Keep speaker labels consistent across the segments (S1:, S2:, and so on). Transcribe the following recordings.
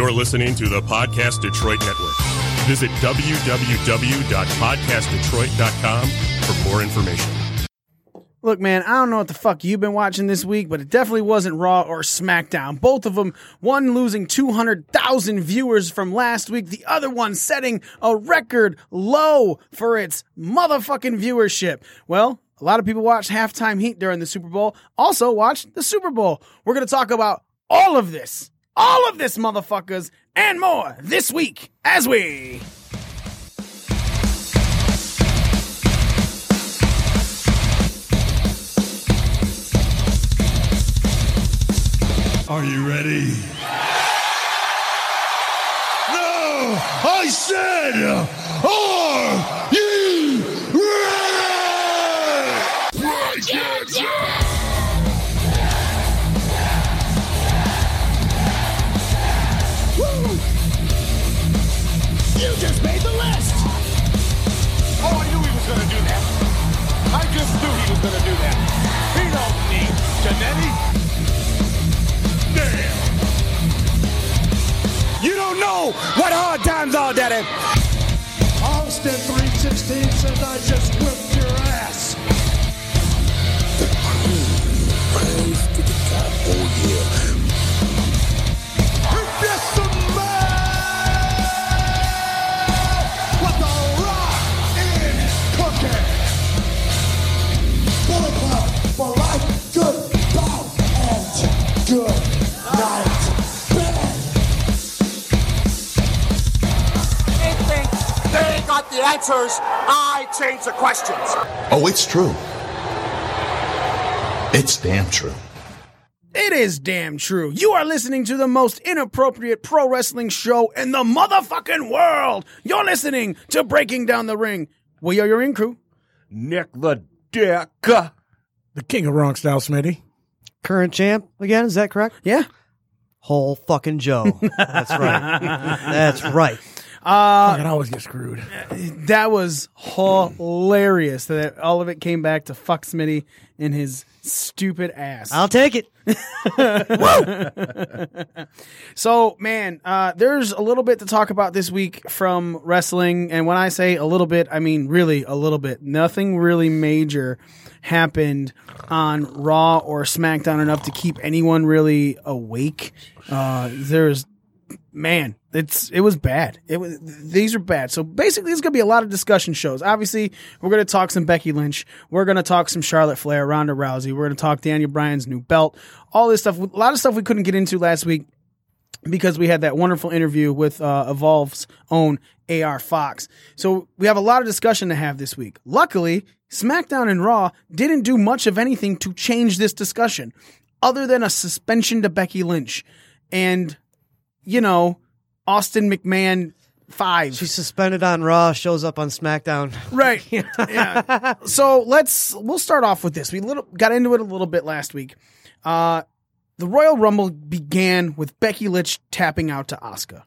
S1: are listening to the Podcast Detroit Network. Visit www.podcastdetroit.com for more information.
S2: Look, man, I don't know what the fuck you've been watching this week, but it definitely wasn't Raw or SmackDown. Both of them, one losing 200,000 viewers from last week, the other one setting a record low for its motherfucking viewership. Well, a lot of people watched halftime heat during the Super Bowl, also watched the Super Bowl. We're going to talk about all of this, all of this, motherfuckers, and more this week as we.
S3: Are you ready? No! I said, are you ready?
S4: Woo! You just made the list!
S5: Oh, I knew he was going to do that. I just knew he was going to do that. He don't need Janetti. Damn.
S3: You don't know what hard times are, Daddy.
S4: Austin 316 says I just whipped your ass.
S3: Yes, the man with the rock in cooking. for life, goodbye and good night.
S5: They think they got the answers. I changed the questions.
S6: Oh, it's true. It's damn true.
S2: It is damn true. You are listening to the most inappropriate pro wrestling show in the motherfucking world. You're listening to Breaking Down the Ring. We are your in crew.
S7: Nick the Dick.
S8: The king of wrong style, Smitty.
S9: Current champ again, is that correct?
S2: Yeah.
S9: Whole fucking Joe. That's right. That's right. Uh,
S8: I can always get screwed.
S2: That was hilarious that all of it came back to fuck Smitty in his stupid ass.
S9: I'll take it.
S2: So, man, uh, there's a little bit to talk about this week from wrestling. And when I say a little bit, I mean really a little bit. Nothing really major happened on Raw or SmackDown enough to keep anyone really awake. Uh, there's, man, it's it was bad. It was these are bad. So basically, it's gonna be a lot of discussion shows. Obviously, we're gonna talk some Becky Lynch. We're gonna talk some Charlotte Flair, Ronda Rousey. We're gonna talk Daniel Bryan's new belt. All this stuff. A lot of stuff we couldn't get into last week because we had that wonderful interview with uh, Evolve's own AR Fox. So we have a lot of discussion to have this week. Luckily, SmackDown and Raw didn't do much of anything to change this discussion other than a suspension to Becky Lynch and, you know, Austin McMahon 5.
S9: She's suspended on Raw, shows up on SmackDown.
S2: Right. Yeah. So let's we'll start off with this. We little got into it a little bit last week. Uh, the Royal Rumble began with Becky Lynch tapping out to Asuka.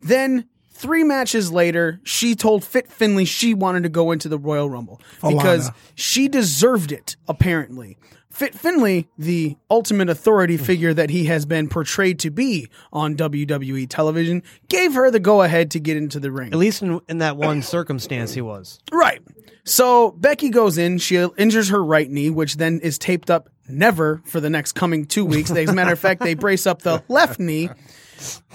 S2: Then three matches later, she told Fit Finley she wanted to go into the Royal Rumble because she deserved it. Apparently, Fit Finley, the ultimate
S9: Hmm.
S2: authority figure that he has been portrayed to be on WWE television, gave her the go ahead to get into the ring.
S9: At least in, in that one circumstance, he was.
S2: Right. So Becky goes in. She injures her right knee, which then is taped up never for the next coming two weeks. As a matter of fact, they brace up the left knee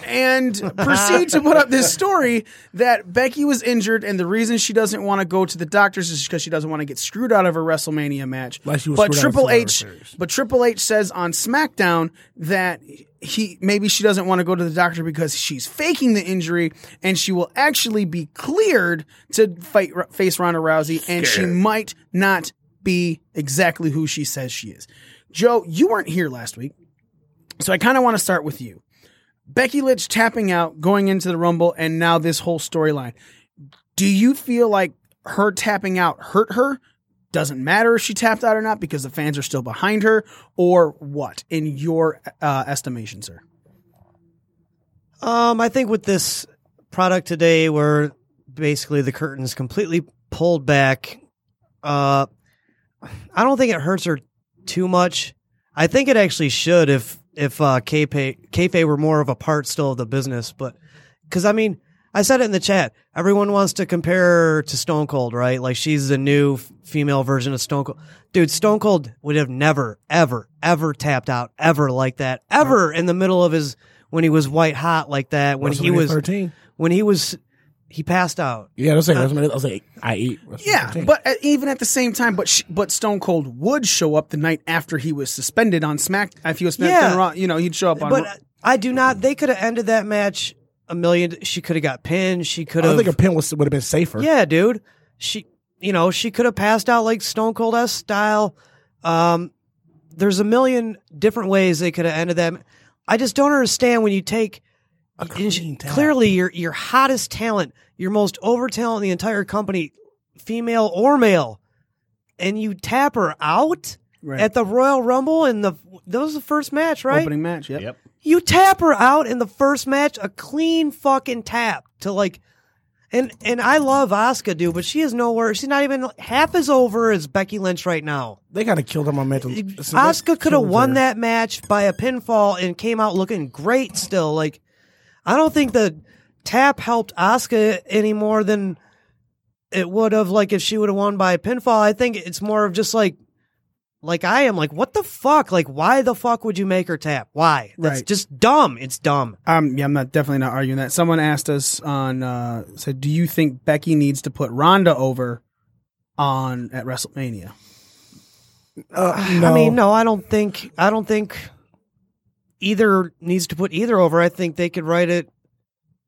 S2: and proceed to put up this story that Becky was injured, and the reason she doesn't want to go to the doctors is because she doesn't want to get screwed out of her WrestleMania match.
S8: Like she was
S2: but
S8: screwed out of
S2: Triple
S8: Survivor
S2: H,
S8: Series.
S2: but Triple H says on SmackDown that he maybe she doesn't want to go to the doctor because she's faking the injury, and she will actually be cleared to fight face Ronda Rousey, and she might not be exactly who she says she is. Joe, you weren't here last week, so I kind of want to start with you. Becky Lynch tapping out, going into the Rumble, and now this whole storyline. Do you feel like her tapping out hurt her? Doesn't matter if she tapped out or not because the fans are still behind her, or what, in your uh, estimation, sir?
S9: Um, I think with this product today, where basically the curtain's completely pulled back, uh, I don't think it hurts her too much. I think it actually should if if uh, kayfabe kayfabe were more of a part still of the business, but because I mean, I said it in the chat. Everyone wants to compare her to Stone Cold, right? Like she's the new f- female version of Stone Cold. Dude, Stone Cold would have never, ever, ever tapped out ever like that, ever in the middle of his when he was white hot like that. When he
S8: WrestleMania
S9: was
S8: 13.
S9: when he was, he passed out.
S8: Yeah, I was like, I was like, I eat.
S2: Yeah, but at, even at the same time, but sh- but Stone Cold would show up the night after he was suspended on Smack. If he was suspended,
S9: Yeah.
S2: on Raw, you know, he'd show up on.
S9: But
S2: Raw.
S9: I do not. They could have ended that match a million. She could have got pinned. She could
S8: I
S9: have.
S8: think a pin was, would have been safer.
S9: Yeah, dude. She, you know, she could have passed out like Stone Cold S style. Um, there's a million different ways they could have ended that. I just don't understand when you take
S8: clean tap.
S9: clearly your your hottest talent, your most over talent in the entire company, female or male, and you tap her out
S2: Right.
S9: at the Royal Rumble and the that was the first match, right?
S2: opening match. Yep.
S7: Yep.
S9: You tap her out in the first match, a clean fucking tap to like, and and I love Asuka, dude, but she is nowhere. She's not even half as over as Becky Lynch right now.
S8: They kind of killed her momentum. So that
S9: Asuka could have
S8: killed
S9: won
S8: her.
S9: that match by a pinfall and came out looking great. Still, like, I don't think the tap helped Asuka any more than it would have. Like, if she would have won by a pinfall, I think it's more of just like. Like I am, like what the fuck? Like why the fuck would you make her tap? Why? That's
S2: Right.
S9: just dumb. It's dumb.
S2: Um, yeah, I'm not definitely not arguing that. Someone asked us on uh, said, "Do you think Becky needs to put Ronda over on at WrestleMania?"
S8: Uh, no.
S9: I mean, no, I don't think I don't think either needs to put either over. I think they could write it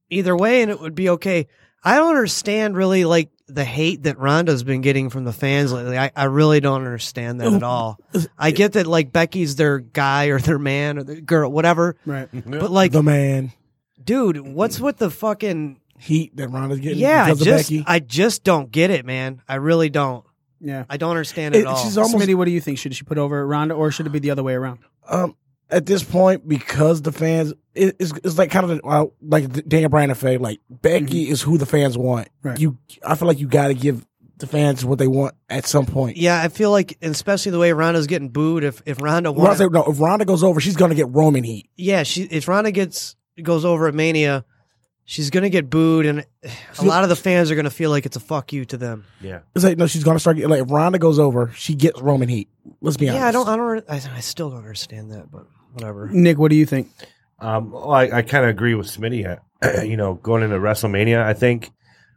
S9: either way and it would be okay. I don't understand really like the hate that Ronda's been getting from the fans lately. I, I really don't understand that
S8: Oh,
S9: at all. I get that like Becky's their guy or their man or their girl, whatever.
S2: Right.
S8: Mm-hmm.
S9: But like,
S8: the man
S9: dude, what's with the fucking
S8: heat that Ronda's getting.
S9: yeah? I
S8: because
S9: just
S8: of Becky.
S9: I just don't get it, man. I really don't.
S2: Yeah.
S9: I don't understand it,
S8: It-
S9: at all.
S8: she's almost
S2: Smitty, what do you think? Should she put over Ronda, or should it be the other way around?
S8: um, at this point because the fans it, it's, it's like kind of uh, like the Daniel Bryan effect. Like
S9: Mm-hmm.
S8: Becky is who the fans want.
S2: Right.
S8: You, I feel like you got to give the fans what they want at some point.
S9: Yeah, I feel like, especially the way Ronda's getting booed. If if Ronda won,
S8: Ronda, no, if Ronda goes over, she's gonna get Roman heat.
S9: yeah, she if Ronda gets goes over at Mania, she's gonna get booed, and a lot of the fans are gonna feel like it's a fuck you to them.
S8: It's like no, she's gonna start getting like if Ronda goes over, she gets Roman heat. Let's be
S9: Yeah,
S8: honest.
S9: I don't, I don't, I, I still don't understand that, but whatever.
S2: Nick, what do you think?
S7: Um, well, I, I kind of agree with Smitty. uh, you know, going into WrestleMania, I think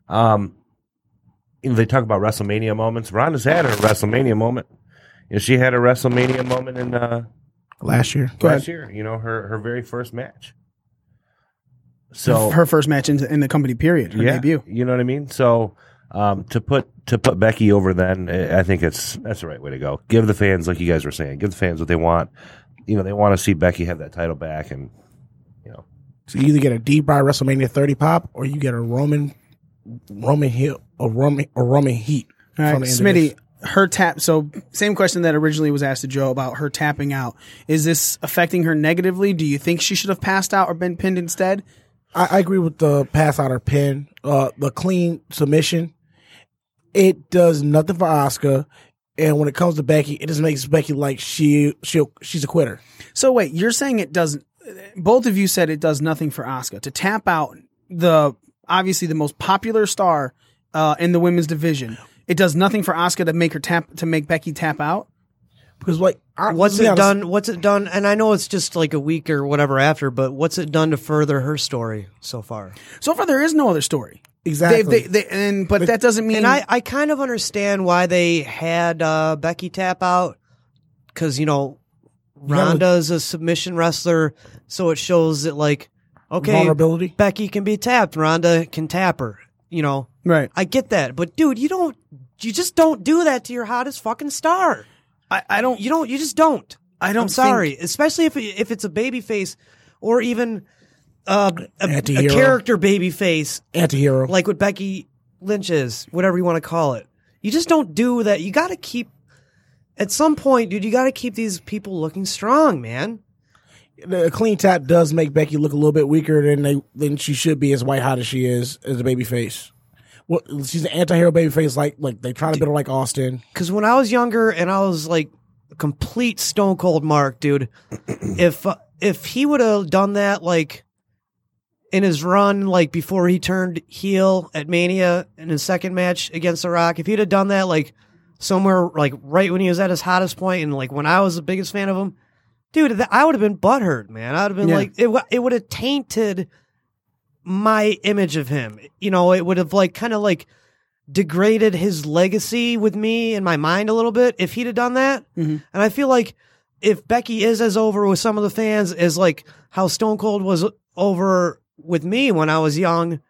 S7: um, you know, they talk about WrestleMania moments. Ronda's had her WrestleMania moment. You know, she had a WrestleMania moment in uh,
S8: last year.
S7: last year. You know, her her very first match. So
S2: her first match in, in the company period, her
S7: yeah,
S2: debut.
S7: You know what I mean? So um, to put to put Becky over, then I I think it's that's the right way to go. Give the fans, like you guys were saying, give the fans what they want. You know, they want to see Becky have that title back, and you know,
S8: So you either get a D by WrestleMania 30 pop, or you get a Roman, Roman heel, a Roman, a Roman heat.
S2: All right,
S8: from the end of this.
S2: Smitty, her tap. So, same question that originally was asked to Joe about her tapping out. Is this affecting her negatively? Do you think she should have passed out or been pinned instead?
S8: I, I agree with the pass out or pin, uh, the clean submission. It does nothing for Oscar, and when it comes to Becky, it just makes Becky like she she she's a quitter.
S2: So, wait, you're saying it doesn't. Both of you said it does nothing for Asuka to tap out the obviously the most popular star uh, in the women's division. It does nothing for Asuka to make her tap to make Becky tap out.
S8: Because like, I,
S9: What's
S8: to be
S9: it
S8: honest,
S9: done? What's it done? And I know it's just like a week or whatever after, but what's it done to further her story so far?
S2: So far, there is no other story.
S8: Exactly.
S2: They, they, they, and but that doesn't mean
S9: And I, I kind of understand why they had uh, Becky tap out because, you know,
S8: gotta-
S9: Ronda's a submission wrestler. So it shows that, like, okay,
S8: Vulnerability?
S9: Becky can be tapped. Ronda can tap her. You know,
S2: right.
S9: I get that. But, dude, you don't, you just don't do that to your hottest fucking star.
S2: I, I don't.
S9: You don't, you just don't.
S2: I don't.
S9: I'm sorry, especially if if it's a baby face or even uh, a, a
S8: Anti-hero.
S9: character baby face
S8: Antihero.
S9: like what Becky Lynch is, whatever you want to call it. You just don't do that. You got to keep, at some point, dude, you got to keep these people looking strong, man.
S8: the clean tap does make Becky look a little bit weaker than they than she should be as white hot as she is as a baby face. Well, she's an anti-hero baby face like like they trying to build her like Austin.
S9: Because when I was younger and I was like a complete stone cold mark, dude, if uh, if he would have done that like in his run, like before he turned heel at Mania in his second match against The Rock, if he'd have done that like somewhere like right when he was at his hottest point and like when I was the biggest fan of him, dude, th- I would have been butthurt, man. I would have been
S2: Yeah.
S9: like it. wa- It would have tainted my image of him. You know, it would have like kind of like degraded his legacy with me in my mind a little bit if he'd have done that.
S8: Mm-hmm.
S9: And I feel like if Becky is as over with some of the fans as like how Stone Cold was over with me when I was young,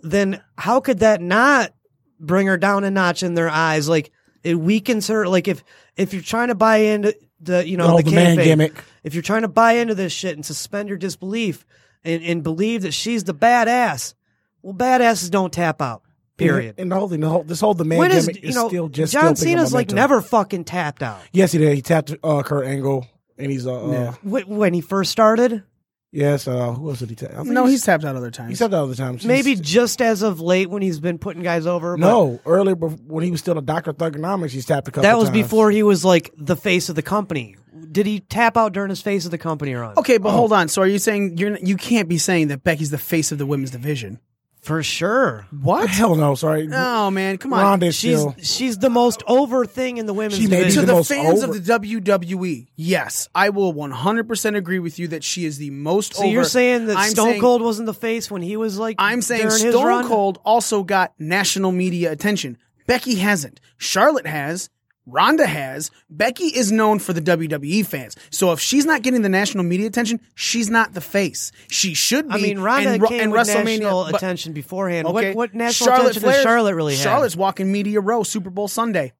S9: then how could that not bring her down a notch in their eyes? Like it weakens her. Like if if you're trying to buy into the you know
S8: Oh, the man
S9: kayfabe,
S8: gimmick.
S9: if you're trying to buy into this shit and suspend your disbelief and, and believe that she's the badass, well, badasses don't tap out. Period.
S8: And the whole thing, the whole, this whole the man
S9: when is
S8: gimmick
S9: you
S8: is
S9: know
S8: still just
S9: John
S8: still picking
S9: Cena's like
S8: momentum.
S9: never fucking tapped out
S8: Yes, he did. He tapped uh, Kurt Angle, and he's uh, uh
S9: Wh- when he first started.
S8: yes. Uh, who else did he tap? I think
S2: No, he's tapped out other
S8: he
S2: times.
S8: tapped all the time. He's-
S9: Maybe just as of late when he's been putting guys over. but
S8: no earlier bef- when he was still a doctor of thugonomics, he's tapped a couple.
S9: that was
S8: times.
S9: before he was like the face of the company. Did he tap out during his face of the company run?
S2: Okay, but hold on. So are you saying you're n- you can't be saying that Becky's the face of the women's division?
S9: for sure.
S2: What?
S8: Hell no, sorry.
S2: No, man. Come on.
S8: Ronda
S9: Oh, She's
S8: still.
S9: she's the most over thing in the women's
S8: She may be
S2: to
S9: division.
S8: the
S2: the,
S8: most
S2: fans
S8: over-
S2: of the WWE, yes, I will 100% agree with you that she is the most
S9: So you're
S2: over.
S9: saying that
S2: I'm
S9: Stone
S2: saying-
S9: Cold wasn't the face when he was like
S2: I'm saying
S9: during his
S2: Stone
S9: run?
S2: Cold also got national media attention. Becky hasn't. Charlotte has. Ronda has. Becky is known for the WWE fans. So if she's not getting the national media attention, she's not the face. She should be.
S9: I mean, Ronda
S2: and, Ro-
S9: came
S2: and
S9: with
S2: WrestleMania,
S9: national
S2: but-
S9: attention beforehand.
S2: Okay.
S9: What, what national attention does
S2: Flair's-
S9: Charlotte really have?
S2: Charlotte's walking media row Super Bowl Sunday.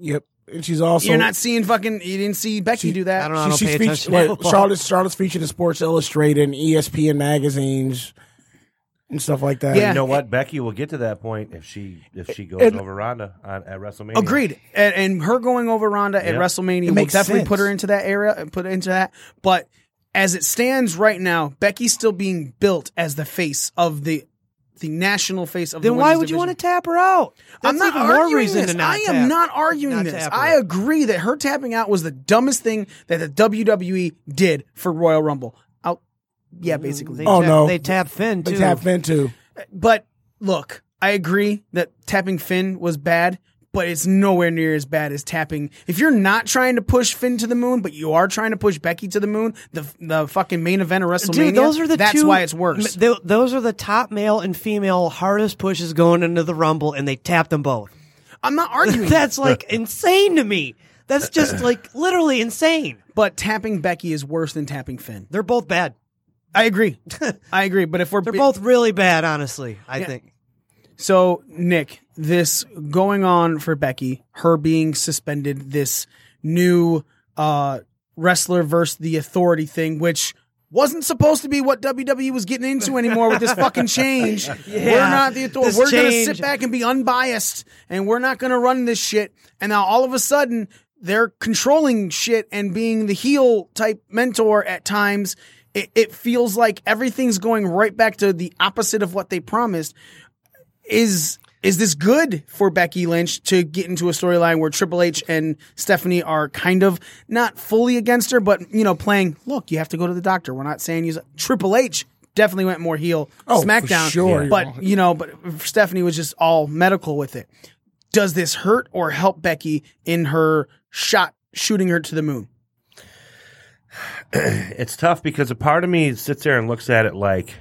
S8: Yep, and she's also
S2: You're not seeing fucking. You didn't see Becky do that.
S9: I don't know. I don't
S8: she's
S9: pay
S8: featured,
S9: attention.
S8: like,
S9: to football.
S8: Charlotte's Charlotte's featured in Sports Illustrated and E ESPN magazines and stuff like
S9: Uh,
S8: that.
S2: Yeah.
S7: You know what? Becky will get to that point if she if she goes
S8: And-
S7: over Ronda on, at WrestleMania.
S2: Agreed, and, and her going over Ronda at
S7: Yep.
S2: WrestleMania
S8: It
S2: will
S8: makes
S2: definitely
S8: sense.
S2: put her into that area and put her into that. But as it stands right now, Becky's still being built as the face of the the national face of.
S9: then
S2: the
S9: why would you want to tap her out?
S2: I'm
S9: That's
S2: not
S9: even
S2: arguing
S9: more reason
S2: this.
S9: to not
S2: I
S9: tap her.
S2: am not arguing
S9: Not
S2: this.
S9: tap her.
S2: I agree that her tapping out was the dumbest thing that the WWE did for Royal Rumble. Out, yeah, basically.
S9: They
S8: Oh,
S9: tap-
S8: no.
S9: they tap Finn too.
S8: they tap into.
S2: But look, I agree that tapping Finn was bad, but it's nowhere near as bad as tapping. If you're not trying to push Finn to the moon, but you are trying to push Becky to the moon, the the fucking main event of WrestleMania.
S9: Dude, those are the
S2: that's
S9: two-
S2: why it's worse.
S9: m- tho- those are the top male and female hardest pushes going into the Rumble, and they tap them both.
S2: I'm not arguing that,
S9: That's like insane to me. That's just like literally insane.
S2: but tapping Becky is worse than tapping Finn.
S9: They're both bad.
S2: I agree. I agree. But if we're
S9: They're both really bad, honestly. I think.
S2: So, Nick, this going on for Becky, her being suspended, this new uh, wrestler versus the authority thing, which wasn't supposed to be what WWE was getting into anymore with this fucking change. We're not the authority.
S9: this
S2: We're going to
S9: change.
S2: sit back and be unbiased and we're not going to run this shit. And now all of a sudden, they're controlling shit and being the heel type mentor at times. It, it feels like everything's going right back to the opposite of what they promised is is this good for Becky Lynch to get into a storyline where Triple H and Stephanie are kind of not fully against her, but you know, playing, look, you have to go to the doctor. We're not saying use Triple H definitely went more heel
S8: Oh, for
S2: SmackDown.
S8: sure.
S2: But you know, but Stephanie was just all medical with it. Does this hurt or help Becky in her shot shooting her to the moon?
S7: It's tough because a part of me sits there and looks at it like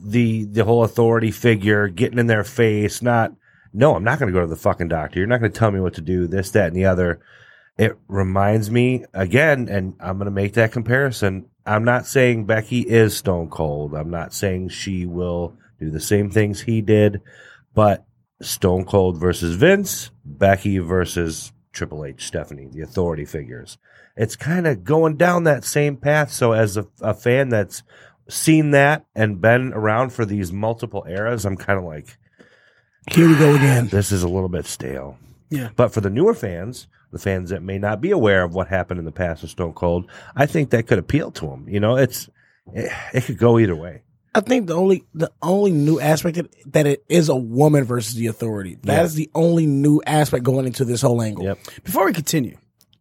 S7: the the whole authority figure getting in their face. Not no, I'm not going to go to the fucking doctor. You're not going to tell me what to do. This, that, and the other. It reminds me again, and I'm going to make that comparison. I'm not saying Becky is Stone Cold. I'm not saying she will do the same things he did, but Stone Cold versus Vince, Becky versus Triple H, Stephanie, the authority figures. It's kind of going down that same path. So, as a, a fan that's seen that and been around for these multiple eras, I'm kind of like,
S8: Here we go again.
S7: this is a little bit stale.
S2: Yeah.
S7: But for the newer fans, the fans that may not be aware of what happened in the past with Stone Cold, I think that could appeal to them. You know, it's it, it could go either way.
S8: I think the only the only new aspect that, that it is a woman versus the authority. That is the only new aspect going into this whole angle.
S7: Yep.
S2: Before we continue,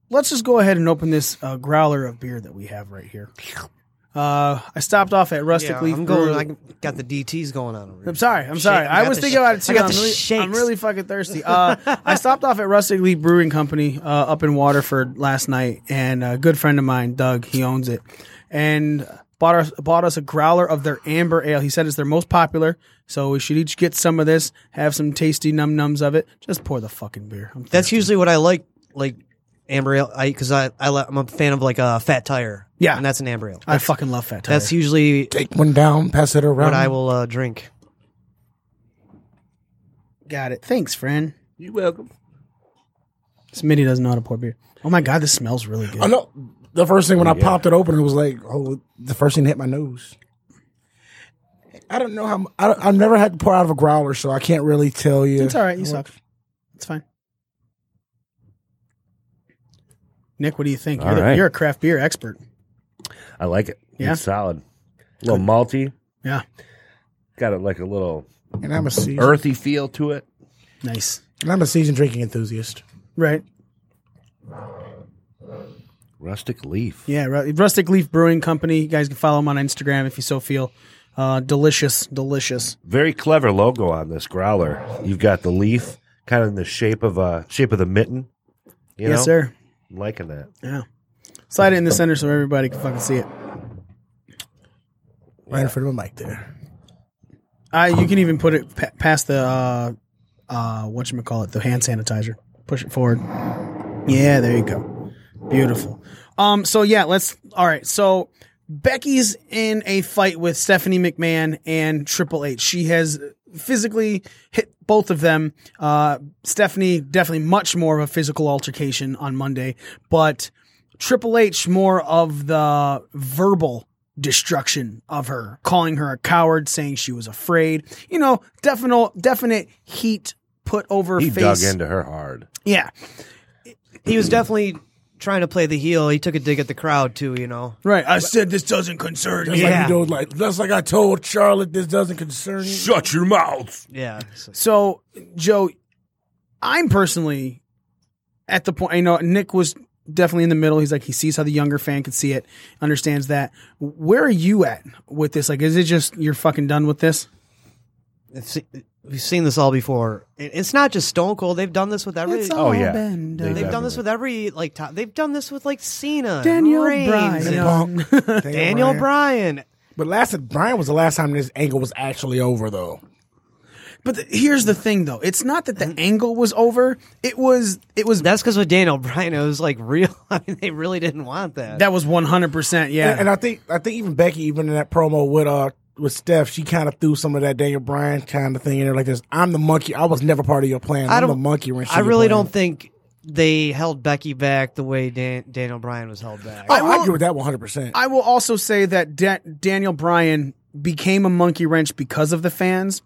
S2: let's just go ahead and open this uh, growler of beer that we have right here. Uh, I stopped off at Rustic
S9: Yeah,
S2: Leaf
S9: I'm
S2: Brewery.
S9: going. I got the DTs going on. Over here.
S2: I'm sorry. I'm sorry.
S9: Shake-
S2: I
S9: got
S2: was
S9: the
S2: thinking
S9: sh-
S2: about it too.
S9: I got
S2: I'm
S9: the
S2: really,
S9: shakes.
S2: I'm really fucking thirsty. Uh, I stopped off at Rustic Lee Brewing Company uh, up in Waterford last night, and a good friend of mine, Doug, he owns it, and bought us bought us a growler of their amber ale. He said it's their most popular, so we should each get some of this, have some tasty num nums of it. Just pour the fucking beer. I'm
S9: That's usually what I like. Like amber ale, I because I, I li- I'm a fan of like a fat tire.
S2: Yeah.
S9: and that's an amber ale.
S2: I fucking love Fat Tire.
S9: That's usually
S8: Take one down, pass it around.
S2: Um,
S9: what I will uh, drink.
S2: Got it. Thanks, friend.
S7: You're welcome.
S2: Smitty doesn't know how to pour beer. Oh my god, this smells really good.
S8: I know. The first thing when I popped it open, it was like, oh, the first thing that hit my nose. I don't know how. I don't, I've never had to pour out of a growler, so I can't really tell you.
S2: It's all right. You suck. It's fine. Nick, what do you think? You're,
S7: All
S2: the-
S7: right.
S2: you're a craft beer expert.
S7: I like it.
S2: Yeah?
S7: It's solid. A little malty.
S2: Yeah.
S7: Got it like a little
S8: And I'm a seasoned,
S7: earthy feel to it.
S2: Nice.
S8: and I'm a seasoned drinking enthusiast.
S2: Right.
S7: Rustic leaf.
S2: Yeah. Ru- Rustic Leaf Brewing Company. You guys can follow them on Instagram if you so feel. Uh, delicious. Delicious.
S7: Very clever logo on this growler. You've got the leaf kind of in the shape of a shape of the mitten. You
S2: yes,
S7: know?
S2: sir.
S7: I'm liking that.
S2: Yeah. Slide it in the center so everybody can fucking see it.
S8: Right in front of my mic there.
S2: I, you can even put it pa- past the, uh, uh, whatchamacallit, the hand sanitizer. Push it forward. Yeah, there you go. Beautiful. Um, so yeah, let's all right. So Becky's in a fight with Stephanie McMahon and Triple H. She has physically hit both of them. Uh, Stephanie definitely much more of a physical altercation on Monday, but Triple H more of the verbal destruction of her, calling her a coward, saying she was afraid. You know, definite definite heat put over
S7: He
S2: face.
S7: dug into her hard.
S2: Yeah.
S9: He was definitely trying to play the heel. He took a dig at the crowd too. You know.
S2: Right. Uh, I said this doesn't concern
S8: Just like you do, like that's like I told Charlotte, this doesn't concern you.
S7: Shut your mouth.
S9: Yeah. it's like-
S2: So, Joe, I'm personally at the point, I know Nick was definitely in the middle. He's like, he sees how the younger fan can see it, understands that. Where are you at with this? Like, is it just you're fucking done with this?
S9: it's- We've seen this all before. It- It's not just Stone Cold. They've done this with every.
S7: Oh, yeah.
S9: They've done this with every like. Top, they've done this with like Cena, and
S2: Daniel
S9: Reigns, and
S2: Bryan.
S8: Punk.
S9: Daniel Bryan.
S8: But last Brian was the last time this angle was actually over though.
S2: But the, here's the thing, though. It's not that the angle was over. It was. It was.
S9: That's because with Daniel Bryan, it was like real. I mean, they really didn't want that.
S2: That was 100. percent Yeah.
S8: And, and I think I think even Becky, even in that promo with uh with Steph, she kind of threw some of that Daniel Bryan kind of thing in there, like this. I'm the monkey. I was never part of your plan.
S9: I
S8: I'm the
S9: don't.
S8: monkey wrench. in
S9: I
S8: your
S9: really
S8: plan."
S9: don't think they held Becky back the way Dan- Daniel Bryan was held back.
S8: Oh, I,
S2: will-
S8: agree with that 100. percent
S2: I will also say that da- Daniel Bryan became a monkey wrench because of the fans.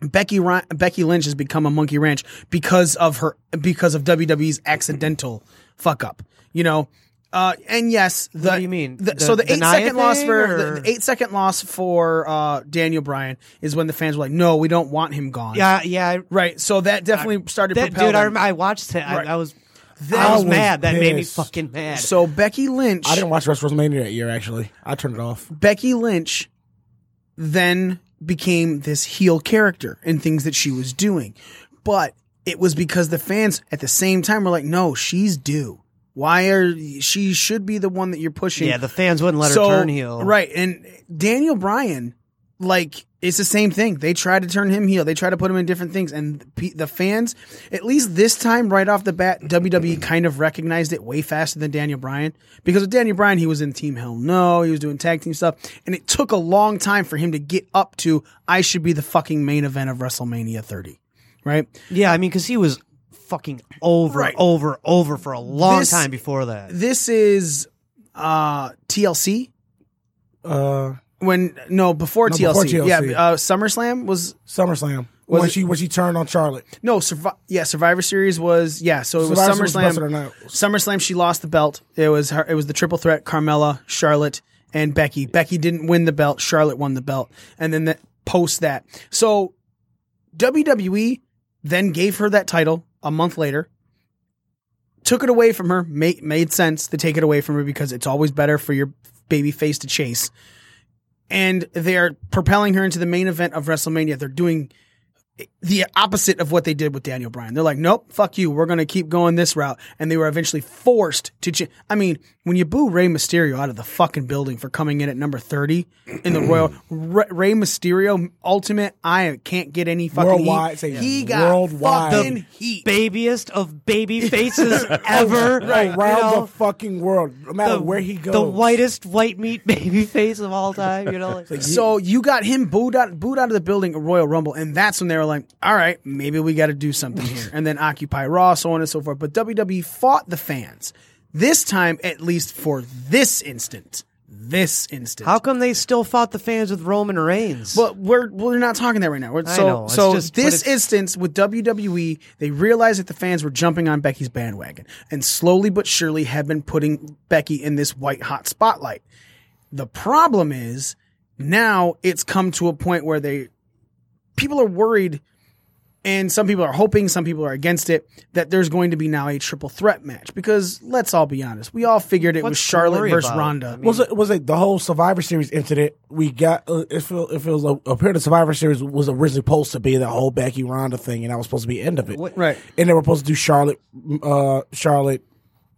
S2: Becky Ry- Becky Lynch has become a monkey wrench because of her because of WWE's accidental fuck up. You know. Uh, and yes, the,
S9: do you mean?
S2: the-
S9: The-
S2: so the,
S9: the
S2: eight
S9: Nia
S2: second loss
S9: thing,
S2: for the,
S9: or-
S2: the eight second loss for uh, Daniel Bryan is when the fans were like, "No, we don't want him gone."
S9: yeah, yeah. I-
S2: right. So that definitely started.
S9: That,
S2: propelling-
S9: dude, I, rem- I watched that.
S2: Right.
S9: I, I was.
S2: That
S9: I was,
S8: was
S9: mad. That made me
S8: pissed.
S9: fucking mad.
S2: so Becky Lynch.
S8: I didn't watch WrestleMania that year. Actually, I turned it off.
S2: Becky Lynch then became this heel character in things that she was doing. But it was because the fans at the same time were like, no, she's due. Why are she should be the one that you're pushing?
S9: yeah, the fans wouldn't let her turn heel.
S2: Right. And Daniel Bryan, like, it's the same thing. They try to turn him heel. They try to put him in different things. And the pe- the fans, at least this time, right off the bat, WWE kind of recognized it way faster than Daniel Bryan. Because with Daniel Bryan, he was in Team Hell No. He was doing tag team stuff. And it took a long time for him to get up to, I should be the fucking main event of WrestleMania 30. Right?
S9: Yeah, I mean, because he was fucking over,
S2: Right.
S9: over, over for a long
S2: This-
S9: time before that.
S2: This is uh, TLC.
S8: Uh,
S2: When no before,
S8: No,
S2: TLC.
S8: before
S2: yeah,
S8: TLC.
S2: uh, SummerSlam was
S8: SummerSlam
S2: Was
S8: when
S2: it-
S8: she when she turned on Charlotte.
S2: No, Survi- yeah, Survivor Series was yeah. So it was
S8: Survivor Series was
S2: SummerSlam.
S8: best of the night.
S2: SummerSlam, she lost the belt. It was her. It was the triple threat: Carmella, Charlotte, and Becky. Becky didn't win the belt. Charlotte won the belt, and then that post that. So E WWE then gave her that title a month later. took it away from her. Made made sense to take it away from her because it's always better for your baby face to chase. And they are propelling her into the main event of WrestleMania. They're doing the opposite of what they did with Daniel Bryan. They're like, nope, fuck you. We're going to keep going this route. And they were eventually forced to. Ch- I mean, when you boo Rey Mysterio out of the fucking building for coming in at number 30 in the Royal, Re- Rey Mysterio Ultimate, I can't get any fucking
S8: Worldwide, say
S2: heat. He got
S8: worldwide.
S2: fucking heat.
S9: babiest of baby faces ever.
S8: Right,
S9: you
S8: around
S9: know?
S8: the fucking world, no matter where he goes.
S9: The whitest white meat baby face of all time. You know, like,
S2: So you got him booed out, booed out of the building at Royal Rumble, and that's when they were like, "All right, maybe we got to do something here." And then Occupy Raw, so on and so forth. But WWE fought the fans this time, at least for this instant. This instant.
S9: how come they still fought the fans with Roman Reigns?
S2: Well, we're we're not talking that right now. We're,
S9: I
S2: so
S9: know, it's
S2: so
S9: just- but
S2: this
S9: it's-
S2: instance with WWE, they realized that the fans were jumping on Becky's bandwagon, and slowly but surely have been putting Becky in this white hot spotlight. The problem is now it's come to a point where they people are worried and some people are hoping, some people are against it, that there's going to be now a triple threat match. Because let's all be honest, we all figured it was
S9: What's to
S2: Charlotte
S9: worry
S2: versus
S9: about?
S2: Ronda.
S9: I mean-
S8: was it was it the whole Survivor Series incident? We got uh, if it, if it was a, a period of Survivor Series was originally supposed to be the whole Becky Ronda thing, and that was supposed to be the end of it,
S9: What-
S2: right.
S8: And they were supposed to do Charlotte, uh, Charlotte,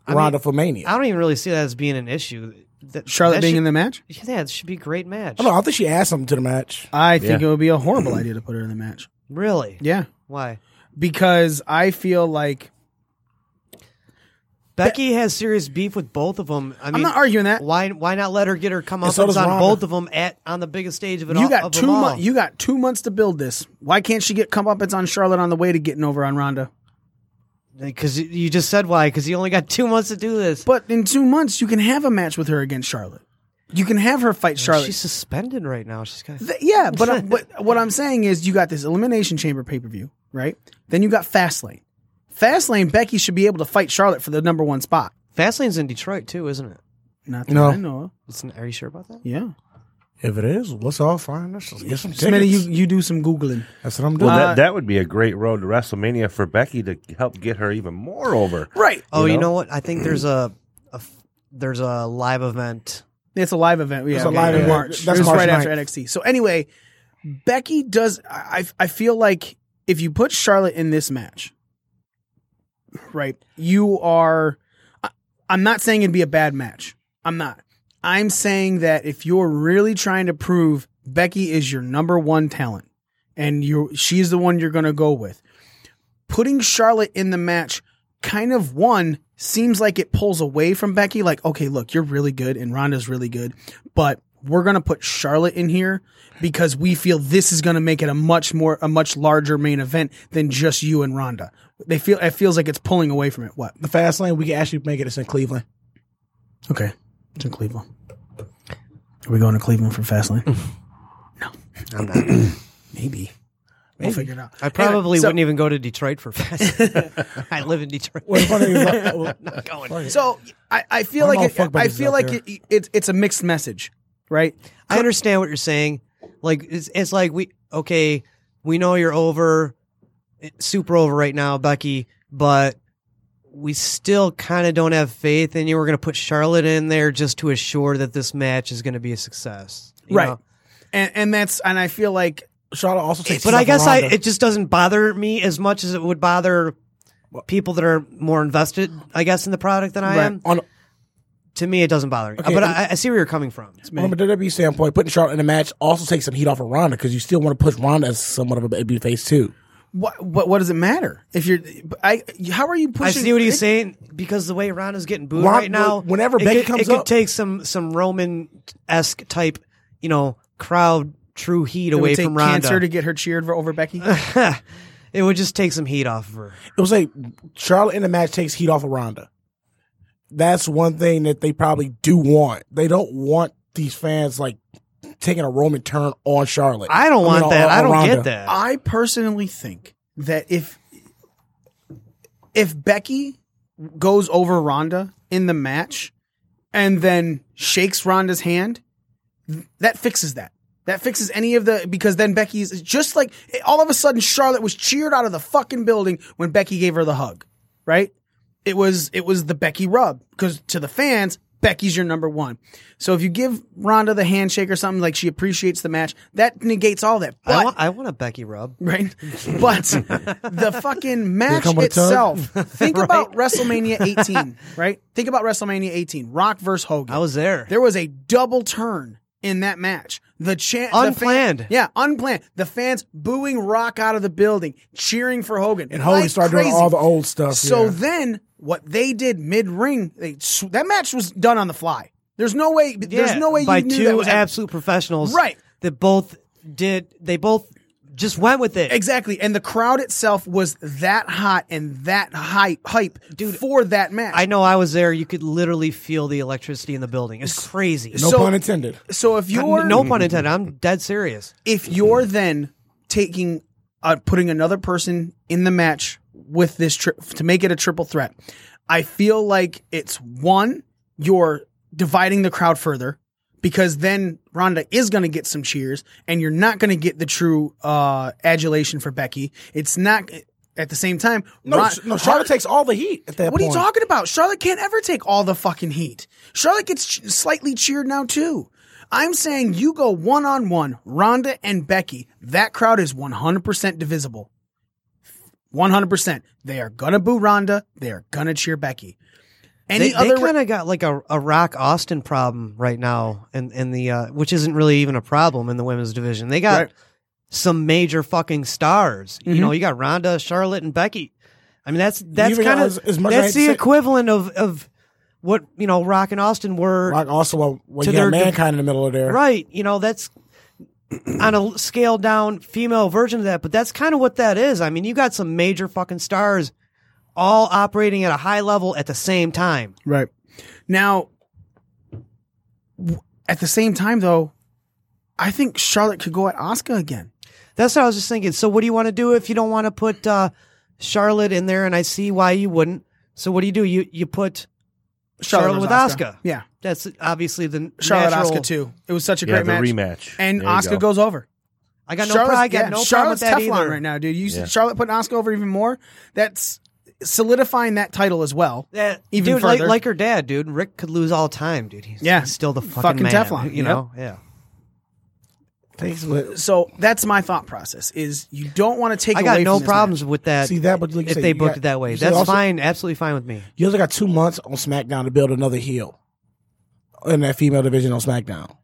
S8: Ronda for Mania.
S9: I don't even really see that as being an issue. That,
S2: Charlotte
S9: that
S2: being
S9: should-
S2: in the match?
S9: Yeah, it should be a great match.
S8: I don't know. I think she asked him to the match.
S2: I think
S7: Yeah.
S2: it would be a horrible idea to put her in the match.
S9: Really?
S2: Yeah.
S9: Why?
S2: Because I feel like
S9: Becky has serious beef with both of them. I mean,
S2: I'm not arguing that.
S9: Why? Why not let her get her come
S8: And
S9: up
S8: so does
S9: on
S8: Ronda.
S9: both of them at on the biggest stage of it
S2: you
S9: all?
S2: got
S9: of
S2: two
S9: them all?
S2: months. You got two months to build this. Why can't she get comeuppance on Charlotte on the way to getting over on Ronda?
S9: because you just said why because you only got two months to do this.
S2: But in two months, you can have a match with her against Charlotte. You can have her fight Charlotte.
S9: She's suspended right now. She's got.
S2: Th- yeah, but I- but what I'm saying is, you got this Elimination Chamber pay per view, right? Then you got Fastlane. Fastlane, Becky should be able to fight Charlotte for the number one spot.
S9: Fastlane's in Detroit too, isn't it?
S2: Not that
S8: No.
S2: I know. Of.
S9: It's, are you sure about that?
S2: Yeah,
S8: If it is, let's all find us. Let's get some tickets.
S2: Smitty, you you do some googling.
S8: That's what I'm doing.
S7: Well,
S2: Uh,
S9: Uh,
S7: that, that would be a great road to WrestleMania for Becky to help get her even more over.
S2: Right.
S9: Oh,
S7: You
S9: you know,
S7: know?
S9: what? I think there's a, a f- there's a live event.
S2: It's a live event. Yeah,
S8: It's a live
S2: in
S8: event.
S2: March.
S8: That's
S2: it was
S8: March
S2: right after
S8: 9th.
S2: NXT. So anyway, Becky does. I I feel like if you put Charlotte in this match, right, you are. I- I'm not saying it'd be a bad match. I'm not. I'm saying that if you're really trying to prove Becky is your number one talent, and you she's the one you're going to go with, putting Charlotte in the match kind of one seems like it pulls away from Becky. Like, okay, look, you're really good and Ronda's really good, but we're gonna put Charlotte in here because we feel this is gonna make it a much more a much larger main event than just you and Ronda. They feel it feels like it's pulling away from it. What?
S8: the fast lane, we can actually make it. It's in Cleveland.
S2: Okay, it's in Cleveland. Are we going to Cleveland for Fastlane?
S9: I'm not.
S2: Maybe. We'll figure it out.
S9: I probably
S2: Anyway, so-
S9: wouldn't even go to Detroit for Fastlane. I live in Detroit.
S8: Well, the funny thing is, like, well,
S9: not going.
S2: So I, I feel
S8: Why am all
S2: like it,
S8: fuck
S2: I
S8: buddies
S2: feel
S8: out
S2: like
S8: there?
S2: it, it's it's a mixed message, right?
S9: I understand what you're saying. Like it's, it's like we okay, we know you're over, eh, super over right now, Becky, but we still kind of don't have faith in you. We're going to put Charlotte in there just to assure that this match is going to be a success, you
S2: right.
S9: know?
S2: And and that's and I feel like
S8: Charlotte also takes.
S9: But I guess I
S8: Ronda.
S9: it just doesn't bother me as much as it would bother people that are more invested, I guess, in the product than I
S2: Right.
S9: am.
S8: on
S9: To me, it doesn't bother me.
S8: Okay,
S9: but
S8: and-
S9: I, I see where you're coming from.
S8: From a WWE standpoint, putting Charlotte in a match also takes some heat off of Ronda because you still want to push Ronda as somewhat of a baby face too.
S2: what what what does it matter if you're I how are you
S9: I
S2: pushing?
S9: see what he's
S2: it-
S9: saying because the way Ronda's getting booed
S8: Ron-
S9: right now.
S8: whenever
S9: it
S8: Becky
S9: could,
S8: comes
S9: it could
S8: up-
S9: take some some Roman esque type, you know, crowd true heat
S2: It would
S9: away
S2: take
S9: from Ronda.
S2: cancer to get her cheered over Becky.
S9: it would just take some heat off of her.
S8: It was like Charlotte in a match takes heat off of Ronda. That's one thing that they probably do want. They don't want these fans like taking a Roman turn on Charlotte.
S9: I don't
S8: mean,
S9: want
S8: on-
S9: that.
S8: on
S9: I don't
S8: Ronda.
S9: get that.
S2: I personally think that if if Becky goes over Ronda in the match and then shakes Ronda's hand, th- that fixes that. That fixes any of the because then Becky's just like all of a sudden Charlotte was cheered out of the fucking building when Becky gave her the hug, right? it was it was the Becky rub because to the fans, Becky's your number one. So if you give Ronda the handshake or something like she appreciates the match, that negates all that. But
S9: I want, I want a Becky rub.
S2: right? But the fucking match
S8: come a tug.
S2: itself. Think about WrestleMania 18, right? Think about WrestleMania 18, Rock versus Hogan.
S9: I was there.
S2: There was a double turn in that match. The chant
S9: Unplanned.
S2: yeah, unplanned. The fans booing Rock out of the building, cheering for Hogan,
S8: And Hogan
S2: like
S8: started doing
S2: crazy.
S8: all the old stuff,
S2: So
S8: yeah.
S2: then, what they did mid ring, they sw- that match was done on the fly. There's no way. there's
S9: Yeah,
S2: no way
S9: by
S2: you knew
S9: two
S2: that was happening.
S9: absolute professionals,
S2: Right.
S9: That both did. They both just went with it.
S2: Exactly, and the crowd itself was that hot and that hype, hype for that match.
S9: I know I was there. You could literally feel the electricity in the building. It's crazy.
S8: No
S2: So-
S8: pun intended.
S2: So if you're Mm.
S9: no pun intended. I'm dead serious.
S2: if you're then taking uh, putting another person in the match with this tri- to make it a triple threat, I feel like it's one you're dividing the crowd further because then Ronda is going to get some cheers and you're not going to get the true uh, adulation for Becky. It's not at the same time.
S8: No,
S2: Ron-
S8: sh- no. Charlotte takes all the heat at that
S2: What are
S8: point.
S2: you talking about? Charlotte can't ever take all the fucking heat. Charlotte gets ch- slightly cheered now too. I'm saying you go one on one, Ronda and Becky. That crowd is 100% divisible. 100%. They are gonna boo Ronda. They are gonna cheer Becky. Any
S9: They,
S2: other?
S9: kind of got like a, a Rock Austin problem right now, and in, the uh, which isn't really even a problem in the women's division. They got
S2: Right. Mm-hmm.
S9: some major fucking stars. You know, you got Ronda, Charlotte, and Becky. I mean, that's that's
S8: even
S9: kind
S8: got- as-
S9: of
S8: as much as I hate
S9: that's
S8: to
S9: the
S8: say-
S9: equivalent of of what you know Rock and Austin were
S8: Like also, well, well
S9: To
S8: you got
S9: their-
S8: mankind in the middle of there.
S9: Right. You know, that's on a scaled down female version of that, but that's kind of what that is. I mean, you got some major fucking stars all operating at a high level at the same time.
S2: Right. Now, w- at the same time though, I think Charlotte could go at Oscar again.
S9: That's what I was just thinking. So, what do you want to do if you don't want to put uh, Charlotte in there? And I see why you wouldn't. So, what do you do? You you put Charlotte,
S2: versus
S9: with
S2: Asuka.
S9: Oscar.
S2: Yeah.
S9: That's obviously the
S2: Charlotte
S9: natural-
S2: Oscar too. It was such a
S7: Yeah,
S2: great
S7: the
S2: match.
S7: rematch.
S2: And
S7: There you
S2: Oscar
S7: go.
S2: goes over.
S9: I got no,
S2: Charlotte's-
S9: pro- I got
S2: yeah,
S9: no problem with
S2: Charlotte's
S9: that
S2: Teflon
S9: either.
S2: right now, dude. You s-
S7: Yeah.
S2: Charlotte putting Oscar over even more. That's solidifying that title as well.
S9: That,
S2: even
S9: dude, like,
S2: further.
S9: like her dad, dude. Rick could lose all time, dude. He's
S2: Yeah.
S9: he's still the
S2: Fucking
S9: fucking, man,
S2: Teflon,
S9: You
S2: yep.
S9: know, yeah.
S8: Thanks, but
S2: so that's my thought process: is you don't want to take.
S9: I got
S2: away
S9: no
S2: from this
S9: problems
S2: match.
S9: with that.
S8: See that, but like you
S9: if
S8: said,
S9: they
S8: you
S9: booked
S8: got-
S9: it that way,
S8: you said
S9: that's
S8: also-
S9: fine, absolutely fine with me.
S8: you also got two months on SmackDown to build another heel in that female division on SmackDwn.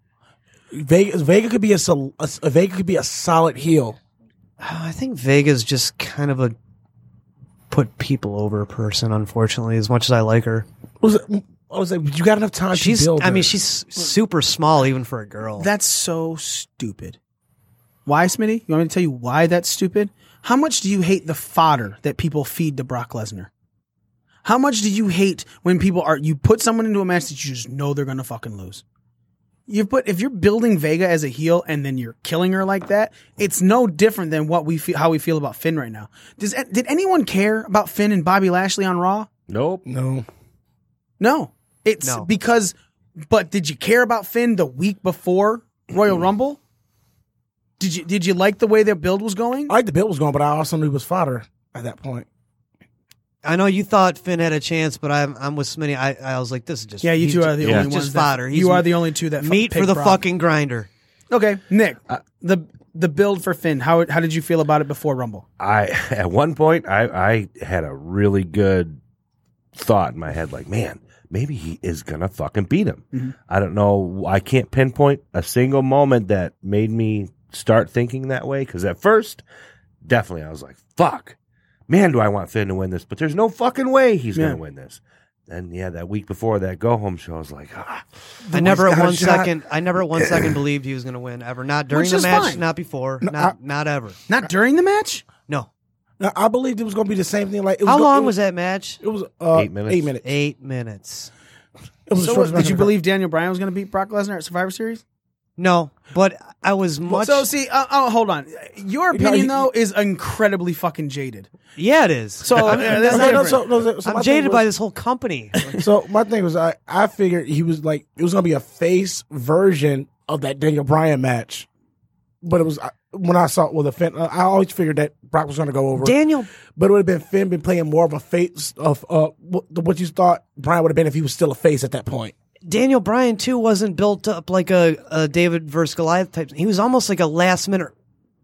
S8: Vega, Vega could be a, sol- a, a Vega could be a solid heel.
S9: Oh, I think Vega's just kind of a put people over person. Unfortunately, as much as I like her,
S8: Was it? I was like, you got enough time to
S9: she's.
S8: build.
S9: I
S8: her.
S9: mean, she's super small even for a girl.
S2: That's so stupid. Why, Smitty? You want me to tell you why that's stupid? How much do you hate the fodder that people feed to Brock Lesnar? How much do you hate when people are you put someone into a match that you just know they're gonna fucking lose? You put if you're building Vega as a heel and then you're killing her like that, it's no different than what we feel how we feel about Finn right now. Does did anyone care about Finn and Bobby Lashley on Raw?
S7: Nope.
S8: no.
S2: No. It's
S9: No.
S2: because but did you care about Finn the week before
S9: Mm.
S2: Royal Rumble? Did you did you like the way their build was going?
S8: I like the build was going, but I also knew it was fodder at that point.
S9: I know you thought Finn had a chance, but I'm I'm with Smitty. I, I was like, this is just
S2: yeah, you
S9: he's
S2: two
S9: just-
S2: are the
S7: Yeah.
S2: only
S9: he's
S2: ones.
S9: just
S2: that-
S9: fodder. He's
S2: you are the only two that fu-
S9: meat for
S2: pick
S9: the
S2: Brock.
S9: fucking grinder.
S2: Okay, Nick, the the build for Finn. How how did you feel about it before Rumble?
S7: I at one point I I had a really good thought in my head, like, man, maybe he is gonna fucking beat him. I don't know. I can't pinpoint a single moment that made me start thinking that way. Because at first, definitely, I was like, fuck, man, do I want Finn to win this? But there's no fucking way he's
S2: Yeah.
S7: gonna win this. And yeah, that week before that go home show, I was like, ah,
S9: I never at
S7: got a
S9: one second.
S7: shot.
S9: I never at one second believed he was going to win ever. Not during
S2: Which
S9: the
S2: is
S9: match.
S2: fine.
S9: Not before. not not ever.
S2: Not during the match?
S9: No.
S8: Now, I believed it was going to be the same thing. Like, it was
S9: How
S8: go-
S9: long
S8: it
S9: was that match?
S8: It was uh,
S7: Eight minutes.
S8: Eight minutes.
S9: Eight minutes.
S8: It was the
S2: So
S8: shortest
S2: what, did
S8: match
S2: you
S8: I've ever-
S2: believe Daniel Bryan was going to beat Brock Lesnar at Survivor Series?
S9: No, but I was much.
S2: So see, uh, oh, hold on. Your
S8: No,
S2: opinion
S8: you-
S2: though is incredibly fucking jaded.
S9: yeah, it is.
S2: So uh, that's
S8: Okay, no,
S2: different.
S8: so- no, so- so my
S9: I'm
S8: thing
S9: jaded
S8: was-
S9: by this whole company.
S8: So my thing was, I I figured he was like it was gonna be a face version of that Daniel Bryan match but it was I- when I saw well the Finn. uh, I always figured that Brock was going to go over.
S9: Daniel
S8: But it would have been Finn been playing more of a face of uh, what, what you thought Brian would have been if he was still a face at that point.
S9: Daniel Bryan too wasn't built up like a, a David versus Goliath type. He was almost like a last minute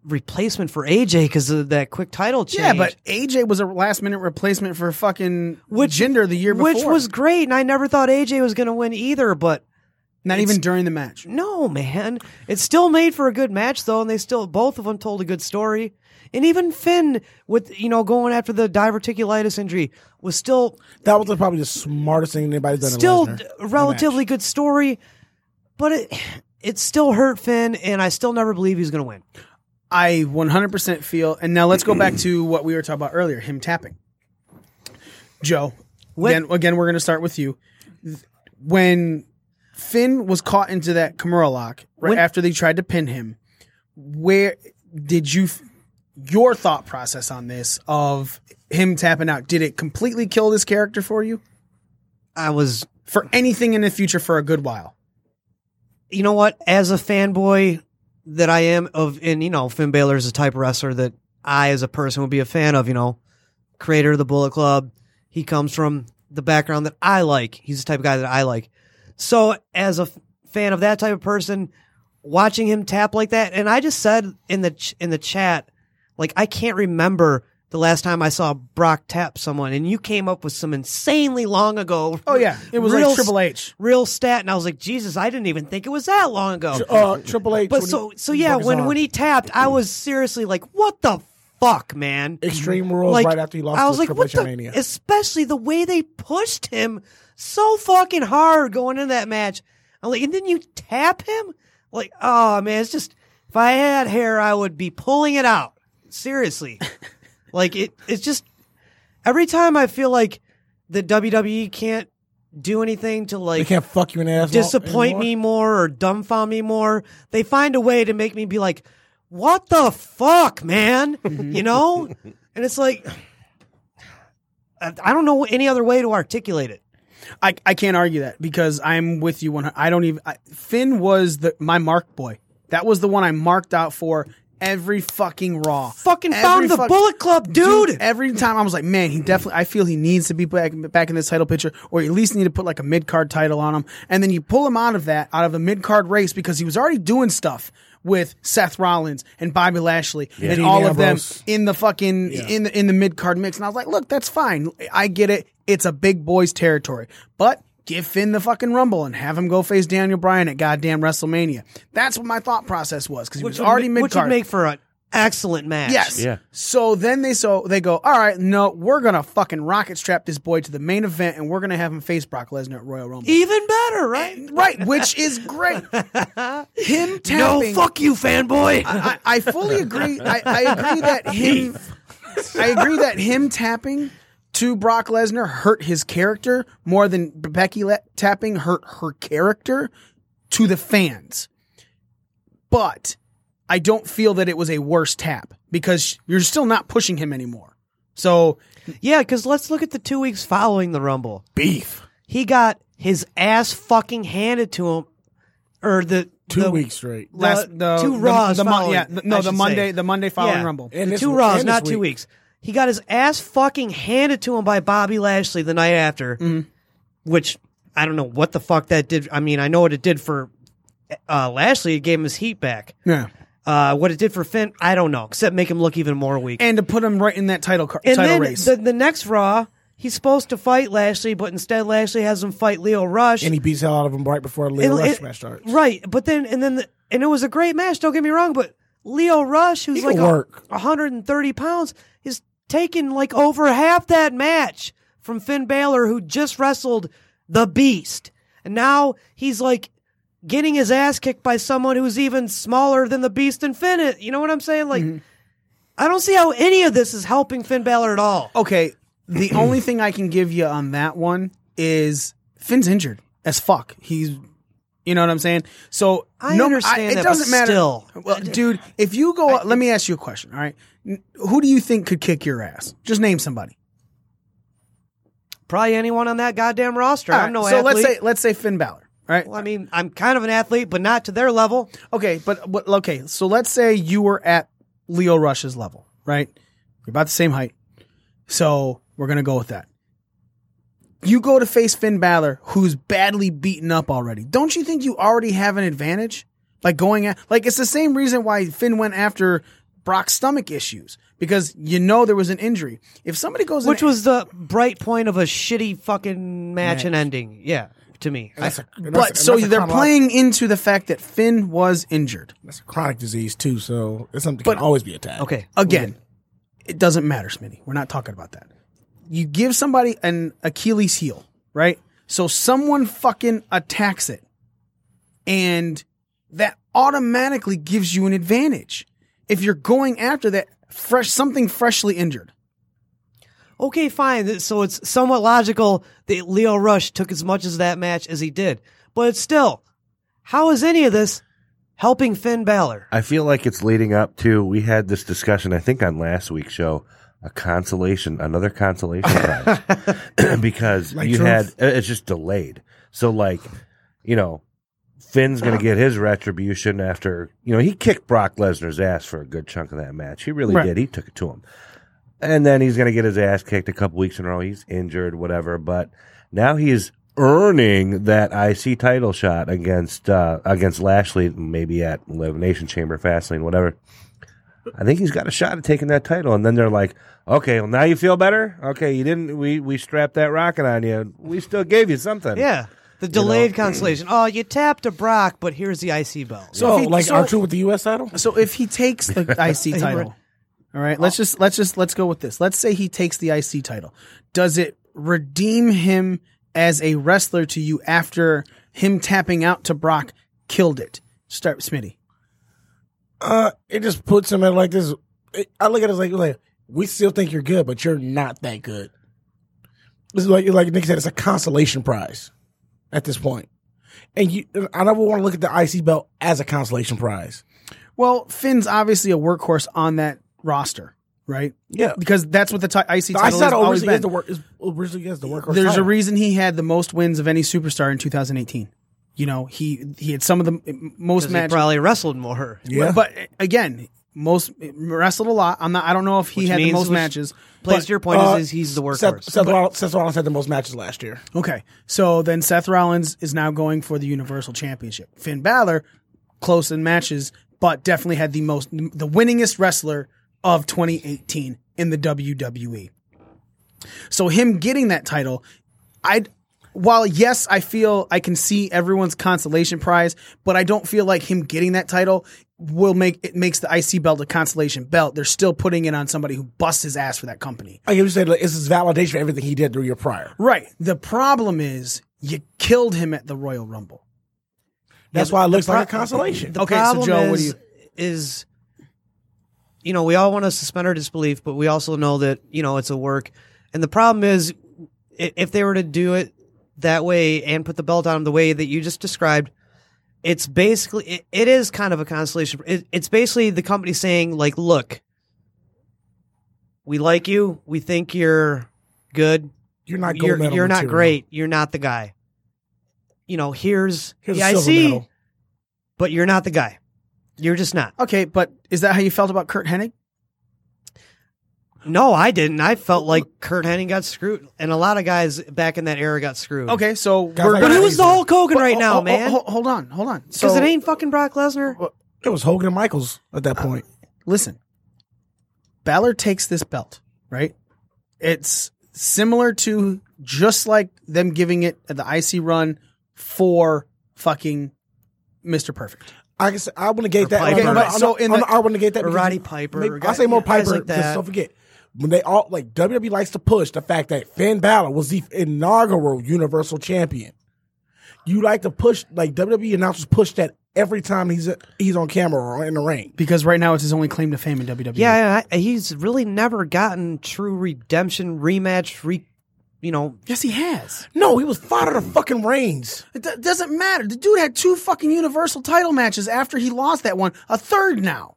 S9: replacement for AJ because of that quick title change.
S2: Yeah, but AJ was a last minute replacement for fucking which, gender the year before.
S9: which was great, and I never thought AJ was going to win either. But
S2: not even during the match.
S9: no, man, it still made for a good match though, and they still both of them told a good story. And even Finn, with you know going after the diverticulitis injury, was still
S8: That was probably the smartest thing anybody's done. to
S9: still
S8: Lesnar
S9: d-
S8: in a
S9: relatively
S8: match.
S9: good story, but it it still hurt Finn, and I still never believe he's going to win.
S2: I 100% feel. And now let's go back to what we were talking about earlier him tapping. Joe, again, again, we're going to start with you. Th- When Finn was caught into that Kimura lock right
S9: When-
S2: after they tried to pin him, where did you, f- your thought process on this of him tapping out, did it completely kill this character for you?
S9: I was
S2: For anything in the future for a good while?
S9: you know what? As a fanboy that I am of, and you know, Finn Balor is a type of wrestler that I, as a person, would be a fan of. You know, creator of the Bullet Club. He comes from the background that I like. He's the type of guy that I like. So, as a f- fan of that type of person, watching him tap like that, and I just said in the ch- in the chat, like I can't remember the last time I saw Brock tap someone, and you came up with some insanely long ago.
S2: Oh, yeah. It was
S9: real
S2: like
S9: s-
S2: Triple H.
S9: real stat, and I was like, Jesus, I didn't even think it was that long ago. Oh,
S8: Uh, Triple H. when
S9: but
S8: he
S9: so so
S8: broke
S9: yeah,
S8: his
S9: when
S8: arm.
S9: when he tapped, I was seriously like, what the fuck, man?
S8: Extreme Rules right after he lost
S9: I
S8: to
S9: was like,
S8: Triple
S9: what
S8: H at
S9: the-
S8: Mania.
S9: Especially the way they pushed him so fucking hard going into that match. I'm like, and then you tap him, like, oh man, it's just if I had hair, I would be pulling it out. Seriously, like it, it's just every time I feel like the WWE can't do anything to
S8: they
S9: like
S8: can't fuck you in the ass.
S9: disappoint
S8: anymore.
S9: me more or dumbfound me more. They find a way to make me be like, "What the fuck, man?" you know? And it's like I I don't know any other way to articulate it.
S2: I, I can't argue that because I'm with you. One, I don't even. I, Finn was the my mark boy. That was the one I marked out for every fucking raw.
S9: Fucking
S2: Every
S9: found the
S2: fuck-
S9: Bullet Club, dude.
S2: Every time I was like, man, he definitely. I feel he needs to be back back in this title picture, or you at least need to put like a mid card title on him. And then you pull him out of that, out of a mid card race because he was already doing stuff with Seth Rollins and Bobby Lashley and
S8: Dean
S2: all of them
S8: Ambrose.
S2: in the fucking in the in the mid card mix. And I was like, look, that's fine. I get it. It's a big boys territory, but. Give Finn the fucking rumble and have him go face Daniel Bryan at goddamn WrestleMania. That's what my thought process was because he was
S9: would
S2: already
S9: ma-
S2: mid
S9: which would
S2: card.
S9: make for an excellent match.
S2: Yes.
S7: Yeah.
S2: So then they so they go, all right, no, we're gonna fucking rocket strap this boy to the main event, and we're gonna have him face Brock Lesnar at Royal Rumble.
S9: Even better, right?
S2: right, which is great. Him tapping.
S9: No, fuck you, fanboy.
S2: I, I fully agree. I, I agree that him. I agree that him tapping to Brock Lesnar hurt his character more than Becky le- tapping hurt her character to the fans. But I don't feel that it was a worse tap because you're still not pushing him anymore. So
S9: Yeah, because let's look at the two weeks following the Rumble. Beef. He got his ass fucking handed to him, or the
S8: two
S9: the-
S8: weeks straight.
S2: last the,
S9: two
S2: the-
S9: Raws
S2: the, Mon-
S9: following,
S2: yeah, the- no,
S9: I
S2: the
S9: should
S2: Monday,
S9: say.
S2: the Monday following
S9: Yeah.
S2: Rumble.
S8: And
S9: The
S8: this
S9: two
S8: week-
S9: Raws,
S8: and this
S9: not two
S8: week.
S9: weeks. He got his ass fucking handed to him by Bobby Lashley the night after,
S2: Mm-hmm.
S9: which I don't know what the fuck that did. I mean, I know what it did for uh, Lashley. It gave him his heat back.
S2: yeah,
S9: Uh, what it did for Finn, I don't know, except make him look even more weak.
S2: and to put him right in that title car-
S9: And
S2: title
S9: then
S2: race.
S9: The, the next Raw, he's supposed to fight Lashley, but instead Lashley has him fight Leo Rush.
S8: And he beats the hell out of him right before the Leo
S9: And-
S8: Rush
S9: and-
S8: match starts.
S9: Right, but then and then the, and it was a great match. Don't get me wrong, but Leo Rush, who's
S8: He
S9: like
S8: could
S9: a-
S8: work.
S9: 130 pounds, is taking like over half that match from Finn Balor, who just wrestled the Beast, and now he's like getting his ass kicked by someone who's even smaller than the Beast and Finn. is. You know what I'm saying? Like.
S8: Mm-hmm.
S9: I don't see how any of this is helping Finn Balor at all.
S2: okay, the only thing I can give you on that one is Finn's injured as fuck. He's, you know what I'm saying. So
S9: I
S2: no,
S9: understand
S2: it
S9: that, but
S2: doesn't matter.
S9: still.
S2: well, dude, if you go, let me ask you a question. All right, N- who do you think could kick your ass? Just name somebody.
S9: Probably anyone on that goddamn roster.
S2: All
S9: I'm
S2: right,
S9: no
S2: so let's
S9: athlete.
S2: say let's say Finn Balor. right?
S9: Well, I mean, I'm kind of an athlete, but not to their level.
S2: Okay, but, but okay. So let's say you were at Leo Rush's level, right? You're about the same height, so we're gonna go with that. You go to face Finn Balor, who's badly beaten up already. Don't you think you already have an advantage by going at like it's the same reason why Finn went after Brock's stomach issues because you know there was an injury. If somebody goes,
S9: Which
S2: in,
S9: was the bright point of a shitty fucking match, and ending. Yeah, to me. I-
S8: That's a- and that's a-
S2: but
S8: and
S2: so
S8: that's a
S2: they're
S8: chronolo-
S2: playing into the fact that Finn was injured.
S8: That's a chronic disease too, so it's something that
S2: But-
S8: can always be attacked.
S9: okay. Uh,
S2: again, it doesn't matter, Smitty. We're not talking about that. You give somebody an Achilles heel, right? So someone fucking attacks it, and that automatically gives you an advantage if you're going after that fresh something freshly injured.
S9: Okay, fine. So it's somewhat logical that Leo Rush took as much as that match as he did. But it's still, how is any of this helping Finn Balor?
S7: I feel like it's leading up to. We had this discussion, I think, on last week's show. A consolation, another consolation prize, because
S8: Like
S7: you
S8: truth.
S7: had it- it's just delayed. So, like, you know, Finn's gonna get his retribution after you know he kicked Brock Lesnar's ass for a good chunk of that match. He really
S2: Right.
S7: did. He took it to him, and then he's gonna get his ass kicked a couple weeks in a row. He's injured, whatever. But now he is earning that IC title shot against uh, against Lashley, maybe at Elimination Chamber, Fastlane, whatever. I think he's got a shot at taking that title. And then they're like, okay, well, now you feel better? Okay, you didn't, we, we strapped that rocket on you. We still gave you something.
S9: Yeah. The delayed consolation. Oh, you tapped a Brock, but here's the IC belt.
S8: So
S2: if he-
S8: Oh, like
S2: so-
S8: R with the US title?
S2: So if he takes the IC title, all right, let's just let's just let's go with this. Let's say he takes the IC title. Does it redeem him as a wrestler to you after him tapping out to Brock killed it? Start with Smitty.
S8: Uh it just puts him at like this it- I look at it as like like we still think you're good, but you're not that good. This is like like Nick said, it's a consolation prize at this point. And you and I never want to look at the IC belt as a consolation prize.
S2: Well, Finn's obviously a workhorse on that roster, right?
S8: Yeah.
S2: Because that's what the ti- IC
S8: The IC
S2: title has
S8: title
S2: always
S8: originally
S2: been.
S8: is the work is originally is the work
S2: There's a reason he had the most wins of any superstar in 2018. You know, he he had some of the m- most
S9: 'Cause he
S2: matches.
S9: probably wrestled more.
S8: Yeah.
S2: But eh, again, most eh, wrestled a lot. I'm not. I don't know if he
S9: Which
S2: had the
S9: means-
S2: most
S9: which
S2: matches.
S9: Place
S2: but-
S9: your point
S8: uh,
S9: is, is he's the
S8: Seth,
S9: workhorse.
S8: Seth, Rollins, Seth Rollins had the most matches last year.
S2: Okay, so then Seth Rollins is now going for the Universal Championship. Finn Balor, close in matches, but definitely had the most, the winningest wrestler of 2018 in the WWE. So him getting that title, I, while yes, I feel I can see everyone's consolation prize, but I don't feel like him getting that title will make it makes the IC belt a consolation belt. They're still putting it on somebody who busts his ass for that company.
S8: Like you said, like, this is validation for everything he did the year prior.
S2: Right. The problem is you killed him at the Royal Rumble.
S8: That's why it looks like a consolation.
S9: The
S2: Okay, so
S9: problem
S2: Joe, what do
S9: is, is, you know, we all want to suspend our disbelief, but we also know that you know it's a work. And the problem is, i- if they were to do it that way and put the belt on him the way that you just described, it's basically it, it is kind of a consolation. It, it's basically the company saying like, look, we like you, we think you're good,
S8: You're not gold
S9: you're,
S8: medal
S9: you're not
S8: material.
S9: great, you're not the guy. You know, here's,
S8: Here's
S9: the
S8: a silver
S9: IC,
S8: medal.
S9: but you're not the guy. You're just not.
S2: Okay, but is that how you felt about Kurt Hennig?
S9: No, I didn't. I felt like Kurt Hennig got screwed, and a lot of guys back in that era got screwed.
S2: Okay, so
S8: Guys
S2: we're
S8: like
S9: But
S2: gonna-
S8: Kurt
S9: who's the Hulk Hogan
S2: But-
S9: right
S2: oh,
S9: now,
S2: oh,
S9: man?
S2: oh, ho- hold on, hold on.
S9: Because
S2: So
S9: it ain't fucking Brock Lesnar.
S8: It was Hogan and Michaels at
S9: Uh,
S8: that point.
S2: listen. Balor takes this belt, right? It's similar to just like them giving it at the IC run for fucking Mr. Perfect.
S8: I guess I want to gate that.
S9: Piper.
S8: no, no, no,
S2: Okay, so in
S8: I'm
S2: the-
S8: not- I want to gate that.
S9: or
S8: because
S9: Roddy
S8: you-
S9: Piper,
S8: maybe-
S9: or
S8: I
S9: guys-
S8: say more
S9: yeah, guys
S8: Piper
S9: like
S8: because
S9: that.
S8: don't forget when they all like WWE likes to push the fact that Finn Balor was the inaugural Universal Champion. You like to push like WWE announcers push that every time he's he's on camera or in the ring.
S2: Because right now it's his only claim to fame in E. WWE.
S9: Yeah, and I, he's really never gotten true redemption, rematch, re, you know.
S2: Yes, he has.
S8: No, he was fodder to fucking reigns.
S2: It do- doesn't matter. The dude had two fucking Universal title matches after he lost that one. A third now.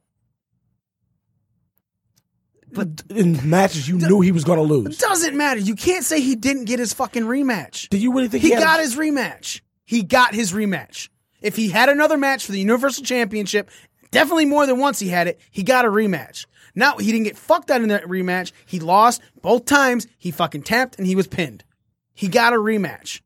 S8: But in matches you knew he was going to lose.
S2: Doesn't matter. You can't say he didn't get his fucking rematch.
S8: Do you really think
S2: He
S8: had a-
S2: got his rematch. he got his rematch. If he had another match for the Universal Championship, definitely more than once he had it, he got a rematch. Now he didn't get fucked out in that rematch. He lost both times. He fucking tapped and he was pinned. He got a rematch.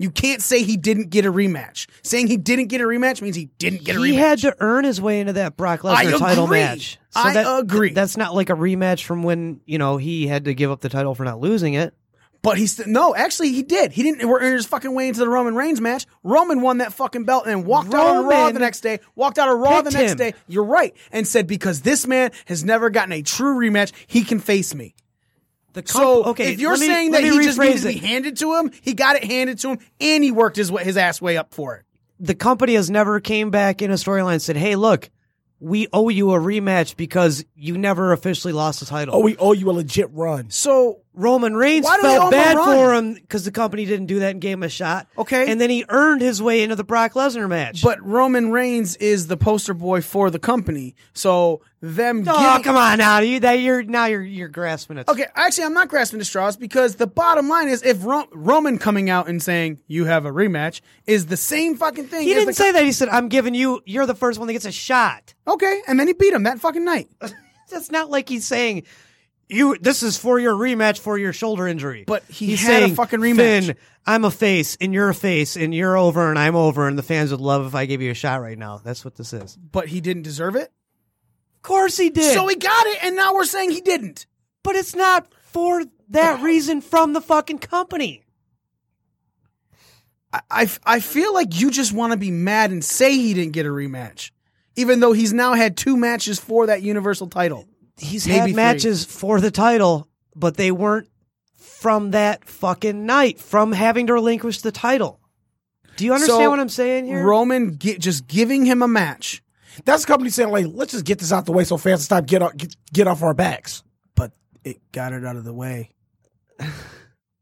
S2: You can't say he didn't get a rematch. Saying he didn't get a rematch means he didn't get a rematch.
S9: He had to earn his way into that Brock
S2: I
S9: Lesnar title
S2: agree.
S9: match.
S2: I
S9: that,
S2: agree.
S9: That's not like a rematch from when you know he had to give up the title for not losing it.
S2: But he's no, actually, he did. He didn't. We're in his fucking way into the Roman Reigns match. Roman won that fucking belt and then walked out on Raw
S9: Roman
S2: the next day. Walked out on Raw the
S9: picked
S2: next
S9: him.
S2: day. You're right, and said because this man has never gotten a true rematch, he can face me.
S9: The comp-
S2: So
S9: okay,
S2: if you're
S9: let me-
S2: saying
S9: let
S2: that
S9: me
S2: he just
S9: rephrase
S2: needed to
S9: it.
S2: be handed to him, he got it handed to him, and he worked his wa- his ass way up for it.
S9: the company has never came back in a storyline and said, "Hey, look, we owe you a rematch because you never officially lost the title."
S8: Oh, we owe you a legit run.
S2: So
S9: Roman Reigns
S2: Why do they owe him a
S9: felt bad
S2: run?
S9: for him because the company didn't do that and gave him a shot.
S2: Okay.
S9: and then he earned his way into the Brock Lesnar match.
S2: But Roman Reigns is the poster boy for the company. So them.
S9: oh,
S2: getting-
S9: come on now, you that you're now you're you're grasping it.
S2: Okay, actually, I'm not grasping the straws because the bottom line is if Ro- Roman coming out and saying you have a rematch is the same fucking thing.
S9: He
S2: as
S9: didn't
S2: the-
S9: say that. He said, "I'm giving you. You're the first one that gets a shot."
S2: Okay, and then he beat him that fucking night.
S9: That's not like he's saying you. This is for your rematch for your shoulder injury.
S2: But he
S9: he's
S2: had a
S9: saying,
S2: fucking rematch.
S9: "Finn, I'm a face, and you're a face, and you're over, and I'm over, and the fans would love if I gave you a shot right now. That's what this is. Of
S2: But he didn't deserve it.
S9: course he did.
S2: So he got it, and now we're saying he didn't.
S9: but it's not for that reason from the fucking company.
S2: I, I, I feel like you just want to be mad and say he didn't get a rematch, even though he's now had two matches for that Universal title.
S9: He's
S2: Maybe
S9: had
S2: three.
S9: matches for the title, but they weren't from that fucking night, from having to relinquish the title. Do you understand
S2: So,
S9: what I'm saying here?
S2: Roman gi- just giving him a match.
S8: That's the company saying like, let's just get this out the way so fans can stop get off get, get off our backs.
S2: but it got it out of the way. It-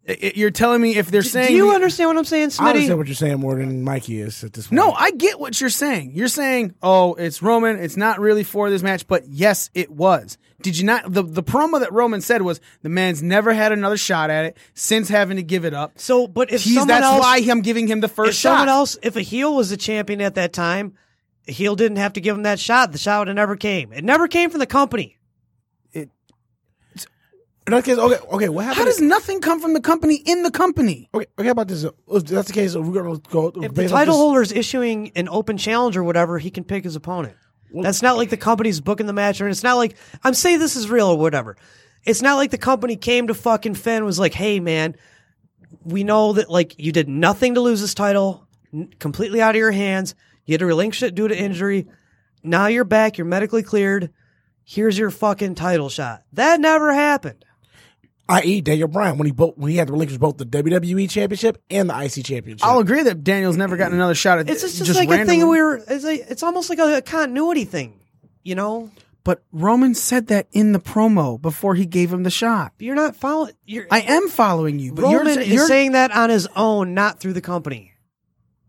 S2: it- you're telling me if they're saying
S9: Do you
S2: the-
S9: understand what I'm saying, Smitty?
S8: I understand what you're saying more than Mikey is at this point.
S2: no, I get what you're saying. You're saying, "Oh, it's Roman. It's not really for this match, but yes, it was." Did you not? The the promo that Roman said was the man's never had another shot at it since having to give it up.
S9: So, but if
S2: He's,
S9: someone
S2: that's
S9: else,
S2: why I'm giving him the
S9: if
S2: first shot.
S9: someone else, if a heel was the champion at that time, a heel didn't have to give him that shot. The shot would have never came. It never came from the company.
S8: In that case, okay, okay, what happened?
S2: How does nothing come from the company in the company?
S8: okay, okay, how about this. If that's the case, we're gonna go.
S9: If the
S8: based on
S9: title
S8: this-
S9: holder is issuing an open challenge or whatever, he can pick his opponent. That's not like the company's booking the match, or it's not like I'm saying this is real or whatever. It's not like the company came to fucking Finn and was like, "Hey, man, we know that like you did nothing to lose this title, n- completely out of your hands. You had to relinquish it due to injury. Now you're back. You're medically cleared. Here's your fucking title shot." That never happened.
S8: i.e. e, Daniel Bryan when he both when he had to relinquish both the WWE championship and the IC championship.
S2: I'll agree that Daniel's never gotten another shot at
S9: It's just, just
S2: just
S9: like a
S2: randomly.
S9: thing we were. It's, like, it's almost like a, a continuity thing, you know.
S2: But Roman said that in the promo before he gave him the shot.
S9: You're not following. You're,
S2: I am following you, but
S9: Roman
S2: you're,
S9: is
S2: you're
S9: saying that on his own, not through the company.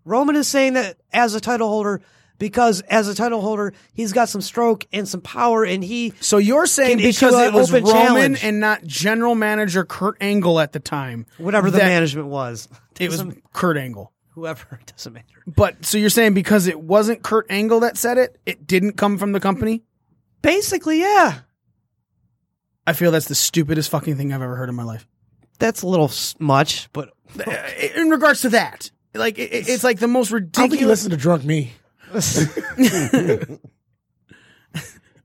S9: Roman is saying that as a title holder because as a title holder, he's got some stroke and some power, and he
S2: So you're saying
S9: Can issue
S2: because
S9: an
S2: it was
S9: open
S2: Roman
S9: challenge.
S2: and not general manager Kurt Angle at the time,
S9: whatever the
S2: that
S9: management was,
S2: it was
S9: doesn't-
S2: Kurt Angle.
S9: whoever it doesn't matter.
S2: But so you're saying because it wasn't Kurt Angle that said it, it didn't come from the company.
S9: Basically, yeah,
S2: I feel that's the stupidest fucking thing I've ever heard in my life. uh,
S9: that's a little s- much, but
S2: In regards to that, like it, it- it's like the most
S8: I don't think you
S2: ridiculous.
S8: listen to drunk me.
S2: it-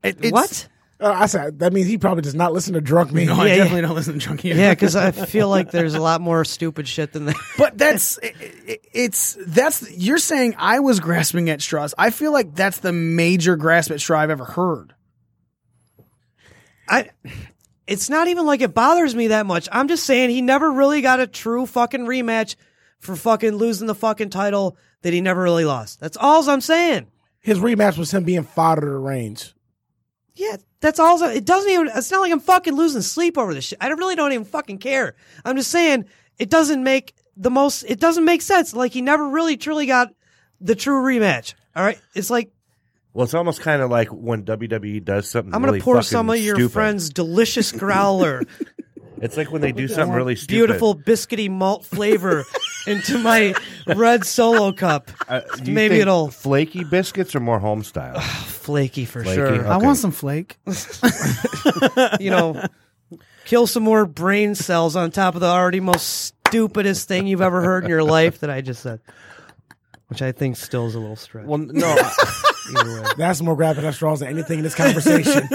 S2: it's-
S9: what?
S8: Uh, I said that means he probably does not listen to drunk me.
S2: No, I
S9: Yeah,
S2: definitely don't listen to Junkie.
S9: Yeah, because I feel like there's a lot more stupid shit than that.
S2: But that's i i it's that's you're saying I was grasping at straws. I feel like that's the major grasp at straw I've ever heard.
S9: I it's not even like it bothers me that much. I'm just saying he never really got a true fucking rematch for fucking losing the fucking title that he never really lost. That's all I'm saying.
S8: His rematch was him being fodder to Reigns.
S9: Yeah, that's all. It doesn't even. It's not like I'm fucking losing sleep over this shit. I don't- really don't even fucking care. I'm just saying it doesn't make the most. It doesn't make sense. Like he never really truly got the true rematch. All right, it's like
S7: Well, it's almost kind of like when WWE does something.
S9: I'm gonna
S7: really
S9: pour
S7: fucking
S9: some of your
S7: stupid.
S9: friend's delicious growler
S7: It's like when they do something really stupid.
S9: Beautiful biscuity malt flavor into my red solo cup.
S7: Uh, do you
S9: Maybe
S7: think
S9: it'll-
S7: flaky biscuits or more home style.
S9: Flaky for
S7: Flaky,
S9: sure.
S2: I
S7: Okay.
S2: want some flake.
S9: you know, kill some more brain cells on top of the already most stupidest thing you've ever heard in your life that I just said, which I think still is a little stretch.
S7: well, no, I-
S9: either way.
S8: That's more grabbing at straws than anything in this conversation.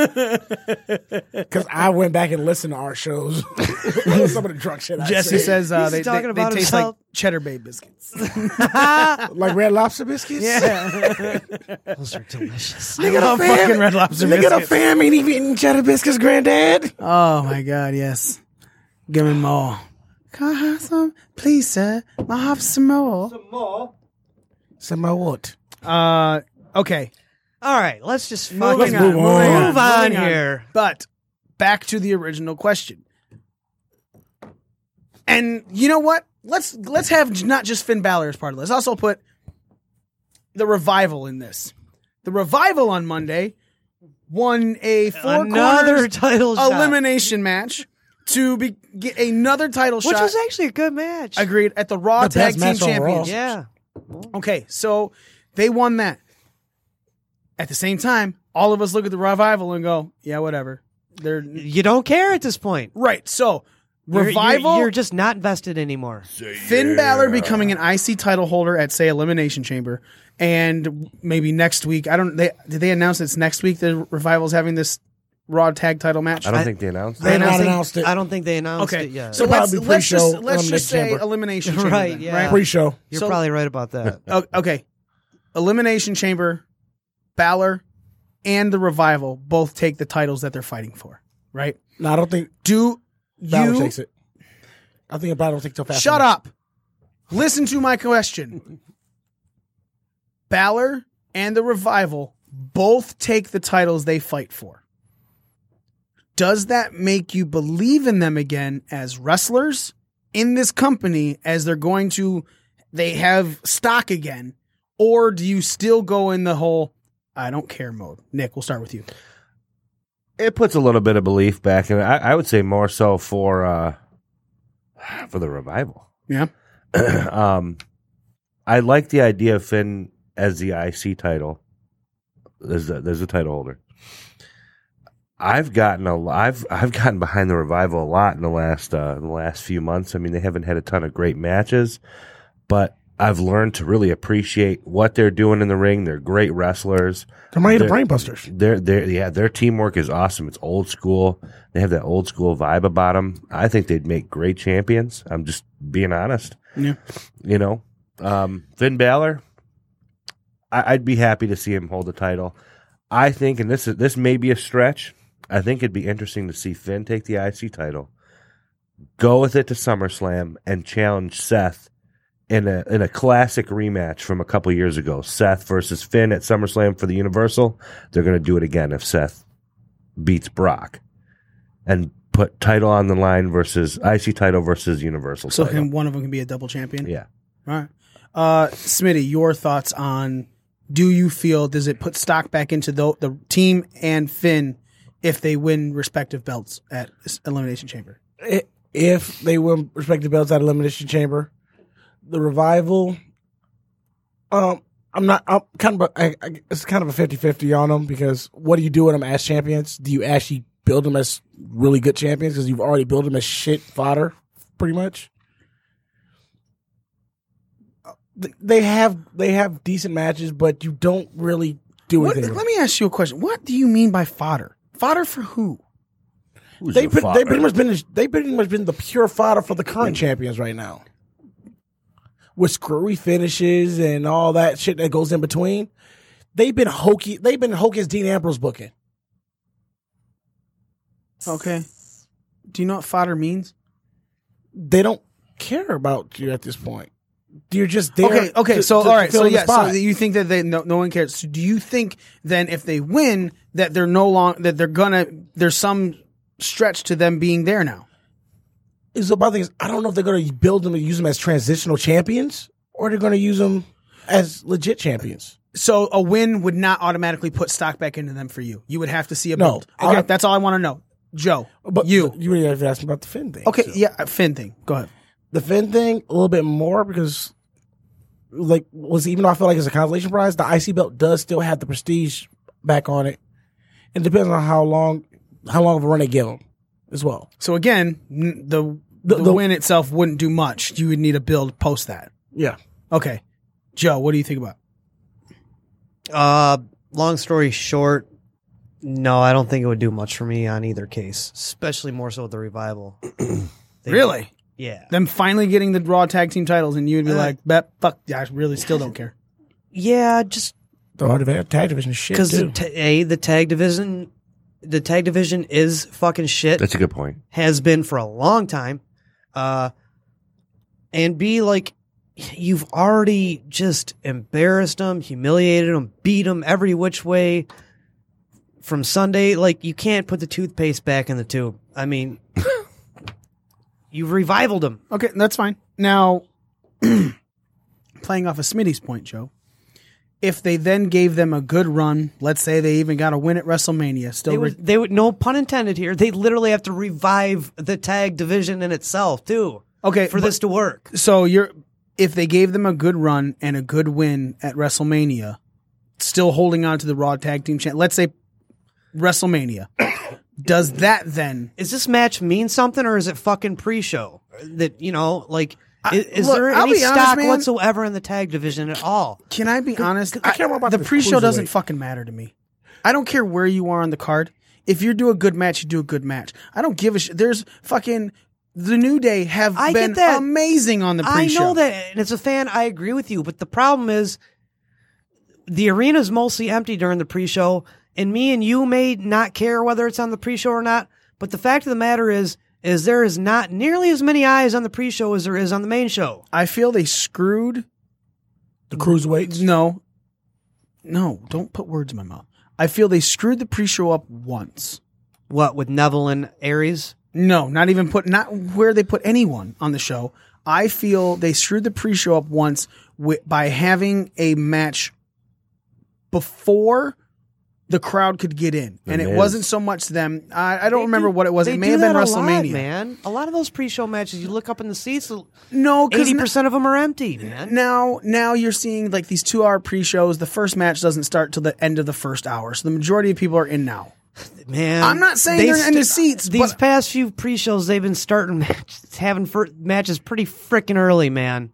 S8: Because I went back and listened to our shows. Some of the drunk shit I
S2: Jesse
S8: said.
S2: says uh,
S9: He's
S2: they,
S9: talking
S2: they, they
S9: about
S2: taste like
S9: himself.
S2: cheddar bay biscuits.
S8: like red lobster biscuits.
S2: Yeah,
S9: Those are delicious.
S8: Nigga,
S2: love
S8: the fam-
S2: fucking Red Lobster
S8: Nigga, the
S2: biscuits.
S8: fam ain't even eating cheddar biscuits, granddad.
S2: Oh my God, yes. Give me more. Can I have some? Please, sir. May I have some more?
S8: Some more what?
S2: Uh, okay.
S9: All right, let's just
S2: Moving
S9: fucking
S2: on.
S8: move
S2: Moving
S8: on.
S2: on.
S9: Move on
S2: moving
S9: here.
S2: But back to the original question. And you know what? Let's let's have j- not just Finn Balor as part of it. Let's also put the revival in this. The revival on Monday won a four
S9: another
S2: corners
S9: title shot,
S2: elimination match to be, get another title
S9: which
S2: shot.
S9: was actually a good match.
S2: agreed at the Raw
S8: The
S2: Tag Team
S8: best match on Raw.
S2: Championship.
S9: Yeah,
S2: Okay, so they won that. At the same time, all of us look at the revival and go, "Yeah, whatever." They're
S9: you don't care at this point.
S2: right. So
S9: You're- you're-
S2: revival,
S9: You're, just not invested anymore.
S2: Finn Balor becoming an IC title holder at say Elimination Chamber, and maybe next week. I don't. They did they announce it's next week the revival's having this Raw Tag title match.
S7: I don't think they announced.
S8: They
S9: I don't
S8: not
S9: think-
S8: announced it.
S9: I don't think they announced
S2: okay,
S9: it yet.
S2: so
S8: It'll
S2: let's
S8: probably be
S2: let's
S8: pre-show
S2: just let's just
S8: Elimination
S2: say
S8: Chamber.
S2: Elimination Chamber,
S9: Right,
S2: then,
S9: yeah.
S2: Right.
S8: Pre-show.
S9: You're
S2: so-
S9: probably right about that.
S2: O- okay. Elimination Chamber, Balor, and the Revival both take the titles that they're fighting for, right?
S8: No, I don't think
S2: Do
S8: Balor
S2: you
S8: takes it. I think Balor will take it till fast.
S2: shut up? Listen to my question. Balor and the Revival both take the titles they fight for. Does that make you believe in them again as wrestlers in this company as they're going to they have stock again? Or do you still go in the whole I don't care mode? Nick, we'll start with you.
S7: It puts a little bit of belief back, and I, I would say more so for uh, for the revival.
S2: Yeah.
S7: um, I like the idea of Finn as the IC title. There's the, there's the title holder. I've gotten a lo- I've I've gotten behind the revival a lot in the last uh, in the last few months. I mean, they haven't had a ton of great matches, but I've learned to really appreciate what they're doing in the ring. They're great wrestlers.
S8: I'm ready to
S7: They're-
S8: brainbusters.
S7: Their their yeah, their teamwork is awesome. It's old school. They have that old school vibe about them. I think they'd make great champions. I'm just being honest.
S2: Yeah.
S7: You know, um, Finn Balor. I, I'd be happy to see him hold the title. I think, and this is this may be a stretch. I think it'd be interesting to see Finn take the IC title, go with it to SummerSlam, and challenge Seth in a in a classic rematch from a couple years ago. Seth versus Finn at SummerSlam for the Universal. They're going to do it again if Seth beats Brock, and put title on the line versus IC title versus Universal.
S2: So
S7: title.
S2: him, one of them can be a double champion.
S7: yeah.
S2: All right. Uh, Smitty, your thoughts on do you feel does it put stock back into the, the team and Finn if they win respective belts at s- Elimination Chamber?
S8: I- If they win respective belts at Elimination Chamber, the revival. Um, I'm not. I'm kind of. a- I, I, it's kind of a 50-50 on them because what do you do with them as champions? Do you actually build them as really good champions because you've already built them as shit fodder, pretty much? Uh, th- They have they have decent matches, but you don't really do
S2: What,
S8: anything. with
S2: let me ask you a question. What do you mean by fodder? Fodder for who?
S8: They've been, they've pretty much been they've pretty much been the pure fodder for the current champions right now, with screwy finishes and all that shit that goes in between. They've been hokey. They've been hokey as Dean Ambrose booking.
S2: Okay. Do you know what fodder means?
S8: They don't care about you at this point. You're just there.
S2: Okay, okay.
S8: to-
S2: so
S8: to-
S2: all
S8: to
S2: right.
S8: fill
S2: So
S8: in the
S2: yeah. So
S8: spot.
S2: you think that they no, no one cares? So do you think then if they win that they're no long that they're gonna there's some stretch to them being there now?
S8: so my thing is, I don't know if they're going to build them and use them as transitional champions, or they're going to use them as legit champions.
S2: So a win would not automatically put stock back into them for you. You would have to see a
S8: No.
S2: build. Okay,
S8: Auto-
S2: that's all I want to know. Joe,
S8: But
S2: you.
S8: you really have asked me about the Finn thing.
S2: Okay,
S8: so.
S2: yeah, Finn thing. Go ahead.
S8: the Finn thing a little bit more because, like, was even though I feel like it's a consolation prize, the IC belt does still have the prestige back on it. It depends on how long, how long of a run they give them, as well.
S2: So again, n- the the,
S8: The- the-
S2: win itself wouldn't do much. You would need a build post that.
S8: Yeah,
S2: Okay, Joe, what do you think about?
S9: Uh, long story short, no, I don't think it would do much for me on either case, especially more so with the revival. They-
S2: Really,
S9: Yeah.
S2: them finally getting the Raw tag team titles, and you'd be
S9: Uh,
S2: like, "Bet fuck, yeah, I really still don't care."
S9: Yeah, just
S8: the hard divi- tag division is shit
S9: because the
S8: too.
S9: ta- a the tag division, the tag division is fucking shit.
S7: That's a good point.
S9: has been for a long time. Uh, and be like, you've already just embarrassed them, humiliated them, beat them every which way from Sunday. Like, you can't put the toothpaste back in the tube. I mean, you've revivaled them.
S2: Okay, that's fine. Now, playing off of Smitty's point, Joe, if they then gave them a good run, let's say they even got a win at WrestleMania, still
S9: They
S2: re-
S9: would, they would, no pun intended here, they literally have to revive the tag division in itself, too,
S2: okay
S9: for this to work.
S2: So you're if they gave them a good run and a good win at WrestleMania, still holding on to the Raw Tag Team Champ. Let's say WrestleMania. Does that then?
S9: Is this match mean something or is it fucking pre-show? That you know, like, i- is,
S2: look,
S9: there
S2: I'll
S9: any
S2: be honest,
S9: stock
S2: man.
S9: whatsoever in the tag division at all?
S2: Can I be honest?
S8: I care more about
S2: the
S8: the
S2: pre-show. Doesn't
S8: cruiserweight.
S2: fucking matter to me. I don't care where you are on the card. If you do a good match, you do a good match. I don't give a shit. There's fucking the New Day have
S9: I get
S2: been
S9: that.
S2: amazing on the
S9: I
S2: pre-show.
S9: know that, and as a fan, I agree with you. But the problem is, the arena's mostly empty during the pre-show, and me and you may not care whether it's on the pre-show or not. But the fact of the matter is, is there is not nearly as many eyes on the pre-show as there is on the main show.
S2: I feel they screwed
S8: the cruiserweights.
S2: No. No, don't put words in my mouth. I feel they screwed the pre-show up once.
S9: What with Neville and Aries?
S2: No, not even put not where they put anyone on the show. I feel they screwed the pre-show up once wi- by having a match before the crowd could get in, and it
S7: Miz.
S2: wasn't so much them. I, I don't remember what it was.
S9: They
S2: It may
S9: do
S2: have been
S9: that a lot,
S2: WrestleMania.
S9: man. A lot of those pre-show matches, you look up in the seats,
S2: No, because
S9: eighty percent of them are empty, man.
S2: now now you're seeing like these two-hour pre-shows. The first match doesn't start till the end of the first hour, so the majority of people are in now.
S9: Man,
S2: I'm not saying they're in the seats,
S9: These
S2: but-
S9: past few pre-shows, they've been starting matches, having fir- matches pretty freaking early, man.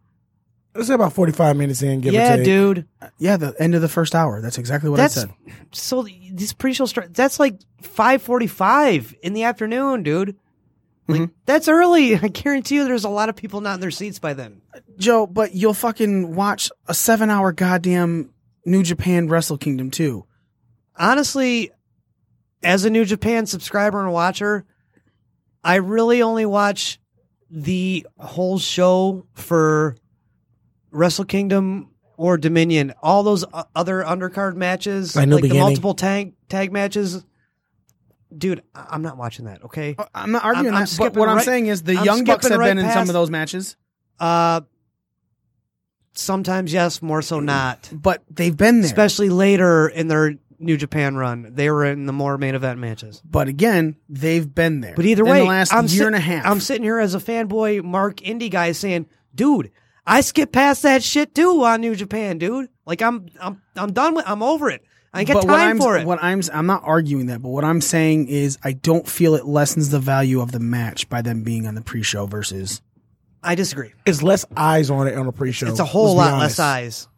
S8: Let's say about forty-five minutes in. Give
S9: yeah,
S8: or take.
S9: dude.
S2: Yeah, the end of the first hour. That's exactly what I
S9: That's
S2: said.
S9: so. These pre-show start. That's like five forty-five in the afternoon, dude. Like that's early. I guarantee you, there's a lot of people not in their seats by then.
S2: Joe, but you'll fucking watch a seven hour goddamn New Japan Wrestle Kingdom too.
S9: honestly, as a New Japan subscriber and watcher, I really only watch the whole show for Wrestle Kingdom or Dominion. All those o- other undercard matches,
S8: I know
S9: like
S8: beginning.
S9: the multiple tag tag matches. Dude, I- I'm not watching that. Okay,
S8: Uh,
S2: I'm not arguing
S9: I'm
S2: that, but
S9: skipping
S2: what I'm
S9: right-
S2: saying is the
S9: I'm
S2: Young Bucks
S9: skipping
S2: have
S9: right
S2: been in some
S9: past-
S2: of those matches,
S9: uh, sometimes yes, more so not.
S2: but they've been there.
S9: Especially later in their New Japan run, they were in the more main event matches.
S2: but again, they've been there.
S9: But either
S2: in
S9: way,
S2: the last
S9: I'm
S2: year
S9: sit-
S2: and a half.
S9: I'm sitting here as a fanboy Mark Indie guy saying, "Dude, I skip past that shit too on New Japan, dude. Like I'm I'm I'm done with I'm over it. I ain't got
S2: what
S9: time
S2: I'm,
S9: for it.
S2: What I'm I'm not arguing that, but what I'm saying is I don't feel it lessens the value of the match by them being on the pre-show versus.
S9: I disagree.
S8: It's less eyes on it on the pre-show.
S9: It's a whole
S8: let's be
S9: lot
S8: honest.
S9: less eyes.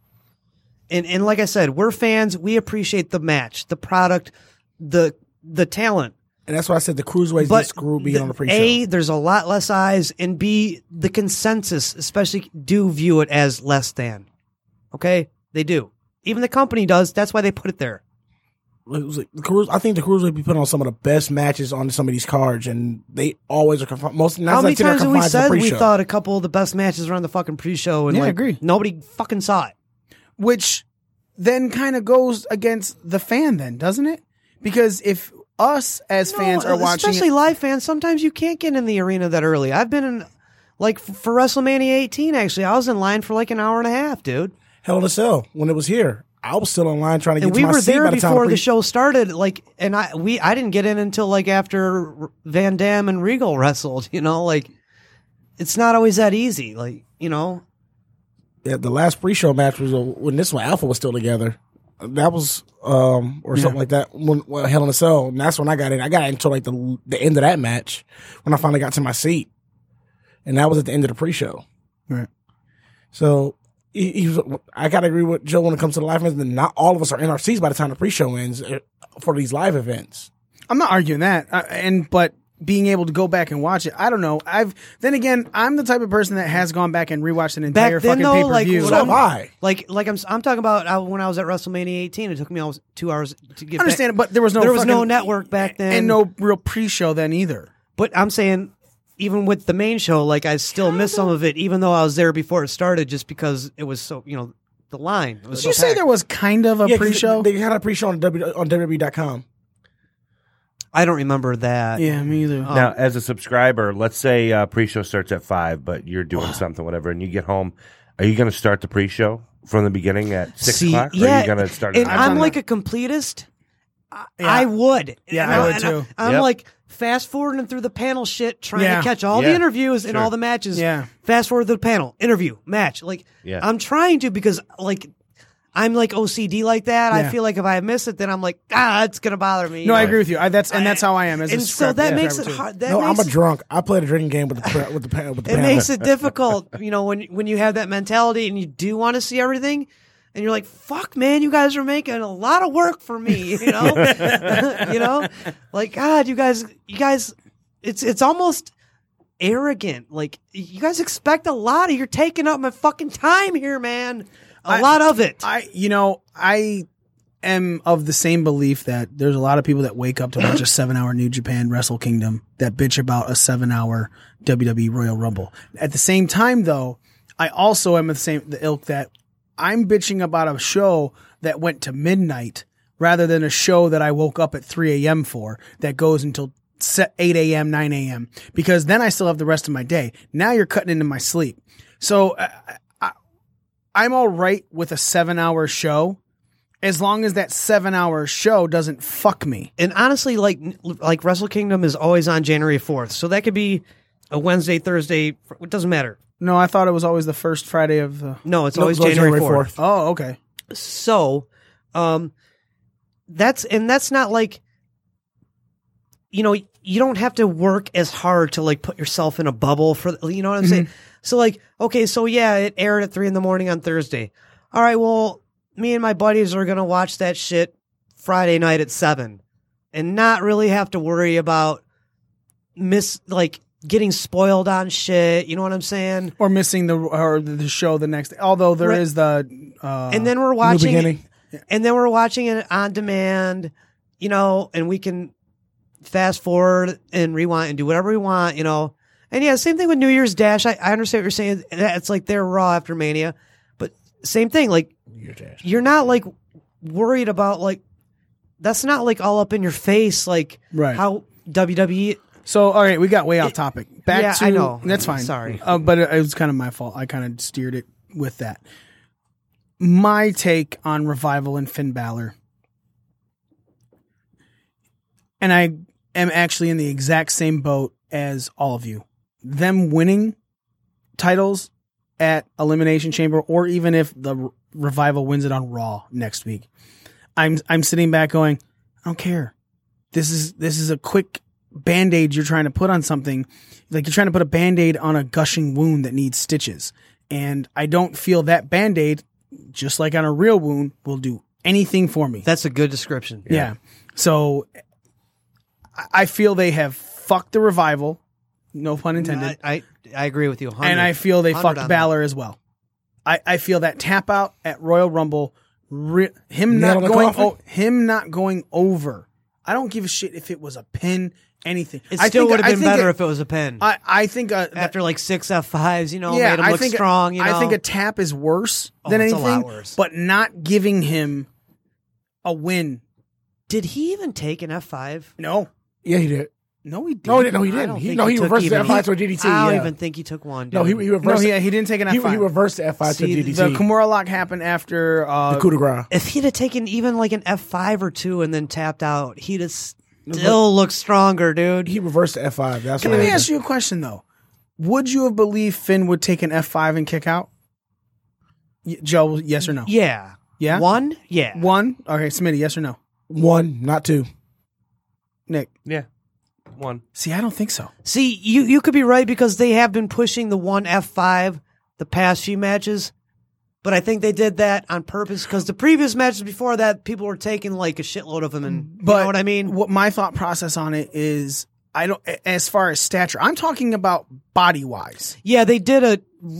S9: And and like I said, we're fans. We appreciate the match, the product, the the talent.
S8: and that's why I said the cruiserweights
S9: But
S8: get screwed being
S9: the-
S8: on the pre-show.
S9: A, there's a lot less eyes, and B, the consensus, especially, do view it as less than. Okay, they do. Even the company does. That's why they put it there.
S8: It was like the cruise. I think the cruise would be putting on some of the best matches on some of these cards, and they always are confined. Most nine
S9: How many
S8: times out of
S9: times have
S8: ten are
S9: we
S8: confined to the
S9: said we
S8: pre-show.
S9: thought a couple of the best matches were on the fucking pre-show, and
S2: Yeah, I
S9: like
S2: agree.
S9: nobody fucking saw it.
S2: which then kind of goes against the fan then doesn't it because if us as fans
S9: No,
S2: are watching
S9: especially
S2: it,
S9: live fans. Sometimes you can't get in the arena that early. I've been in, like, f- for WrestleMania 18. Actually, I was in line for like an hour and a half, dude.
S8: Hell in a Cell when it was here. I was still online trying to get
S9: and
S8: to
S9: we
S8: my
S9: were
S8: seat
S9: there
S8: by the time
S9: before the
S8: pre-
S9: show started. Like, and I we I didn't get in until like after R- Van Dam and Regal wrestled. You know, like it's not always that easy. Like, you know,
S8: Yeah, the last pre-show match was uh, when this one Alpha was still together. That was um or something like that when, when Hell in a Cell. And that's when I got in. I got in until like the the end of that match when I finally got to my seat, and that was at the end of the pre-show.
S2: Right.
S8: So he, he was, I gotta agree with Joe when it comes to the live events. Not all of us are NRCs by the time the pre-show ends uh, for these live events.
S2: I'm not arguing that, uh, and but being able to go back and watch it, I don't know. I've then again, I'm the type of person that has gone back and rewatched an
S9: Back
S2: entire
S9: then,
S2: fucking
S9: though,
S2: pay per
S9: like,
S2: view.
S9: when
S8: So
S9: I'm-
S8: am I.
S9: like like I'm I'm talking about uh, when I was at WrestleMania 18. It took me almost two hours to get.
S2: I understand, it,
S9: back.
S2: but there was no
S9: there was no
S2: fucking-
S9: network back then,
S2: and no real pre-show then either.
S9: But I'm saying, even with the main show, like I still miss some of it, even though I was there before it started, just because it was so you know the line.
S2: Did
S9: Was so
S2: you say
S9: packed.
S2: there was kind of a
S8: Yeah, 'cause
S2: pre-show?
S8: They had a pre-show on, w, E on WWE.com.
S9: I don't remember that.
S2: yeah, me either.
S9: Oh,
S7: Now, as a subscriber, let's say uh, pre-show starts at five, but you're doing something, whatever, and you get home. Are you going to start the pre-show from the beginning at six
S9: See,
S7: o'clock? Or
S9: yeah,
S7: are you going to start?
S9: and
S7: At nine?
S9: I'm like a completist. I, I would.
S2: Yeah,
S9: And
S2: I would
S9: and
S2: too.
S9: I, am
S7: Yep.
S9: like fast forwarding through the panel shit, trying
S2: Yeah.
S9: to catch all
S7: Yeah,
S9: the interviews and
S7: sure.
S9: all the matches.
S2: Yeah.
S9: Fast forward the panel, interview, match. Like,
S7: Yeah.
S9: I'm trying to because like I'm like OCD like that.
S2: Yeah.
S9: I feel like if I miss it, then I'm like, ah, it's gonna bother me.
S2: no, I
S9: Like,
S2: agree with you. I, that's and that's how I am. As
S9: and
S2: a subscriber-
S9: so that
S2: yeah,
S9: makes it
S2: subscriber too.
S9: hard. That
S8: no, I'm
S9: makes
S8: a
S9: it-
S8: drunk. I played a drinking game with the pre- with the pa- with the
S9: it
S8: panel.
S9: makes it difficult, you know, when when you have that mentality and you do want to see everything, and you're like, "Fuck, man, you guys are making a lot of work for me," you know, you know, like God, you guys, you guys, it's it's almost arrogant. Like you guys expect a lot of. You're taking up my fucking time here, man. A
S2: I-
S9: lot of it.
S2: I, you know, I am of the same belief that there's a lot of people that wake up to watch a seven hour New Japan Wrestle Kingdom that bitch about a seven hour WWE E Royal Rumble. At the same time, though, I also am of the same the ilk that I'm bitching about a show that went to midnight rather than a show that I woke up at 3 a.m. for that goes until se- 8 a.m., 9 a.m. because then I still have the rest of my day. Now you're cutting into my sleep. So uh, I'm all right with a seven hour show as long as that seven hour show doesn't fuck me.
S9: and honestly, like like Wrestle Kingdom is always on January fourth, so that could be a Wednesday, Thursday. fr- It doesn't matter.
S2: No, I thought it was always the first Friday of the.
S9: No, it's
S8: No,
S9: always
S8: it's always
S9: January
S8: January
S9: fourth.
S8: 4th.
S2: Oh, okay.
S9: So, um, that's and that's not like, you know, you don't have to work as hard to like put yourself in a bubble for you know what I'm saying. So like, okay, so yeah, it aired at three in the morning on Thursday. All right, well, me and my buddies are gonna watch that shit Friday night at seven, and not really have to worry about miss like getting spoiled on shit. You know what I'm saying?
S2: Or missing the or the show the next. Although there
S9: Right.
S2: is the. Uh,
S9: and then we're watching
S8: beginning.
S9: and then we're watching it on demand you know and we can fast forward and rewind and do whatever we want you know and yeah same thing with new year's dash i, I understand what you're saying that it's like they're raw after mania but same thing like you're not like worried about like that's not like all up in your face like
S2: Right.
S9: how E, wwe
S2: so all right, we got way off topic. Back
S9: Yeah,
S2: to
S9: I know.
S2: that's fine.
S9: Sorry.
S2: uh, but it, it was kind of my fault. I kind of steered it with that. My take on revival and Finn Balor, and I am actually in the exact same boat as all of you. Them winning titles at Elimination Chamber, or even if the Re- revival wins it on Raw next week, I'm I'm sitting back going, I don't care. This is this is a quick band aid you're trying to put on something. Like you're trying to put a band aid on a gushing wound that needs stitches. And I don't feel that band aid, just like on a real wound, will do anything for me.
S9: that's a good description
S2: Yeah. So I- I feel they have fucked the revival, no pun intended
S9: I, I i agree with you 100.
S2: and I feel they
S9: 100
S2: fucked
S9: on
S2: Balor as well. I, I feel that tap out at Royal Rumble, re- him
S8: Nail
S2: not
S8: in the
S2: going,
S8: coffin?
S2: o- him not going over. I don't give a shit if it was a pin, anything.
S9: that. it
S2: I
S9: still
S2: think-
S9: would
S2: I
S9: have been
S2: think
S9: better
S2: it-
S9: if it was a pen
S2: I I think uh, that-
S9: after like six F5s, you know, made him
S2: I
S9: look
S2: think
S9: strong, you know.
S2: I think a tap is worse
S9: Oh,
S2: than
S9: it's a
S2: anything,
S9: lot worse.
S2: but not giving him a win.
S9: Did he even take an F5?
S2: No,
S8: Yeah, he did.
S2: No, he didn't.
S8: No, he didn't. No, he didn't.
S9: don't
S8: He,
S9: think
S8: no, he,
S9: took
S8: reversed the
S9: even-
S8: F5 to a DDT.
S9: I don't
S8: yeah.
S9: even think he took one.
S8: No, he,
S9: dude.
S8: he reversed.
S2: No, he- he didn't take an
S8: He,
S2: F5.
S8: he reversed the F5
S9: See,
S8: to a
S9: the
S8: DDT.
S2: The Kimura lock happened after uh,
S8: coup de grace.
S9: if he'd have taken even like an F five or two and then tapped out, he'd have still looked stronger, dude.
S8: He reversed the F5. That's
S2: Can
S8: what
S2: let me
S8: happened.
S2: ask you a question though? Would you have believed Finn would take an F five and kick out? Y- Joe, yes or no?
S9: yeah,
S2: Yeah?
S9: one, yeah,
S2: One. Okay, Smitty, yes or no?
S8: One, not two.
S2: Nick,
S7: Yeah. One.
S2: see, I don't think so.
S9: See, you you could be right because they have been pushing the one F five the past few matches, but I think they did that on purpose because the previous matches before that, people were taking like a shitload of them, and
S2: But
S9: you know what I mean.
S2: What my thought process on it is, I don't. a- As far as stature, I'm talking about body wise.
S9: yeah, they did a,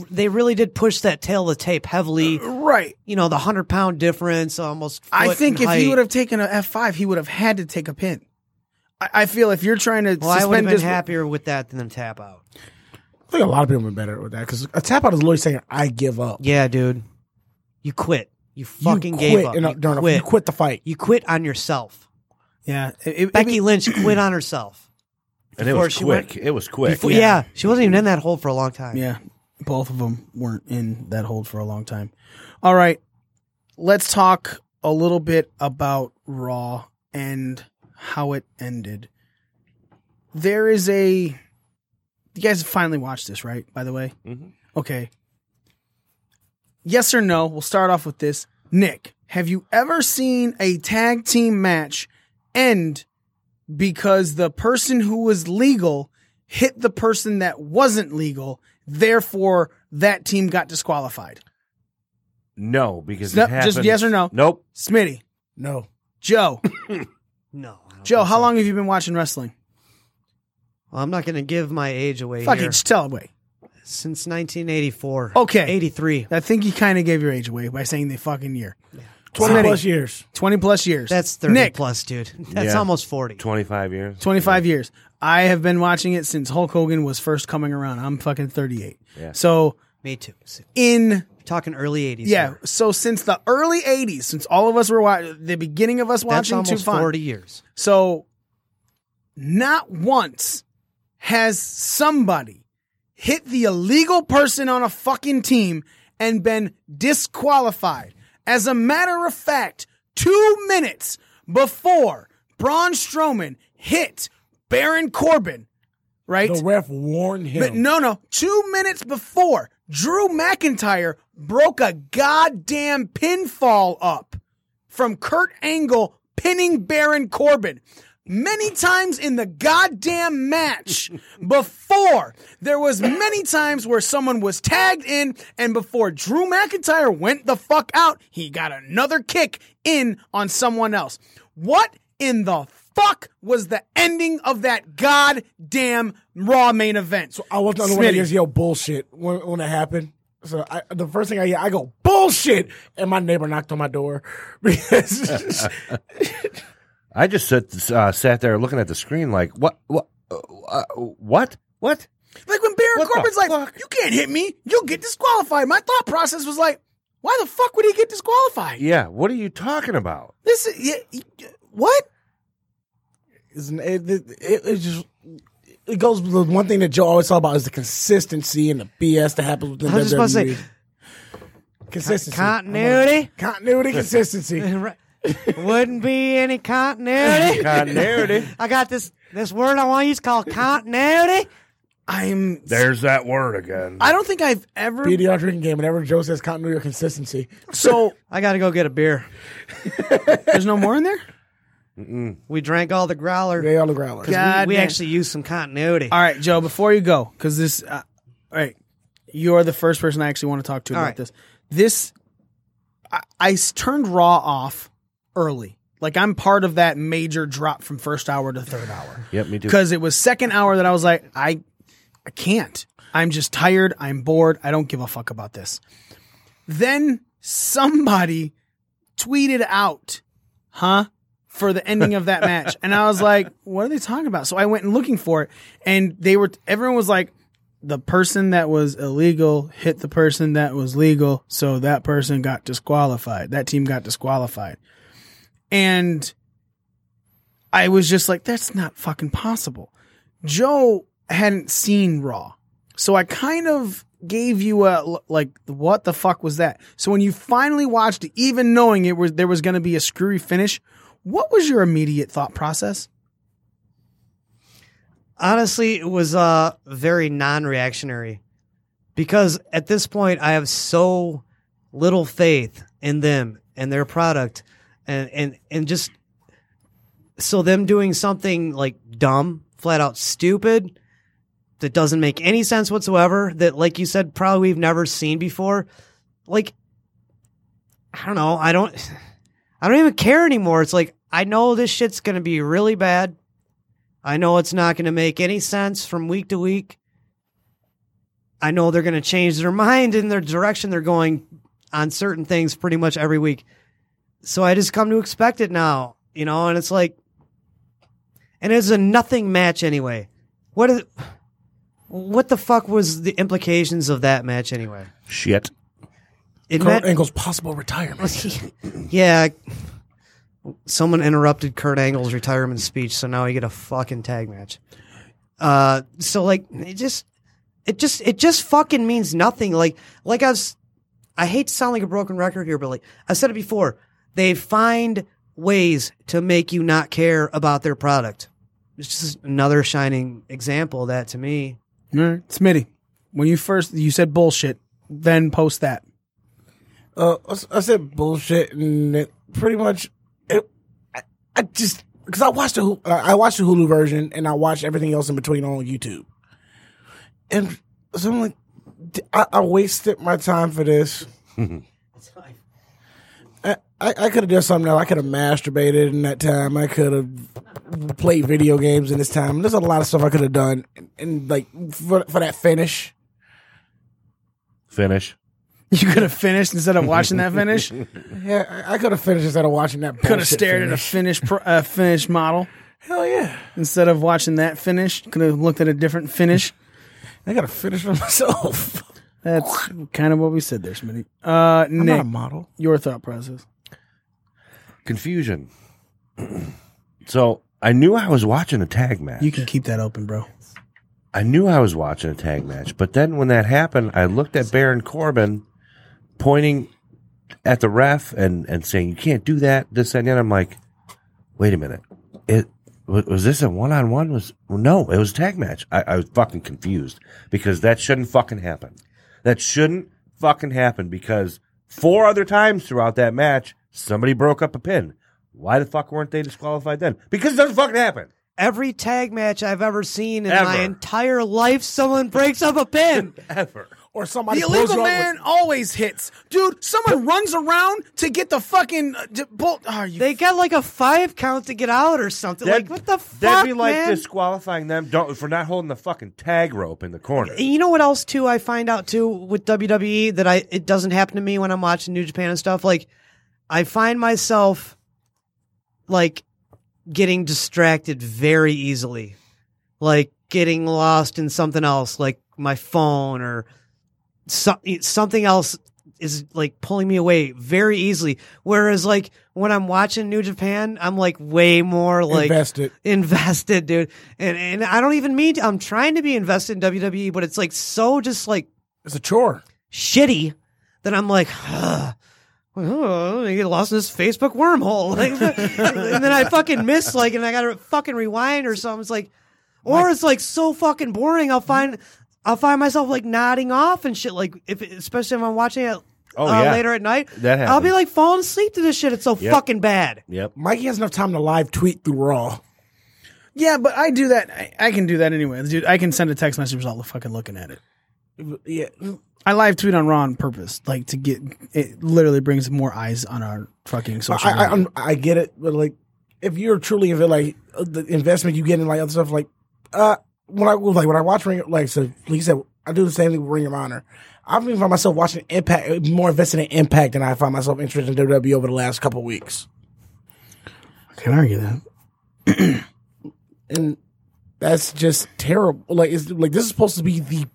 S9: they really did push that tail of the tape heavily.
S2: Right.
S9: You know, the hundred pound difference, almost.
S2: I
S9: foot
S2: think
S9: in
S2: if he
S9: height.
S2: would have taken an F five, he would have had to take a pin. I, I feel if you're trying to
S9: well, I would have
S2: suspend
S9: been
S2: this,
S9: happier with that than the tap out.
S8: I think a lot of people have been better with that because a tap out is literally saying, I give up.
S9: Yeah, dude. You quit. You fucking
S8: you
S9: gave
S8: quit
S9: up.
S8: in a-
S9: you,
S8: during a-
S9: quit.
S8: you quit the fight.
S9: You quit on yourself.
S2: yeah, it- it-
S9: Becky
S2: it-
S9: Lynch quit on herself.
S7: And it
S9: Before
S7: was
S9: she
S7: quick.
S9: went-
S7: it was quick.
S9: Before- yeah. she wasn't even in that hole for a long time.
S2: Yeah, both of them weren't in that hold for a long time. All right, let's talk a little bit about Raw and how it ended. There is a. You guys finally watched this, right? By the way,
S7: Mhm.
S2: okay. Yes or no? We'll start off with this. Nick, have you ever seen a tag team match end because the person who was legal hit the person that wasn't legal. Therefore, that team got disqualified.
S7: No, because
S2: No,
S7: it
S2: just
S7: happened-
S2: yes or no?
S7: Nope.
S2: Smitty,
S8: No.
S2: Joe,
S9: No. I don't
S2: Joe,
S9: think
S2: how
S9: so.
S2: long have you been watching wrestling?
S9: Well, I'm not going to give my age away
S2: Fucking
S9: here.
S2: just tell away.
S9: Since 1984.
S2: Okay.
S9: 83.
S2: I think you kind of gave your age away by saying the fucking year.
S8: 20
S2: Wow.
S8: plus years.
S2: 20 plus years.
S9: That's 30
S2: Nick,
S9: plus, dude. That's
S7: Yeah.
S9: almost 40.
S7: 25 years.
S2: 25 years. I have been watching it since Hulk Hogan was first coming around. I'm fucking 38. So,
S9: Me too. So,
S2: in
S9: talking early 80s.
S2: yeah,
S9: here.
S2: so since the early 80s, since all of us were watching, the beginning of us
S9: That's
S2: watching
S9: almost
S2: Too Fun.
S9: 40 years.
S2: So, not once has somebody hit the illegal person on a fucking team and been disqualified. As a matter of fact, two minutes before Braun Strowman hit Baron Corbin, right?
S8: The ref warned him.
S2: But no, no. Two minutes before, Drew McIntyre broke a goddamn pinfall up from Kurt Angle pinning Baron Corbin. Many times in the goddamn match before, there was many times where someone was tagged in, and before Drew McIntyre went the fuck out, he got another kick in on someone else. What in the fuck was the ending of that goddamn Raw main event? So
S8: I wasn't the one that
S2: Smitty.
S8: just yelled bullshit when, when it happened. So I, the first thing I yell, I go bullshit, and my neighbor knocked on my door because
S7: I just sat, uh, sat there looking at the screen like, what? What? Uh, uh, what? What?
S2: Like when Baron
S7: What the
S2: Corbin's like,
S7: fuck?
S2: "You can't hit me. You'll get disqualified." My thought process was like, "Why the fuck would he get disqualified?
S7: Yeah. What are you talking about?
S2: This is yeah, y- what?
S8: It's- it, it, it, it just it goes. The one thing that Joe always talk about is the consistency and the BS that happens with the
S9: I was just about to
S8: WWE.
S9: say
S8: E. consistency,
S9: continuity.
S8: continuity, consistency.
S9: Right. Wouldn't be any continuity.
S7: Continuity.
S9: I got this this word I want to use called continuity.
S2: I'm.
S7: There's that word again.
S2: I don't think I've ever.
S8: BDR drinking game. Whenever Joe says continuity or consistency,
S2: So
S9: I got to go get a beer.
S2: there's no more in there.
S9: We drank all the growler.
S8: they all the growler.
S9: We,
S2: God
S9: we
S2: damn.
S9: actually used some continuity.
S2: All right, Joe. Before you go, because this, uh, all right, you're the first person I actually want to talk to
S9: All
S2: about
S9: right.
S2: this. This, I, I s- turned Raw off early. Like I'm part of that major drop from first hour to third hour.
S7: Yep, me too.
S2: Because it was second hour that I was like, I, I can't. I'm just tired. I'm bored. I don't give a fuck about this. Then somebody tweeted out, huh? For the ending of that match. And I was like, what are they talking about? So I went and looking for it. And they were, everyone was like, the person that was illegal hit the person that was legal. So that person got disqualified. That team got disqualified. And I was just like, that's not fucking possible. Joe hadn't seen Raw. So I kind of gave you a l- like what the fuck was that? So when you finally watched it, even knowing it was there was going to be a screwy finish, what was your immediate thought process?
S9: honestly it was uh very non-reactionary because at this point i have so little faith in them and their product and and and just so them doing something like dumb flat out stupid that doesn't make any sense whatsoever that like you said probably we've never seen before like i don't know i don't i don't even care anymore it's like i know this shit's gonna be really bad I know it's not going to make any sense from week to week. I know they're going to change their mind in their direction they're going on certain things pretty much every week. So I just come to expect it now, you know, and it's like, and it's a nothing match anyway. What is, what the fuck was the implications of that match anyway?
S7: Shit.
S9: It
S8: Kurt
S9: meant-
S8: Angle's possible retirement.
S9: yeah. Someone interrupted Kurt Angle's retirement speech, so now I get a fucking tag match. Uh, so like it just, it just, it just fucking means nothing. Like, like I was, I hate to sound like a broken record here, but like I said it before, they find ways to make you not care about their product. It's just another shining example of that to me.
S2: All right. Smitty, when you first you said bullshit, then post that.
S8: Uh, I s- I said bullshit, and it pretty much it. I, I just because I watched the Hulu- I I watched the Hulu version, and I watched everything else in between on YouTube. And so I'm like, d- I, I wasted my time for this. I, I, I could have done something else. I could have masturbated in that time. I could have played video games in this time. There's a lot of stuff I could have done, and, and like for, for that finish.
S7: Finish.
S2: You could have finished instead of watching that finish.
S8: Yeah, I, I could have finished instead of watching that.
S2: Could have stared at a finished pro- uh, finished model
S8: Hell yeah.
S2: instead of watching that finish. Could have looked at a different finish.
S8: I gotta finish for myself.
S2: That's kind of what we said there, Smitty. Uh,
S8: I'm not a
S2: Nick,
S8: model.
S2: your thought process.
S7: Confusion. so I knew I was watching a tag match.
S2: You can keep that open, bro.
S7: I knew I was watching a tag match, but then when that happened, I looked at Baron Corbin pointing at the ref and, and saying, You can't do that, this and that. I'm like, Wait a minute. It wa- was this a one on one? Was well, No, it was a tag match. I, I was fucking confused because that shouldn't fucking happen. That shouldn't fucking happen because four other times throughout that match, somebody broke up a pin. Why the fuck weren't they disqualified then? Because it doesn't fucking happen.
S9: Every tag match I've ever seen in my
S7: Ever.
S9: entire life, someone breaks up a pin.
S7: Ever.
S8: Or somebody
S2: The
S8: pulls
S2: illegal
S8: you up
S2: man always hits, dude. Someone runs around to get the fucking uh, d- bolt. Oh, you
S9: They got like a five count to get out or something. like
S7: That'd-
S9: what the fuck,
S7: That'd be like
S9: man?
S7: disqualifying them don't, for not holding the fucking tag rope in the corner.
S9: And You know what else too? I find out too with WWE that I it doesn't happen to me when I'm watching New Japan and stuff. Like I find myself like getting distracted very easily, like getting lost in something else, like my phone or so, something else is like pulling me away very easily. Whereas like when I'm watching New Japan, I'm like way more
S8: with-
S9: like
S8: invested.
S9: invested, dude. And and I don't even mean to, I'm trying to be invested in WWE, but it's like so just like
S8: It's a chore.
S9: shitty that I'm like, "Ugh. oh, I get lost in this Facebook wormhole, like, and then I fucking miss like, and I gotta fucking rewind or something. It's like, or it's like so fucking boring. I'll find. I'll find myself like nodding off and shit, like if especially if I'm watching it
S7: Oh,
S9: uh,
S7: yeah.
S9: later at night.
S7: That
S9: I'll be
S7: happens.
S9: like falling asleep to this shit. It's so fucking bad.
S7: Yep.
S8: Mikey has enough time to live tweet through Raw.
S2: Yeah, but I do that. I, I can do that anyway, dude. I can send a text message without fucking looking at it.
S8: Yeah,
S2: I live tweet on Raw on purpose, like to get it. Literally brings more eyes on our fucking social.
S8: I, I,
S2: media.
S8: I'm, I get it, but like, if you're truly into like uh, the investment you get in like other stuff, like uh, when I was like when I watch Ring, like so, like you said, I do the same thing with Ring of Honor. I've been find myself watching Impact uh, more invested in Impact than I find myself interested in WWE over the last couple weeks,
S2: I can argue that.
S8: and that's just terrible. Like, it's like this is supposed to be the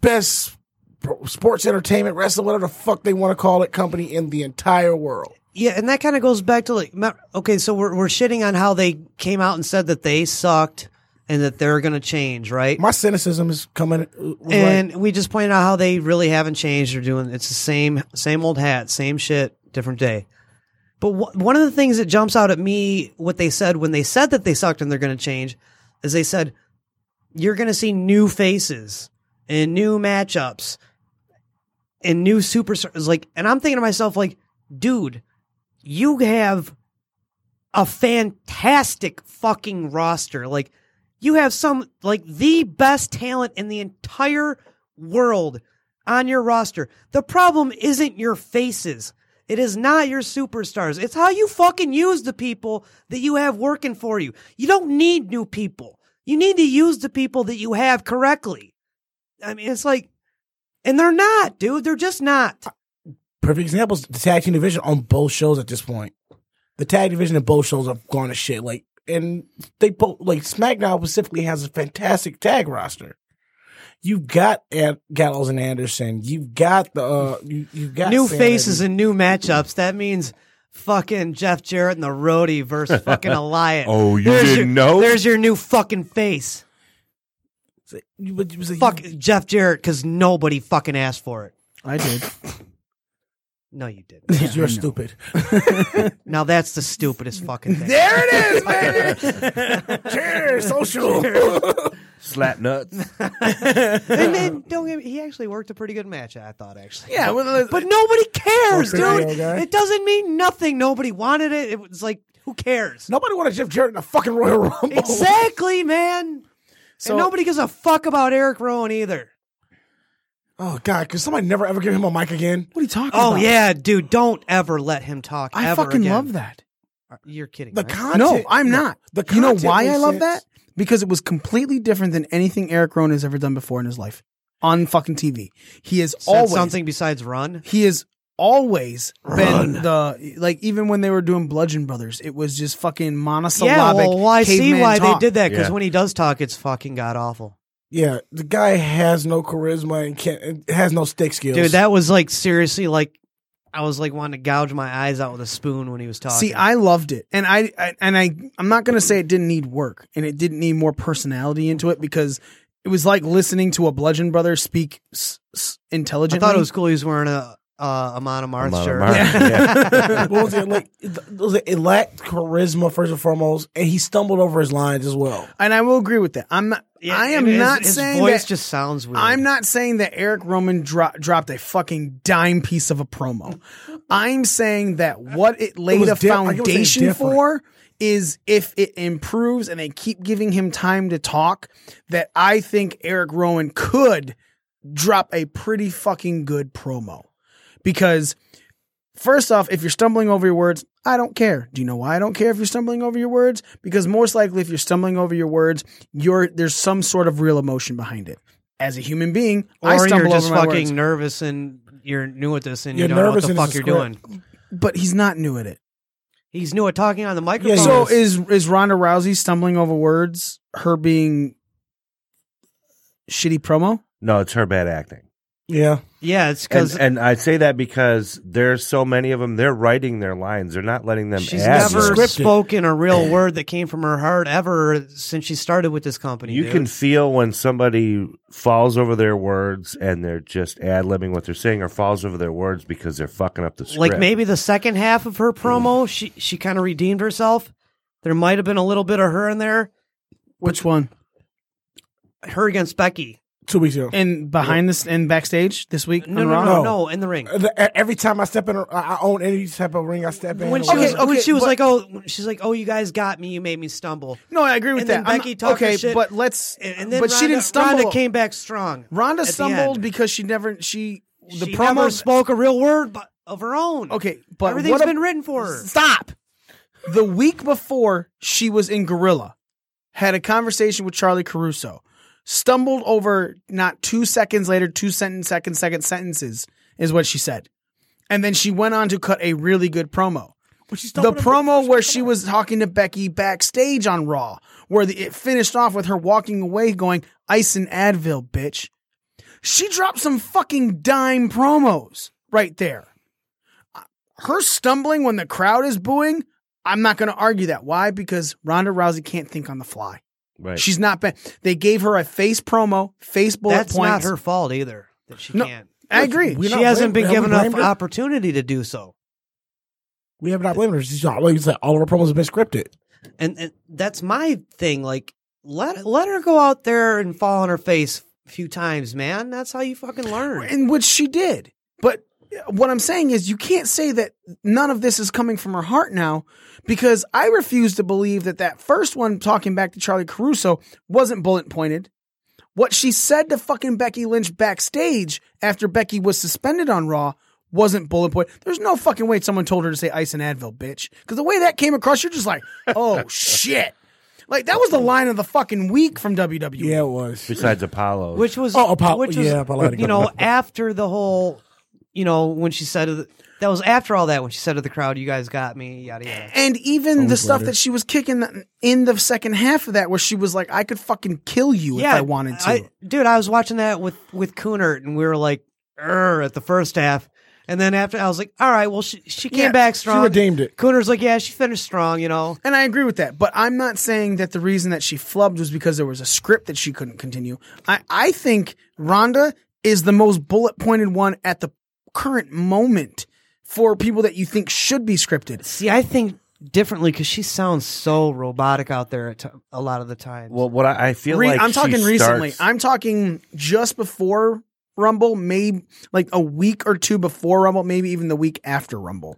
S8: best pro- sports entertainment wrestling, whatever the fuck they want to call it, company in the entire world.
S9: Yeah, and that kind of goes back to like, me- okay, so we're we're shitting on how they came out and said that they sucked and that they're going to change, right?
S8: My cynicism is coming. uh, right.
S9: and we just pointed out how they really haven't changed. They're doing it's the same same old hat, same shit, different day. But wh- one of the things that jumps out at me, what they said when they said that they sucked and they're going to change, is they said you're going to see new faces and new matchups and new superstars. Like, and I'm thinking to myself, like, dude, you have a fantastic fucking roster. Like, you have some like the best talent in the entire world on your roster. The problem isn't your faces. It is not your superstars. It's how you fucking use the people that you have working for you. You don't need new people. You need to use the people that you have correctly. I mean, it's like, and they're not, dude. They're just not.
S8: perfect examples the tag team division on both shows at this point. The tag division in both shows have gone to shit. Like and they both like SmackDown specifically has a fantastic tag roster. You've got An- Gallows and Anderson. You've got the uh, you you got
S9: new
S8: Sanity.
S9: faces and new matchups. That means fucking Jeff Jarrett and the Roadie versus fucking Elias.
S7: Oh, you
S9: your-
S7: didn't know?
S9: There's your new fucking face.
S8: You- but you- you-
S9: Fuck Jeff Jarrett because nobody fucking asked for it.
S2: I did.
S9: No, you didn't.
S8: You're stupid.
S9: now that's the stupidest fucking thing.
S8: There it is, baby. Cheers, social.
S7: Slap nuts.
S9: And then, don't get me, he actually worked a pretty good match. I thought actually.
S2: Yeah, well,
S9: But nobody cares,
S8: Okay,
S9: dude.
S8: okay.
S9: It doesn't mean nothing. Nobody wanted it. It was like, who cares?
S8: Nobody wanted Jeff Jarrett in a fucking Royal Rumble.
S9: Exactly, man. and nobody gives a fuck about Eric Rowan either.
S8: Oh God, could somebody never ever give him a mic again?
S2: what are you talking
S9: Oh
S2: about?
S9: yeah, dude, don't ever let him talk.
S2: I
S9: ever
S2: fucking
S9: again.
S2: love that.
S9: You're kidding.
S8: The
S9: right?
S8: content.
S2: No, I'm not.
S8: The
S2: you know
S8: content
S2: why I
S8: makes
S2: love
S8: sense.
S2: that? Because it was completely different than anything Eric Rowan has ever done before in his life on fucking TV. He has
S9: Said
S2: always
S9: something besides run.
S2: he has always been the like even when they were doing Bludgeon Brothers, it was just fucking
S9: yeah,
S2: monosyllabic.
S9: well, well, I see
S2: caveman
S9: why
S2: talk.
S9: they did that because
S7: Yeah.
S9: when he does talk, it's fucking god awful.
S8: Yeah, the guy has no charisma and can't and has no stick skills.
S9: Dude, that was like seriously like I was like wanting to gouge my eyes out with a spoon when he was talking.
S2: See, I loved it, and I, I and I I'm not gonna say it didn't need work and it didn't need more personality into it because it was like listening to a Bludgeon Brother speak s- s-
S9: I
S2: intelligently.
S9: thought it was cool. He was wearing a uh, Amon Amarth
S7: Amon
S9: shirt.
S7: Amarth, Yeah.
S8: what was it like? It, was it, it lacked charisma first and foremost, and he stumbled over his lines as well.
S2: and I will agree with that. I'm not.
S9: Yeah,
S2: I am
S9: and his-
S2: not
S9: his
S2: saying
S9: voice
S2: that.
S9: just sounds weird.
S2: I'm not saying that Eric Roman dro- dropped a fucking dime piece of a promo. I'm saying that what it laid
S8: was
S2: a
S8: di- like, it was
S2: foundation
S8: different.
S2: for is if it improves and they keep giving him time to talk, that I think Eric Rowan could drop a pretty fucking good promo. Because first off, if you're stumbling over your words, I don't care. Do you know why I don't care if you're stumbling over your words? Because most likely if you're stumbling over your words, you're there's some sort of real emotion behind it. As a human being,
S9: Or
S2: I stumble
S9: you're just
S2: over my
S9: fucking
S2: words.
S9: nervous and you're new at this and
S8: You're
S9: you don't know what
S8: nervous
S9: the
S8: and it's
S9: fuck
S8: a
S9: you're
S8: script.
S9: doing.
S2: But he's not new at it.
S9: He's new at talking on the microphone.
S8: so
S2: So is is Ronda Rousey stumbling over words? Her being shitty promo.
S7: No, it's her bad acting.
S8: Yeah,
S9: yeah, it's
S7: And,
S9: because
S7: and I say that because there's so many of them. They're writing their lines. They're not letting them.
S9: She's
S7: ad
S9: never
S7: lib.
S8: scripted.
S9: spoken a real word that came from her heart ever since she started with this company.
S7: You
S9: dude.
S7: can feel when somebody falls over their words and they're just ad libbing what they're saying, or falls over their words because they're fucking up the script.
S9: like maybe the second half of
S2: Mm.
S9: her promo, she she kind of redeemed herself. There might have been a little bit of her in there.
S2: Which one?
S9: Her against Becky.
S8: two weeks ago.
S2: And behind this and backstage this week.
S9: No,
S2: on
S9: no,
S2: Raw?
S9: no,
S8: No.
S9: no, in the ring.
S2: Oh.
S8: The- e- every time I step in, a- I I own any type of ring I step in.
S9: When she
S8: or
S9: was,
S8: whatever.
S9: when
S2: okay,
S9: she was
S2: but-
S9: like, "Oh, she's like, oh, you guys got me. You made me stumble."
S2: No, I agree with
S9: And
S2: that.
S9: then
S2: I'm
S9: Becky
S2: not-
S9: talked her
S2: okay,
S9: shit.
S2: but let's.
S9: And, and then
S2: but she
S9: Ronda-
S2: didn't stumble.
S9: Ronda came back strong.
S2: Rhonda
S9: at the
S2: stumbled
S9: end.
S2: because she never she the
S9: she
S2: promo
S9: never spoke a real word bu- of her own.
S2: Okay, but
S9: everything's
S2: what a-
S9: been written for her.
S2: Stop. The week before she was in Gorilla, had a conversation with Charlie Caruso, stumbled over not two seconds later, two sentence, second, second sentences is what she said, and then she went on to cut a really good promo.
S8: When she
S2: The
S8: stumbled over-
S2: promo where she was talking to Becky backstage on Raw, where the, it finished off with her walking away going, Ice and Advil, bitch. She dropped some fucking dime promos right there. Uh, Her stumbling when the crowd is booing, I'm not going to argue that. Why? Because Ronda Rousey can't think on the fly.
S7: Right.
S2: She's not been. They gave her a face promo, face bullet
S9: That's
S2: points.
S9: not her fault either that she
S2: No,
S9: can't.
S2: I agree.
S8: We're not
S9: She
S8: blaming-
S9: hasn't been
S8: have we
S9: given enough
S8: blamed her?
S9: opportunity to do so.
S8: We have not blamed her. She's not, like you said, all of her promos have been scripted.
S9: and, and that's my thing. Like, let let her go out there and fall on her face a few times, man. That's how you fucking learn.
S2: in which she did. But what I'm saying is, you can't say that none of this is coming from her heart now, because I refuse to believe that that first one, talking back to Charlie Caruso, wasn't bullet pointed. What she said to fucking Becky Lynch backstage after Becky was suspended on Raw wasn't bullet point. There's no fucking way someone told her to say ice and Advil, bitch. Because the way that came across, you're just like, oh shit. Like that was the line of the fucking week from E. WWE.
S8: Yeah, it was.
S7: Besides Apollo,
S9: Which was
S8: Oh, Apollo-
S9: which was,
S8: yeah, Apollo had to
S9: you
S8: go.
S9: know after the whole, you know when she said to the, that was after all that when she said to the crowd, "You guys got me," yada yada.
S2: And even the stuff that she was kicking in the second half of that, where she was like, "I could fucking kill you if I wanted to."
S9: I- dude, I was watching that with with Coonert, and we were like, "Er," at the first half, and then after I was like, "All right, well she she came
S2: Yeah,
S9: back strong,
S8: redeemed it.
S9: Cooner's like, "Yeah, she finished strong," you know.
S2: and I agree with that, but I'm not saying that the reason that she flubbed was because there was a script that she couldn't continue. I I think Rhonda is the most bullet pointed one at the current moment for people that you think should be scripted.
S9: See, I think differently because she sounds so robotic out there at t- a lot of the time.
S7: well, what I, I feel
S2: Re-
S7: like
S2: I'm
S7: she
S2: talking recently.
S7: starts-
S2: I'm talking just before Rumble, maybe like a week or two before Rumble, maybe even the week after Rumble.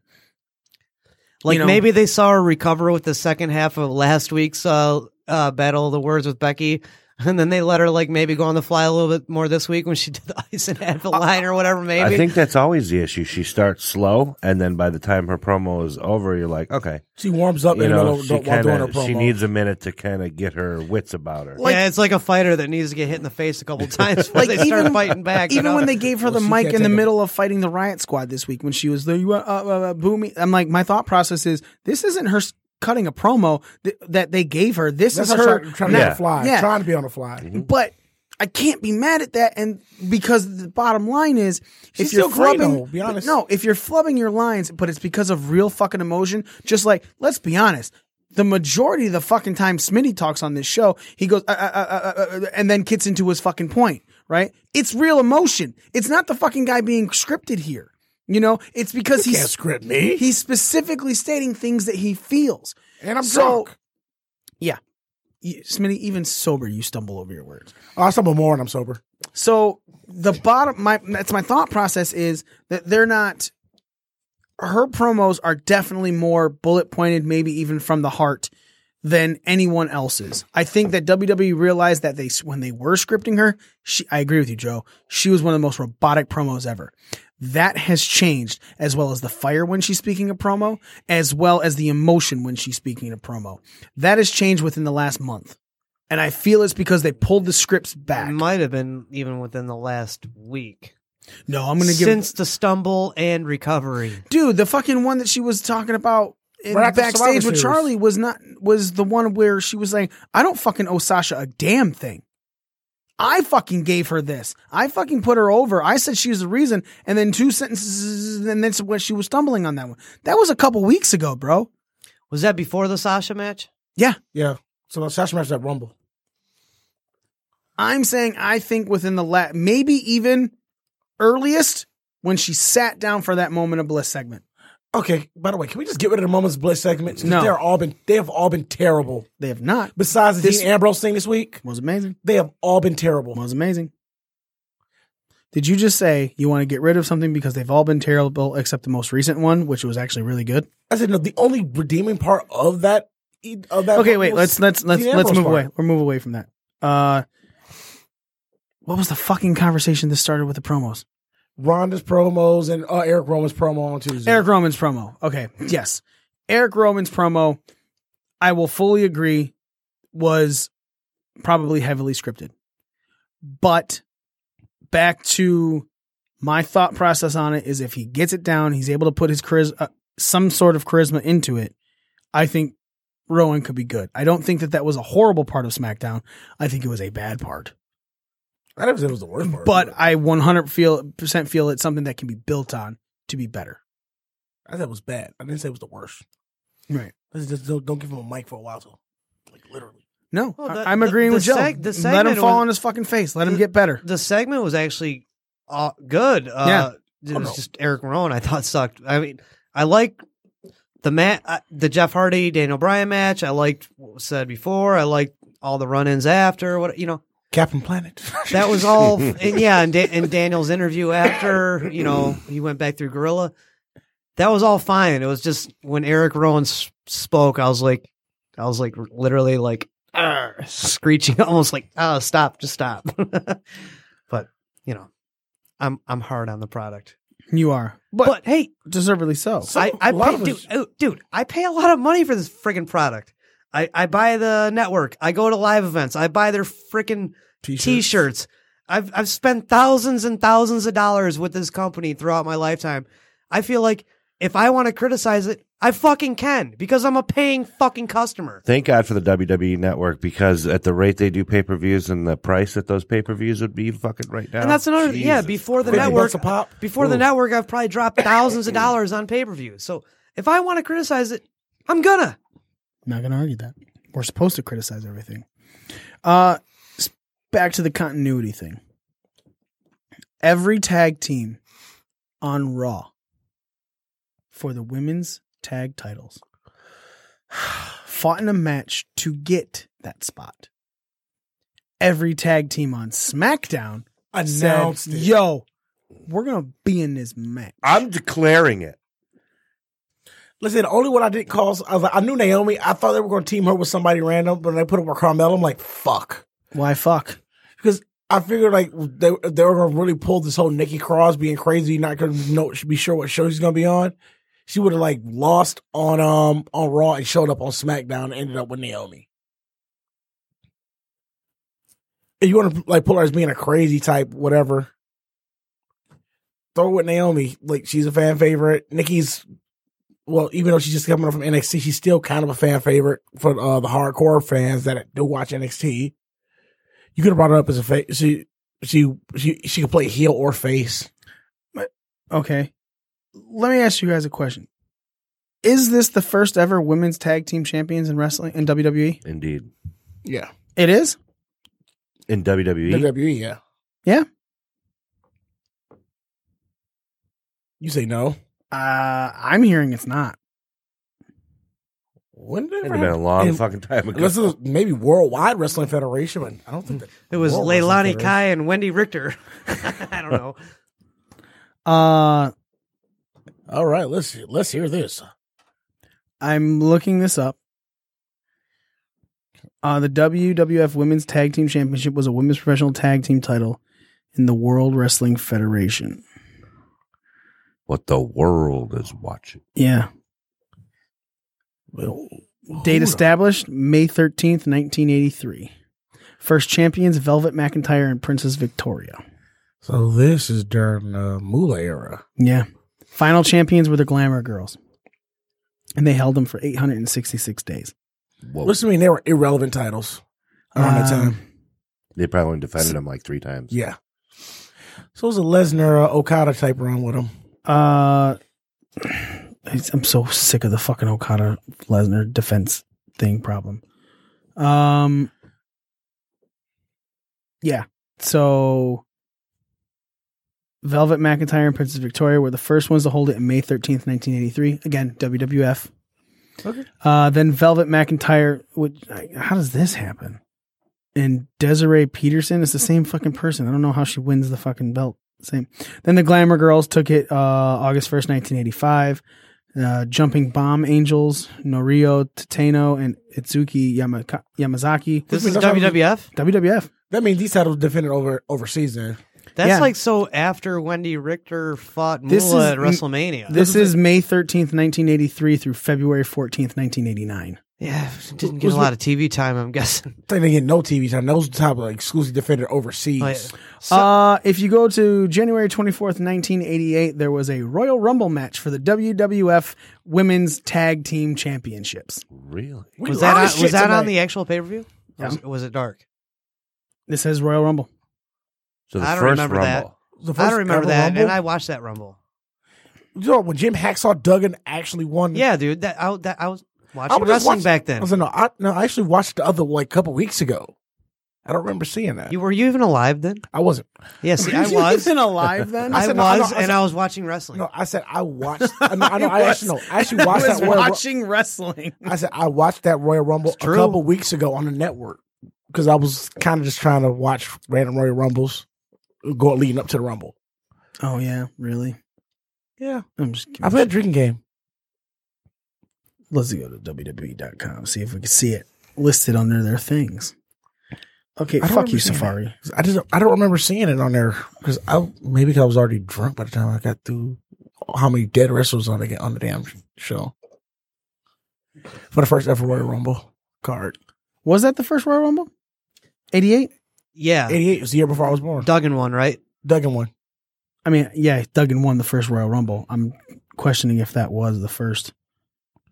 S9: like
S2: you know-
S9: maybe they saw her recover with the second half of last week's uh, uh, battle of the words with Becky, and then they let her like maybe go on the fly a little bit more this week when she did the ice and Advil line or whatever. Maybe
S7: I think that's always the issue. She starts slow, and then by the time her promo is over, you're like, okay,
S8: She warms up
S7: you
S8: in the
S7: know,
S8: middle
S7: she
S8: of- while doing her
S7: kind of
S8: promo.
S7: she needs a minute to kind of get her wits about her.
S9: yeah, it's like a fighter that needs to get hit in the face a couple times before
S2: Like,
S9: they start
S2: even-
S9: fighting back. you
S2: Even
S9: know?
S2: when they gave her the
S8: she
S2: mic
S8: can't
S2: in the
S8: take it.
S2: middle of fighting the riot squad this week, when she was there, you uh, uh, uh, booming. I'm like, my thought process is this isn't her s- cutting a promo th- that they gave her. This
S8: That's
S2: is
S8: her
S2: her.
S8: trying, trying
S2: not-
S8: to be
S7: Yeah.
S8: on the fly.
S2: Yeah.
S8: Trying to be on the fly.
S7: Mm-hmm.
S2: But I can't be mad at that, and because the bottom line is, if
S8: She's
S2: you're
S8: still great,
S2: flubbing,
S8: though, be honest.
S2: no, if you're flubbing your lines, but it's because of real fucking emotion. Just like, let's be honest. The majority of the fucking time Smitty talks on this show, he goes uh, uh, uh, uh, uh, uh, and then gets into his fucking point. Right? It's real emotion. It's not the fucking guy being scripted here. You know, it's because
S8: You
S2: he's
S8: can't script me.
S2: He's specifically stating things that he feels.
S8: And I'm
S2: So-
S8: drunk.
S2: Y- Smitty, even sober, you stumble over your words.
S8: Oh, I stumble more when I'm sober.
S2: So the bottom, my that's my thought process is that they're not. Her promos are definitely more bullet pointed, maybe even from the heart, than anyone else's. I think that WWE realized that they when they were scripting her, she. I agree with you, Joe. She was one of the most robotic promos ever. That has changed, as well as the fire when she's speaking a promo, as well as the emotion when she's speaking a promo. That has changed within the last month. And I feel it's because they pulled the scripts back.
S9: it might have been even within the last week
S2: No, I'm gonna give
S9: since the stumble and recovery.
S2: dude the fucking one that she was talking about in
S8: Right after Survivor
S2: backstage with
S8: Series.
S2: Charlie was not was the one where she was saying, "I don't fucking owe Sasha a damn thing." I fucking gave her this. I fucking put her over. I said she was the reason, and then two sentences, and that's when she was stumbling on that one. That was a couple weeks ago, bro.
S9: Was that before the Sasha match?
S8: Yeah. So the Sasha match that Rumble.
S2: I'm saying I think within the la- maybe even earliest when she sat down for that moment of bliss segment.
S8: Okay. By the way, can we just get rid of the moments of bliss segments? 'Cause
S2: No.
S8: they're all been they have all been terrible.
S2: They have not.
S8: Besides the
S2: This-
S8: Dean Ambrose thing this week,
S2: Was amazing.
S8: they have all been
S7: Mm-hmm.
S8: terrible.
S2: was amazing. Did you just say you want to get rid of something because they've all been terrible except the most recent one, which was actually really good?
S8: I said no. The only redeeming part of that of that.
S2: Okay,
S8: part
S2: wait.
S8: Uh, was
S2: Let's let's let's
S8: the
S2: let's
S8: Ambrose
S2: move
S8: part.
S2: away. We'll move away from that. Uh, what was the fucking conversation that started with the promos?
S8: Ronda's promos and uh, Eric Roman's promo on Tuesday.
S2: Eric Roman's promo. Okay, yes, Eric Roman's promo. I will fully agree was probably heavily scripted, but back to my thought process on it is if he gets it down, he's able to put his charisma, uh, some sort of charisma into it. I think Rowan could be good. I don't think that that was a horrible part of SmackDown. I think it was a bad part,
S8: I never said it was the worst part,
S2: but I 100 feel percent feel it's something that can be built on to be better.
S8: I said it was bad. I didn't say it was the worst.
S2: Right.
S8: Let's just don't, don't give him a mic for a while, so like literally.
S2: No,
S9: Well,
S2: I-
S9: the-
S2: I'm
S9: the-
S2: agreeing
S9: the
S2: with Joe.
S9: seg-
S2: Let
S9: the
S2: him
S9: segment
S2: fall
S9: was-
S2: on his fucking face. Let him
S9: the-
S2: get better.
S9: The segment was actually uh, good. Uh, yeah, it
S2: Oh,
S9: was just Eric Marone. I thought sucked. I mean, I like the mat, uh, the Jeff Hardy Daniel Bryan match. I liked what was said before. I liked all the run-ins after. What you know,
S8: Captain Planet.
S9: that was all. and yeah, and, da- and Daniel's interview after. You know, he went back through Gorilla. That was all fine. It was just when Eric Rowan s- spoke, I was like, I was like, literally like. "Arr," screeching almost like oh stop just stop but you know i'm i'm hard on the product
S2: You are,
S9: but,
S2: but,
S9: hey
S2: deservedly so.
S9: I, I
S8: a lot
S9: pay,
S8: of
S9: dude,
S8: us-
S9: oh, dude, I pay a lot of money for this friggin' product. I, I buy the network. I go to live events. I buy their freaking
S8: T-shirts.
S9: t-shirts. I've I've spent thousands and thousands of dollars with this company throughout my lifetime. I feel like if I want to criticize it, I fucking can because I'm a paying fucking customer.
S7: Thank God for the WWE Network because at the rate they do pay per views and the price that those pay per views would be fucking right now.
S9: And that's another yeah.
S7: Jesus.
S9: Before the
S8: 50
S9: network,
S8: bucks a pop?
S9: before the network, I've probably dropped thousands of dollars on pay per view. So if I want to criticize it, I'm gonna.
S2: Not going to argue that. We're supposed to criticize everything. Uh, s- back to the continuity thing. Every tag team on Raw for the women's tag titles fought in a match to get that spot. Every tag team on SmackDown said,
S8: announced it.
S2: "Yo, we're gonna be in this match."
S7: I'm declaring it.
S8: Listen, the only one I didn't call, I was like, I knew Naomi. I thought they were going to team her with somebody random, but when they put her with Carmella. I'm like, fuck.
S2: Why fuck?
S8: Because I figured like they they were gonna really pull this whole Nikki Cross being crazy, not gonna know be sure what show she's gonna be on. She would have like lost on um on Raw and showed up on SmackDown and ended up with Naomi. If you want to like pull her as being a crazy type, whatever. Throw her with Naomi, like she's a fan favorite. Nikki's, well, even though she's just coming up from NXT, she's still kind of a fan favorite for uh, the hardcore fans that do watch NXT you could have brought her up as a face. She she she she could play heel or face.
S2: Okay. Let me ask you guys a question. Is this the first ever women's tag team champions in wrestling in E? WWE?
S7: Indeed.
S8: Yeah,
S2: It is.
S7: In E. WWE.
S8: WWE. E, Yeah,
S2: Yeah.
S8: You say no.
S2: Uh, I'm hearing it's not.
S8: When
S7: It's
S8: did it
S7: been a
S8: happen?
S7: long
S8: And-
S7: fucking time ago.
S8: Unless it was maybe Worldwide Wrestling Federation, but I don't think that
S9: It was
S8: World Wrestling
S9: Leilani
S8: Federation.
S9: Kai and Wendy Richter. I don't know.
S2: Uh,
S8: All right, let's let's hear this.
S2: I'm looking this up. Uh, the WWF Women's Tag Team Championship was a women's professional tag team title in the World Wrestling Federation.
S7: what the world is watching.
S2: Yeah.
S8: Well,
S2: Date
S8: who
S2: established May 13th, 1983. First champions Velvet McIntyre and Princess Victoria.
S8: the- So this is during the Moolah era.
S2: Yeah. Final champions were the Glamour Girls. And they held them for 866 days.
S7: Whoa.
S8: Listen to me, they were irrelevant titles around that
S2: Um,
S8: time.
S7: They probably only defended him like three times.
S8: Yeah. So it was a Lesnar uh, Okada type run with him.
S2: Uh, it's- I'm so sick of the fucking Okada Lesnar defense thing problem. Um, yeah. So, Velvet McIntyre and Princess Victoria were the first ones to hold it in May 13th, 1983. Again, WWF.
S8: Okay.
S2: Uh, then Velvet McIntyre. Which, how does this happen? And Desiree Peterson is the same fucking person. I don't know how she wins the fucking belt. Same. Then the Glamour Girls took it uh, August 1st, 1985. Uh, Jumping Bomb Angels, Norio Tateno, and Itsuki Yamaka- Yamazaki.
S9: This
S8: means
S9: is
S8: that's how-
S9: WWF.
S2: WWF.
S8: That means these titles defended over overseas then.
S9: That's
S2: Yeah.
S9: like so after Wendy Richter fought Moolah
S2: This is-
S9: at WrestleMania.
S2: This is May 13th, 1983 through February 14th, 1989.
S9: yeah, didn't get a lot of TV time. I'm guessing.
S8: think they get no TV time. Those top like exclusive defender overseas.
S9: Like, so-
S2: uh, if you go to January 24th, 1988, there was a Royal Rumble match for the WWF Women's Tag Team Championships.
S7: Really?
S8: We
S9: was
S8: live
S9: that on,
S8: oh, shit
S9: was that on
S8: tonight.
S9: the actual pay per view? Was, was it dark?
S2: This says Royal Rumble.
S7: So the
S9: I don't
S7: first
S9: remember that.
S7: Rumble.
S8: The
S9: I
S8: first
S9: don't remember
S8: ever
S9: that,
S8: Rumble?
S9: and I watched that Rumble.
S8: you know, when Jim Hacksaw Duggan actually won.
S9: Yeah, dude, that I, that I was Watching
S8: I was just
S9: wrestling
S8: watch-
S9: back then.
S8: I was like, no, I, no, I actually watched the other like couple weeks ago. I don't remember seeing that.
S9: You were you even alive then?
S8: I wasn't.
S9: Yes, see, I
S2: You
S9: was.
S2: even alive then?
S9: I
S8: said no, I know,
S9: was,
S8: I
S9: and
S8: said-
S9: I was watching wrestling.
S8: No, I said I watched. I, no, I, no, I actually no, I actually watched
S2: was
S8: that. Royal,
S2: watching wrestling.
S8: I said I watched that Royal Rumble a
S9: true.
S8: couple weeks ago on the network because I was kind of just trying to watch random Royal Rumbles go leading up to the Rumble.
S2: Oh yeah, really?
S8: Yeah,
S2: I'm just kidding.
S8: I played a drinking game.
S2: Let's go to WWE.com see if we can see it listed under their things. Okay,
S8: I don't
S2: fuck you,
S8: understand
S2: Safari.
S8: I just I don't remember seeing it on there because I maybe 'cause I was already drunk by the time I got through how many dead wrestlers on the on the damn show for the first ever Royal Rumble card.
S2: Was that the first Royal Rumble? 88?
S9: yeah,
S8: Eighty eight was the year before I was born.
S9: Duggan won, right?
S8: Duggan won.
S2: I mean, yeah, Duggan won the first Royal Rumble. I'm questioning if that was the first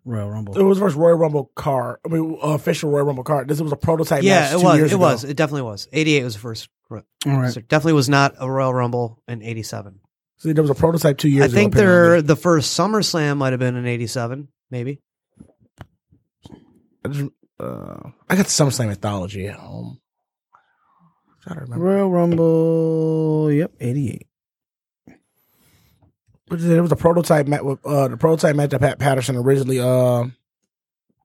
S2: Royal
S8: It
S2: Rumble.
S8: was the first Royal Rumble card. I mean, uh, official Royal Rumble card. This was a prototype. match
S9: yeah, it
S8: two
S9: was. It
S8: Years ago.
S9: was. It definitely was. Eighty-eight was the first. Ro-
S2: All right.
S9: So it definitely was not a Royal Rumble in '87.
S8: See, there was a prototype two years.
S9: I think
S8: ago,
S9: their
S8: apparently.
S9: the first SummerSlam might have been in '87, maybe.
S8: I, just, uh, I got SummerSlam mythology at home. I don't remember.
S2: Royal Rumble, yep, 88.
S8: But there was a prototype match with uh, the prototype match that Pat Patterson originally uh,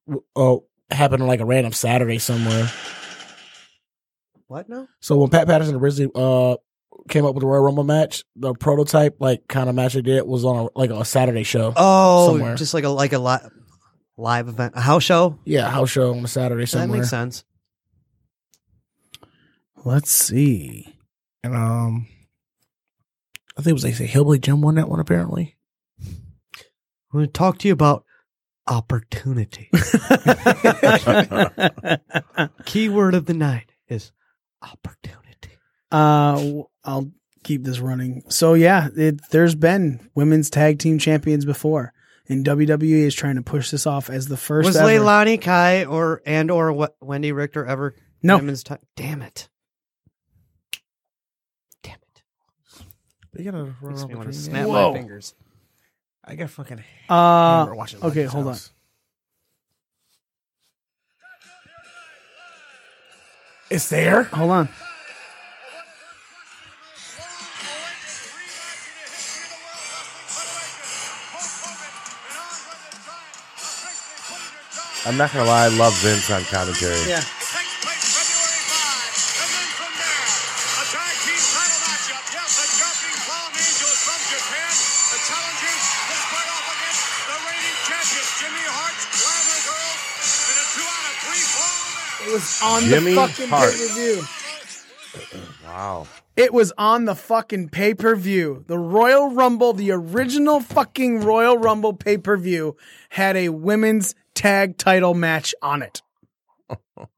S8: w- uh, happened on like a random Saturday somewhere.
S9: What now?
S8: So when Pat Patterson originally uh, came up with the Royal Rumble match, the prototype like kind of match they did was on a, like a Saturday show.
S9: Oh,
S8: Somewhere.
S9: just like a like a li- live event, a house show.
S8: yeah, house show on a Saturday somewhere.
S9: That makes sense.
S2: Let's see.
S8: And um, I think it was they say Hillbilly Jim won that one apparently.
S9: I'm going to talk to you about opportunity. Keyword of the night is opportunity.
S2: Uh, w- I'll keep this running. So yeah, it, there's been women's tag team champions before, and WWE is trying to push this off as the first.
S9: was
S2: ever-
S9: Leilani Kai or and or we- Wendy Richter ever
S2: No.
S9: women's ti- Damn it! Damn it!
S8: They got a
S9: Makes me want to snap
S2: Whoa.
S9: my fingers.
S8: I got fucking.
S2: Uh,
S8: watching
S2: okay, hold on.
S8: It's there.
S2: hold on.
S7: I'm not gonna lie, I love Vince on commentary.
S2: Yeah. It was on
S7: Jimmy
S2: the fucking
S7: Hart.
S2: pay-per-view.
S7: Wow.
S2: It was on the fucking pay-per-view. The Royal Rumble, the original fucking Royal Rumble pay-per-view had a women's tag title match on it.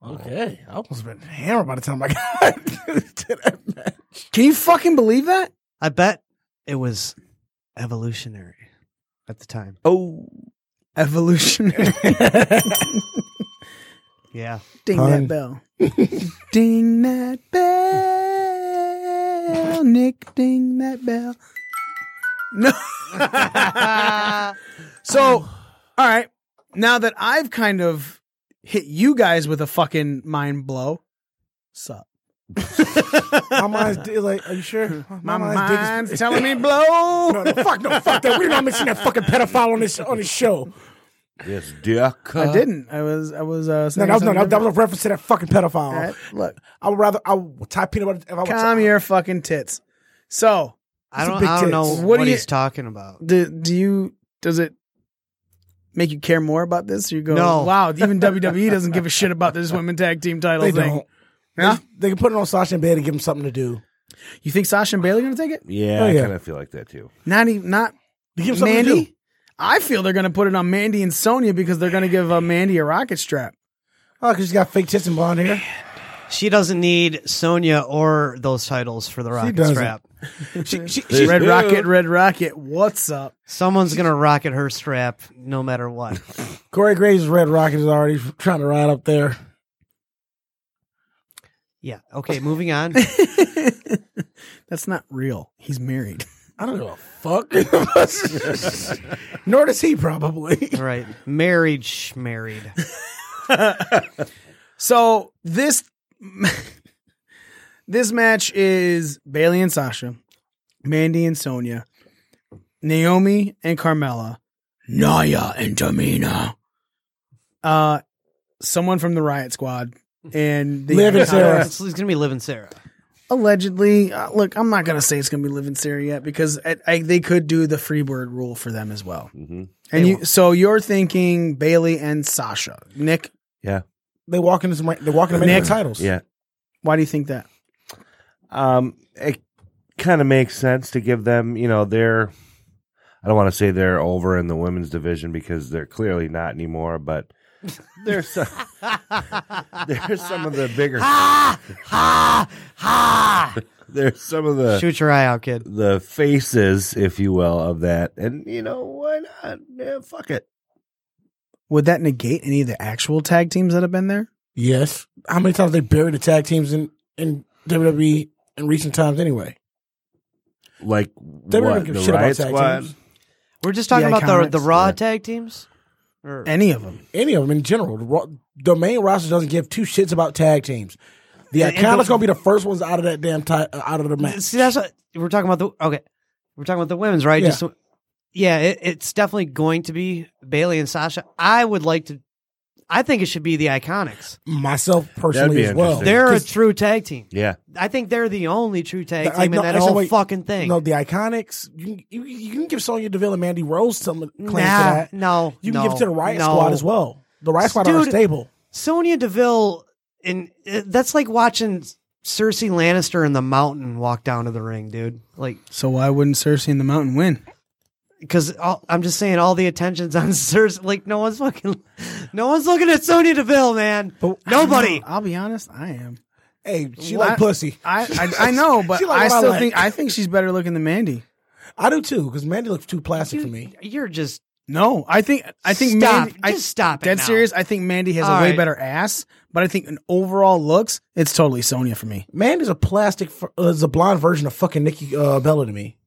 S8: Okay, I almost been hammered by the time I got to that match.
S2: Can you fucking believe that?
S9: I bet it was evolutionary at the time.
S2: Oh, evolutionary.
S9: Yeah.
S2: Ding
S8: Pun.
S2: that bell. ding that bell. Nick, ding that bell. No. so, all right. Now that I've kind of hit you guys with a fucking mind blow, sup?
S8: My mind's di- like, are you sure?
S2: My,
S8: dig is-
S2: mind's telling me blow.
S8: No, no, fuck, no, fuck that. We're not mentioning that fucking pedophile on this on this show.
S7: Yes, Duck.
S2: I didn't. I was. I was. Uh,
S8: No,
S2: saying
S8: that was, no,
S2: something
S8: that, that was a reference to that fucking pedophile.
S2: different. All right, Look,
S8: I would rather I would tie peanut butter. If I would
S2: calm your fucking tits. So,
S9: I
S8: It's a
S9: don't.
S8: big
S9: I don't know
S8: tits.
S9: what,
S2: What do you-
S9: he's talking about.
S2: Do, do you does it make you care more about this? You go,
S9: No.
S2: wow, even WWE doesn't give a shit about this women tag team title
S8: they
S2: thing.
S8: don't.
S2: Yeah?
S8: They can put it on Sasha and Bailey and give them something to do.
S2: You think Sasha and Bailey gonna take it?
S7: Yeah,
S8: Oh, yeah.
S7: I kind of feel like that too.
S2: Not even not
S8: They give them something to do.
S2: Mandy. I feel they're gonna put it on Mandy and Sonya because they're gonna give uh, Mandy a rocket strap.
S8: Oh, because she's got fake tits and blonde hair.
S9: She doesn't need Sonya or those titles for the rocket
S8: doesn't.
S9: strap.
S8: She, she, she,
S2: Red Rocket, Red Rocket, what's up?
S9: Someone's gonna rocket her strap no matter what.
S8: Corey Graves' Red Rocket is already trying to ride up there.
S9: Yeah. Okay. Moving on.
S2: That's not real. He's married.
S8: I don't give a fuck. Nor does he probably.
S9: All right. Married, sh- married.
S2: So this this match is Bailey and Sasha, Mandy and Sonia, Naomi and Carmella, Naya and Tamina, uh, someone from the Riot Squad, and the
S8: Liv and Sarah.
S9: It's going to be Liv and Sarah.
S2: allegedly. Uh, look, I'm not gonna say it's gonna be Liv and Sarah yet because I, I, they could do the Freebird rule for them as well.
S7: Mhm.
S2: And you, so you're thinking Bailey and Sasha, Nick?
S8: They walk into some. They walk into main
S2: Nick.
S8: titles.
S7: Yeah.
S2: Why do you think that?
S7: Um, it kind of makes sense to give them, you know, their. I don't want to say they're over in the women's division because they're clearly not anymore, but there's some, there's some of the bigger
S8: Ah!
S9: Ha! Ha! Ha!
S7: there's some of the
S9: Shoot your eye out, kid.
S7: the faces, if you will, of that, and you know why not? Yeah, fuck it.
S2: Would that negate any of the actual tag teams that have been there?
S8: Yes. How many times they buried the tag teams in in WWE in recent times? Anyway,
S7: Like
S8: they don't
S7: what,
S8: give
S7: the
S8: a shit
S7: riot
S8: about tag
S7: squad.
S8: teams.
S9: We're just talking
S2: The
S9: about the, the
S2: Iconics.
S9: Raw tag teams? Or,
S2: Any of them?
S8: Any of them in general. The, ro- the main roster doesn't give two shits about tag teams. The
S9: And- and
S8: Iconics
S9: the-
S8: gonna be the first ones out of that damn ti- uh, out of the match.
S9: See, that's what we're talking about. The okay, we're talking about the women's, right?
S8: Yeah.
S9: Just so- yeah, it, it's definitely going to be Bailey and Sasha. I would like to. I think it should be the Iconics.
S8: Myself personally
S7: be
S8: as well.
S7: interesting.
S9: They're a
S8: 'Cause
S9: true tag team.
S7: Yeah,
S9: I think they're the only true tag
S8: The- I-
S9: team
S8: no,
S9: in that
S8: actually,
S9: whole
S8: wait.
S9: fucking thing.
S8: No, the Iconics. You can, you, you can give Sonya Deville and Mandy Rose some claim
S9: nah,
S8: for that.
S9: no,
S8: You can
S9: no,
S8: give it to the Riot
S9: no.
S8: Squad as well. The Riot Squad are
S9: Dude,
S8: stable.
S9: Sonya Deville, and uh, that's like watching Cersei Lannister and the Mountain walk down to the ring, dude. Like,
S2: So why wouldn't Cersei and the Mountain win?
S9: because I'm just saying, all the attention's on Cersei. Like, no one's fucking, no one's looking at Sonya Deville, man. Nobody.
S2: I'll be honest, I am.
S8: Hey, she
S2: What?
S8: like pussy.
S2: I I, I know, but
S8: She like
S2: I
S8: what I
S2: still
S8: like.
S2: think I think she's better looking than Mandy.
S8: I do too, because Mandy looks too plastic for me.
S9: You're just
S2: No, I think I think
S9: Stop.
S2: Mandy. I,
S9: Just stop it
S2: Dead
S9: now.
S2: serious. I think Mandy has
S9: All
S2: a way
S9: right.
S2: better ass, but I think in overall looks, it's totally Sonya for me.
S8: Mandy's a plastic, f- uh, is a blonde version of fucking Nikki uh, Bella to me.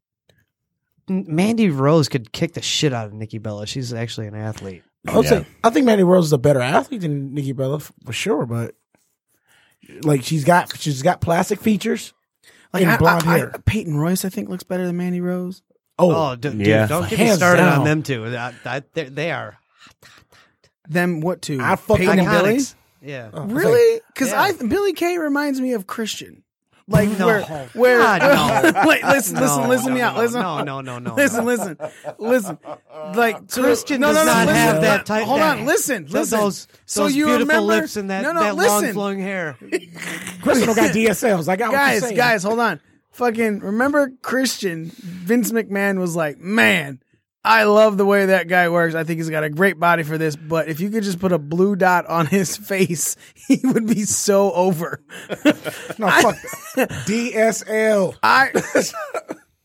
S9: Mandy Rose could kick the shit out of Nikki Bella. She's actually an athlete.
S2: Oh,
S8: I would
S7: Yeah.
S8: say I think Mandy Rose is a better athlete than Nikki Bella f- for sure, but like she's got she's got plastic features
S2: Like
S8: and
S2: I-
S8: blonde
S2: I- I-
S8: hair.
S2: Peyton Royce, I think looks better than Mandy Rose.
S8: oh,
S9: Oh, d-
S7: Yeah.
S9: dude, don't get me
S8: Hands
S9: started
S8: down.
S9: on them two. That, that, they- they are
S2: Them what two?
S8: I fucking-
S2: Peyton and Billy.
S9: iconics. Yeah.
S2: Oh,
S8: I was like,
S2: Really? Because
S9: Yeah.
S2: I Billy Kay reminds me of Christian. Like
S9: No.
S2: where where
S9: God, no.
S2: wait listen listen
S9: No,
S2: listen
S9: no,
S2: me out
S9: no,
S2: listen
S9: no, no, no, no,
S2: listen
S9: no.
S2: listen listen like to-
S9: Christian does not have that type.
S2: hold
S9: that-
S2: on listen
S9: th-
S2: listen
S9: Those,
S2: so
S9: those
S2: you
S9: beautiful
S2: remember
S9: lips and that,
S2: no no
S9: that long
S2: listen
S9: flowing hair.
S8: Crystal got DSLs. I got what you're
S2: guys
S8: saying.
S2: guys hold on fucking remember Christian Vince McMahon was like man. I love the way that guy works. I think he's got a great body for this, but if you could just put a blue dot on his face, he would be so over.
S8: No, fuck that. DSL.
S2: I,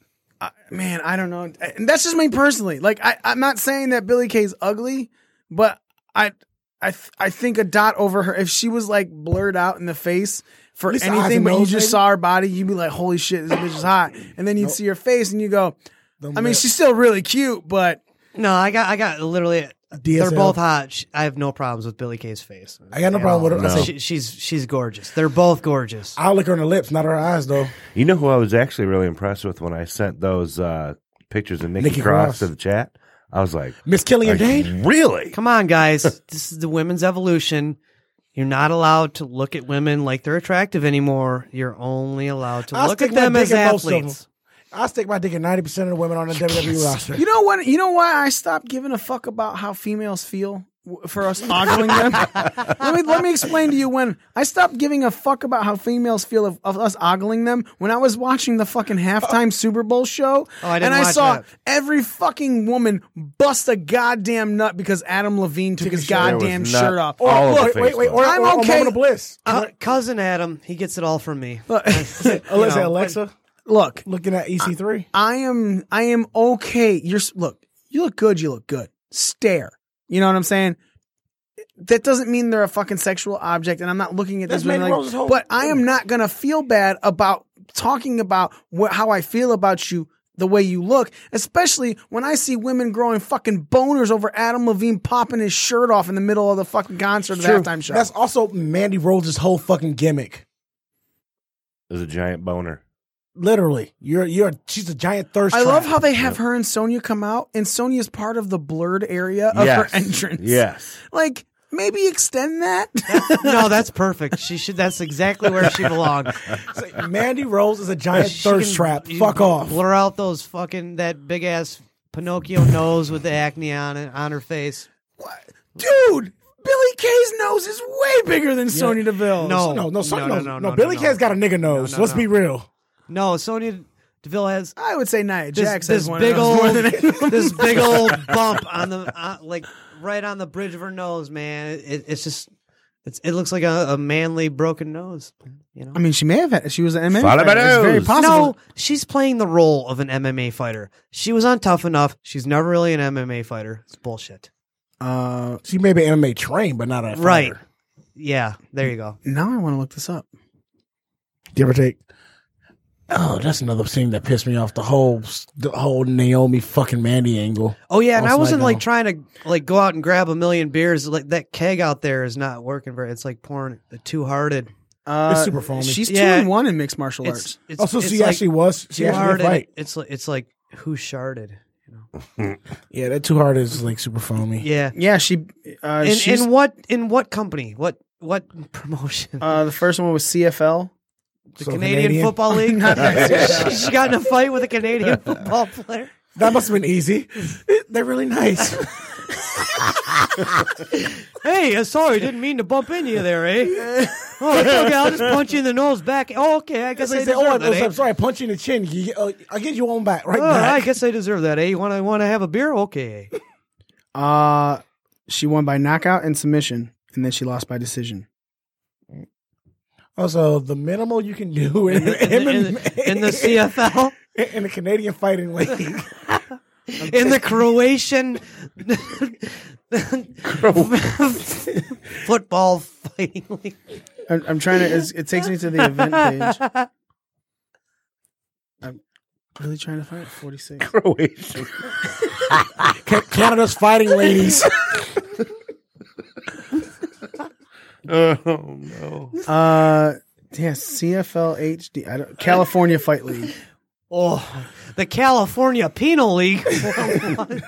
S2: I- man, I don't know. And that's just me personally. Like, I, I'm not saying that Billy Kay's ugly, but I, I, th- I think a dot over her. If she was like blurred out in the face for
S8: least eyes
S2: anything,
S8: and
S2: but you
S8: nose,
S2: just
S8: maybe?
S2: saw her body, you'd be like, "Holy shit, this bitch is hot!" And then you'd see her face, and you go, "I mean,
S8: lips.
S2: she's still really cute, but
S9: No, I got, I got literally. They're
S8: DSL.
S9: both hot. Sh- I have no problems with Billy Kay's face.
S8: I got no
S9: At
S8: problem with
S9: all.
S8: her. I say-
S9: She, she's she's gorgeous. They're both gorgeous.
S8: I look her in the lips, not her eyes though.
S7: you know who I was actually really impressed with when I sent those uh, pictures of Nikki,
S8: Nikki
S7: Cross,
S8: Cross.
S7: to the chat. I was like,
S8: Miss Killian
S7: like,
S8: Dane.
S7: really?
S9: Come on, guys. this is the women's evolution. You're not allowed to look at women like they're attractive anymore. You're only allowed to
S8: I'll
S9: look at
S8: stick my
S9: them
S8: dick
S9: as
S8: in most of
S9: athletes.
S8: I stick my dick in ninety percent of the women on the WWE roster.
S2: You know what? You know why I stopped giving a fuck about how females feel w- for us ogling them. let me let me explain to you when I stopped giving a fuck about how females feel of, of us ogling them when I was watching the fucking halftime Super Bowl show
S9: Oh, I didn't
S2: and I
S9: watch
S2: saw
S9: that.
S2: every fucking woman bust a goddamn nut because Adam Levine took, his
S8: his shirt. There
S7: was
S2: goddamn
S7: nut
S2: shirt off.
S7: all
S8: Oh,
S7: over
S8: look, wait, wait,
S7: Facebook.
S8: or, or,
S2: I'm
S8: or
S2: okay.
S8: a moment of bliss.
S9: Uh, cousin Adam, he gets it all from me.
S2: Look-
S8: Alexa,
S9: know,
S8: Alexa,
S2: Look,
S8: looking at E EC3.
S2: I am I am okay. You're s- look, you look good, you look good. Stare. You know what I'm saying? That doesn't mean they're a fucking sexual object, and I'm not looking at this.
S8: That's Mandy
S2: woman like-
S8: Rose's whole
S2: but I am not gonna feel bad about talking about what, how I feel about you the way you look, especially when I see women growing fucking boners over Adam Levine popping his shirt off in the middle of the fucking concert of the
S8: True.
S2: halftime show.
S8: That's also Mandy Rose's whole fucking gimmick.
S7: There's a giant boner.
S8: Literally, you're you're she's a giant thirst.
S2: I
S8: trap.
S2: love how they have her and Sonya come out, and Sonya's part of the blurred area of
S7: Yes.
S2: her entrance.
S7: Yes.
S2: Like, maybe extend that.
S9: no, that's perfect. She should. That's exactly where she belongs.
S8: It's like, Mandy Rose is a giant
S9: She
S8: thirst
S9: can-
S8: trap.
S9: you
S8: Fuck off.
S9: Blur out those fucking that big ass Pinocchio nose with the acne on it on her face.
S2: Dude, Billy Kay's nose is way bigger than Sonya Deville's.
S9: No,
S8: No, no, Sonya
S9: no,
S8: knows-
S9: no,
S8: no,
S9: no,
S8: Billy
S9: no.
S8: Kay's got a nigga nose.
S9: no,
S8: Let's
S9: no.
S8: be real.
S9: No, Sonya Deville has
S2: I would say Nia
S9: this,
S2: Jax
S9: this
S2: has one
S9: big
S2: of those more
S9: old
S2: than anyone.
S9: this big old bump on the uh, like right on the bridge of her nose, man. It, it's just it's it looks like a, a manly broken nose. You know,
S2: I mean, she may have had. She was an MMA
S7: Follow
S2: fighter.
S7: my
S2: It's very
S7: nose.
S2: possible.
S9: No, she's playing the role of an MMA fighter. She was on Tough Enough. She's never really an MMA fighter. It's bullshit.
S2: Uh,
S8: She may be MMA trained, but not a fighter.
S9: Right. Yeah. There you go.
S2: now I want to look this up.
S8: Give or take. Oh, that's another thing that pissed me off. The whole the whole Naomi fucking Mandy angle.
S9: Oh yeah, and
S8: Also,
S9: I wasn't
S8: I
S9: like
S8: know.
S9: trying to like go out and grab a million beers. Like that keg out there is not working very. It's like pouring too hearted.
S2: Uh,
S8: It's super foamy.
S2: She's
S9: Yeah.
S2: two and one in mixed martial
S9: It's
S2: arts.
S9: it's
S8: Also,
S9: it's
S8: she
S9: like
S8: actually was. She
S9: too
S8: actually did
S9: hearted.
S8: fight.
S9: It's like it's like who sharded.
S8: Yeah, that too hard is like super foamy.
S9: Yeah.
S2: Yeah, she. Uh,
S9: In,
S2: she's,
S9: in what in what company? What what promotion?
S2: uh, the first one was CFL.
S9: the
S8: so
S9: Canadian,
S8: Canadian?
S9: Football League.
S2: Not that
S9: she, she got in a fight with a Canadian football player.
S8: That must have been easy. They're really nice.
S9: Hey, uh, sorry, didn't mean to bump into you there, eh? Oh, it's okay, I'll just punch you in the nose back. Oh, okay, I guess I
S8: they say,
S9: deserve
S8: "Oh, I'm,
S9: that. eh?
S8: I'm sorry, I punch you in the chin. You- uh, I'll get you on back right
S9: Oh,
S8: back."
S9: I guess I deserve that. Eh? You want to want to have a beer? Okay.
S2: Uh, she won by knockout and submission, and then she lost by decision.
S8: Also, the minimal you can do in,
S9: In the, in the- in the CFL,
S8: the, Canadian fighting league.
S9: in the Croatian football fighting league.
S2: I'm, I'm trying to. It's, it takes me to the event page. I'm really trying to find it. 46.
S7: Croatian.
S8: Ca- Canada's fighting ladies.
S7: Oh no.
S2: Uh, yeah, CFL HD. I don't, California Fight League.
S9: Oh, the California Penal League.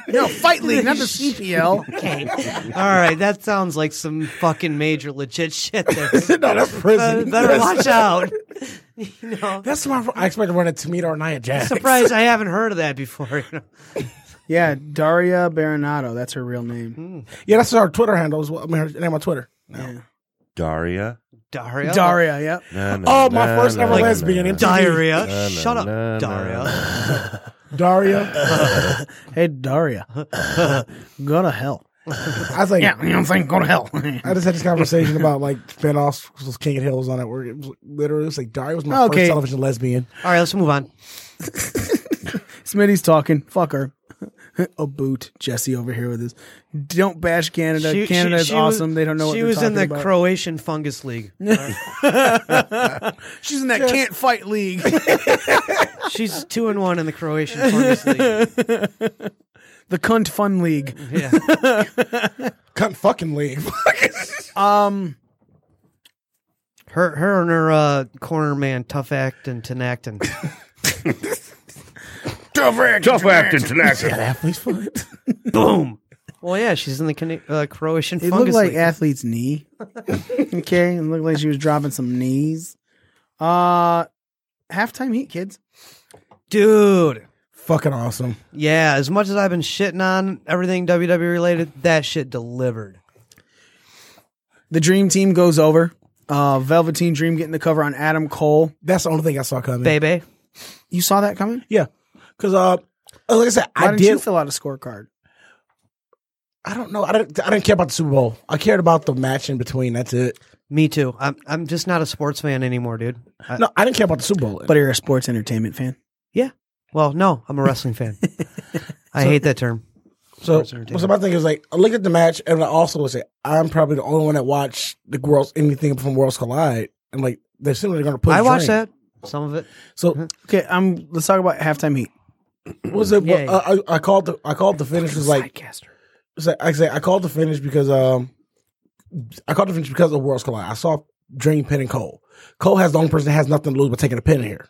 S2: No, Fight League, not the CPL.
S9: Okay. All right, that sounds like some fucking major legit shit. There.
S8: no, that's
S9: Uh,
S8: prison.
S9: better
S8: that's,
S9: watch out. You know,
S8: That's my. I expect to run into Tamita or Nia Jax.
S9: surprised I haven't heard of that before. You know?
S2: Yeah, Daria Baronato. That's her real name.
S8: Yeah, that's our Twitter handle. As well. I mean, her name on Twitter.
S7: Daria.
S9: Daria.
S2: Daria, yep.
S7: Na, na,
S8: Oh, my
S7: na,
S8: first
S7: na,
S8: ever
S7: na,
S8: lesbian.
S7: na,
S8: in
S7: na.
S9: Diarrhea.
S7: na,
S9: Shut up,
S7: na, na.
S9: Daria.
S8: Daria.
S2: Hey, Daria. go to hell.
S8: I was like,
S2: you know what I'm saying? Go to hell.
S8: I just had this conversation about like spinoffs was King of Hills on that word. It was literally it was like Daria was my
S2: Okay.
S8: first television lesbian.
S9: All right, let's move on.
S2: Smitty's talking. Fuck her. A boot. Jesse over here with us. Don't bash Canada. Canada is
S9: she was-
S2: awesome. they don't know what
S9: She
S2: they're
S9: was in
S2: talking
S9: the
S2: about.
S9: Croatian Fungus League.
S2: She's in that can't fight league.
S9: She's two and one in the Croatian Fungus League.
S2: the cunt fun league.
S9: Yeah.
S8: Couldn't fucking leave.
S2: Um,
S9: Her, her and her uh, corner man, Tough Act and Tenactin.
S7: Tough acting tonight.
S8: Athlete's foot.
S9: Boom. Well, yeah, she's in the Cana- uh, Croatian
S2: it
S9: Fungus
S2: looked like
S9: League.
S2: athlete's knee. okay, it looked like she was dropping some knees. Uh, halftime heat, kids.
S9: Dude.
S8: Fucking awesome.
S9: Yeah, as much as I've been shitting on everything WWE related, that shit delivered.
S2: The dream team goes over. Uh, Velveteen Dream getting the cover on Adam Cole.
S8: That's the only thing I saw coming.
S9: Baby.
S2: You saw that coming?
S8: Yeah, because uh, like I said,
S2: Why
S8: I
S2: didn't you
S8: did.
S2: fill out a scorecard?
S8: I don't know. I didn't. I didn't care about the Super Bowl. I cared about the match in between. That's it.
S9: Me too. I'm I'm just not a sports fan anymore, dude. I,
S8: No, I didn't care about the Super Bowl.
S2: But you're a sports entertainment fan.
S9: Yeah. Well, no, I'm a wrestling fan. I hate that term.
S8: so, so my thing is like, I looked at the match, and I also was like, I'm probably the only one that watched the worlds anything from Worlds Collide, and like they're similarly going to put.
S9: I
S8: Dream.
S2: Mm-hmm.
S9: watched that. Some of it.
S8: So
S2: Okay, um, let's talk about halftime heat.
S8: was it?
S9: Yeah, yeah.
S8: I, I- I called the I called the finish was like
S9: Sidecaster.
S8: So, like I say, I called the finish because um, I called the finish because of Worlds Collide. I saw Dream pin and Cole. Cole has the only person that has nothing to lose but taking a pin here,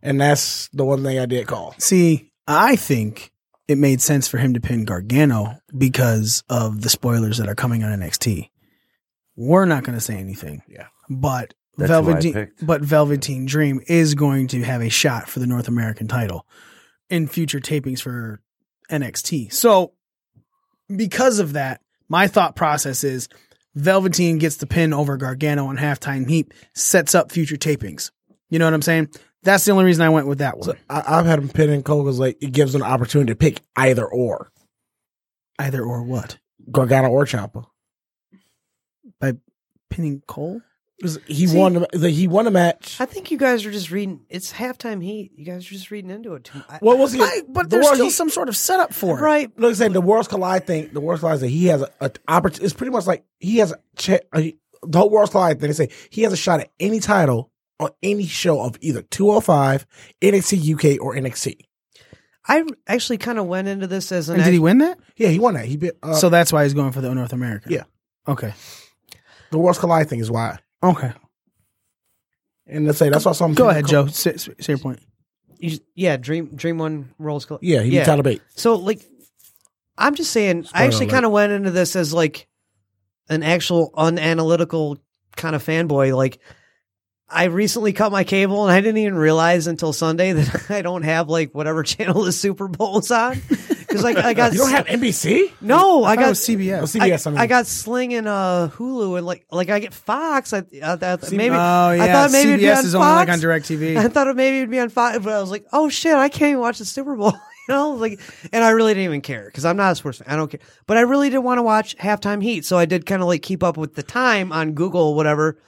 S8: and that's the one thing I did call.
S2: See, I think it made sense for him to pin Gargano because of the spoilers that are coming on NXT. We're not going to say anything.
S8: Yeah.
S2: But
S7: That's who I
S2: Velveteen,
S7: picked.
S2: but Velveteen Dream is going to have a shot for the North American title in future tapings for NXT. So, because of that, my thought process is Velveteen gets the pin over Gargano on halftime heap, sets up future tapings. You know what I'm saying? That's the only reason I went with that one.
S8: So I, I've had him pin and Cole because like it gives them an opportunity to pick either or
S2: Either or what?
S8: Gargano or Ciampa.
S2: By pinning Cole?
S8: 'Cause He
S9: See-
S8: won. The, he won a match.
S9: I think you guys are just reading. It's halftime heat. You guys are just reading into it. Too. I,
S8: What was he?
S2: I, but
S8: the
S2: there's
S8: one
S2: still
S8: he-
S2: some sort of setup for it.
S9: right?
S8: Like I said, the Worlds Collide thing, the Worlds Collide is that he has a, a opportunity. It's pretty much like he has a, cha- a the whole Worlds Collide thing. They say he has a shot at any title on any show of either 205, NXT UK, or NXT.
S9: I actually kind of went into this as an.
S2: And did he win that?
S8: Yeah, he won that. He bit, uh,
S2: so that's why he's going for the North American.
S8: Yeah.
S2: Okay.
S8: the Worlds Collide thing is why.
S2: Okay.
S8: And let's say that's why some
S2: Go
S8: people
S2: ahead,
S8: call-
S2: Joe. Say, say your point.
S9: you- yeah, dream dream one rolls. Col-
S8: Yeah, he beat Tyler Bate.
S9: So like, I'm just saying. I actually
S8: alert.
S9: kind of went into this as like an actual unanalytical kind of fanboy. Like, I recently cut my cable, and I didn't even realize until Sunday that I don't have like whatever channel the Super Bowl's on because like I got
S8: You don't have NBC?
S9: no, I,
S2: I
S9: got
S2: was
S8: Oh,
S2: CBS.
S8: CBS. I,
S9: I,
S8: mean,
S9: I got Sling and uh, Hulu and like like I get Fox. I, I, thought
S8: See,
S9: maybe
S2: oh,
S9: I
S2: yeah.
S9: thought maybe it'd be
S2: CBS
S9: on
S2: is only like
S9: Fox.
S2: on DirecTV.
S9: I thought it maybe it'd be on Fox, but I was like, oh shit, I can't even watch the Super Bowl. you know, like, and I really didn't even care because I'm not a sports fan. I don't care, but I really did want to watch halftime heat, so I did kind of like keep up with the time on Google, or whatever.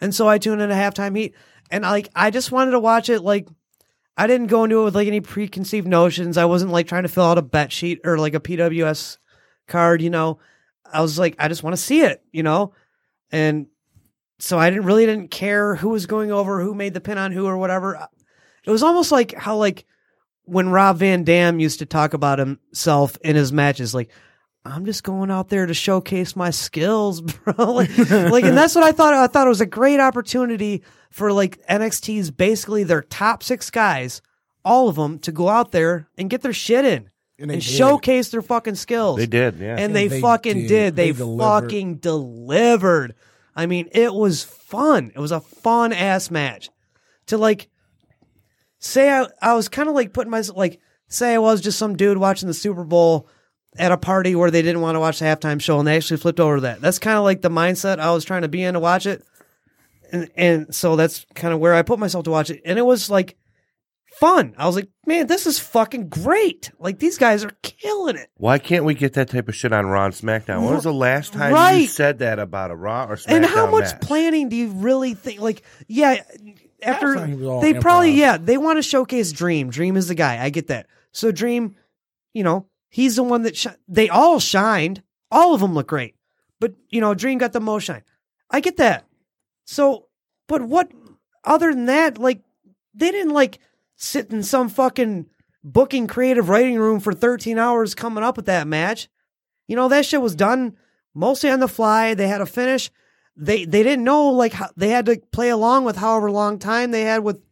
S9: And so I tuned into halftime heat, and I, like I just wanted to watch it. Like I didn't go into it with like any preconceived notions. I wasn't like trying to fill out a bet sheet or like a PWS card. You know, I was like, I just want to see it. You know, and so I didn't really didn't care who was going over, who made the pin on who or whatever. It was almost like how like when Rob Van Dam used to talk about himself in his matches, like I'm just going out there to showcase my skills, bro. like, like, and that's what I thought. I thought it was a great opportunity for like NXT's basically their top six guys, all of them, to go out there and get their shit in and,
S8: they did.
S9: showcase their fucking skills.
S7: They did, yeah.
S9: and they,
S8: they
S9: fucking
S8: did.
S9: did. They,
S8: They delivered.
S9: fucking delivered. I mean, it was fun. It was a fun ass match. To like say I, I was kind of like putting myself like say I was just some dude watching the Super Bowl at a party where they didn't want to watch the halftime show and they actually flipped over to that. That's kind of like the mindset I was trying to be in to watch it. And and so that's kind of where I put myself to watch it. And it was like fun. I was like, man, this is fucking great. Like these guys are killing it.
S7: Why can't we get that type of shit on Raw and SmackDown? When was the last time you
S9: Right.
S7: said that about a Raw or SmackDown
S9: and how much
S7: match?
S9: planning do you really think like yeah after
S8: Halftime was all
S9: they probably
S8: improv.
S9: yeah they want to showcase dream dream is the guy i get that so dream you know he's the one that shi- they all shined all of them look great but you know dream got the most shine i get that so but what other than that like they didn't like sit in some fucking booking creative writing room for 13 hours coming up with that match you know that shit was done mostly on the fly they had a finish they they didn't know like how, they had to play along with however long time they had with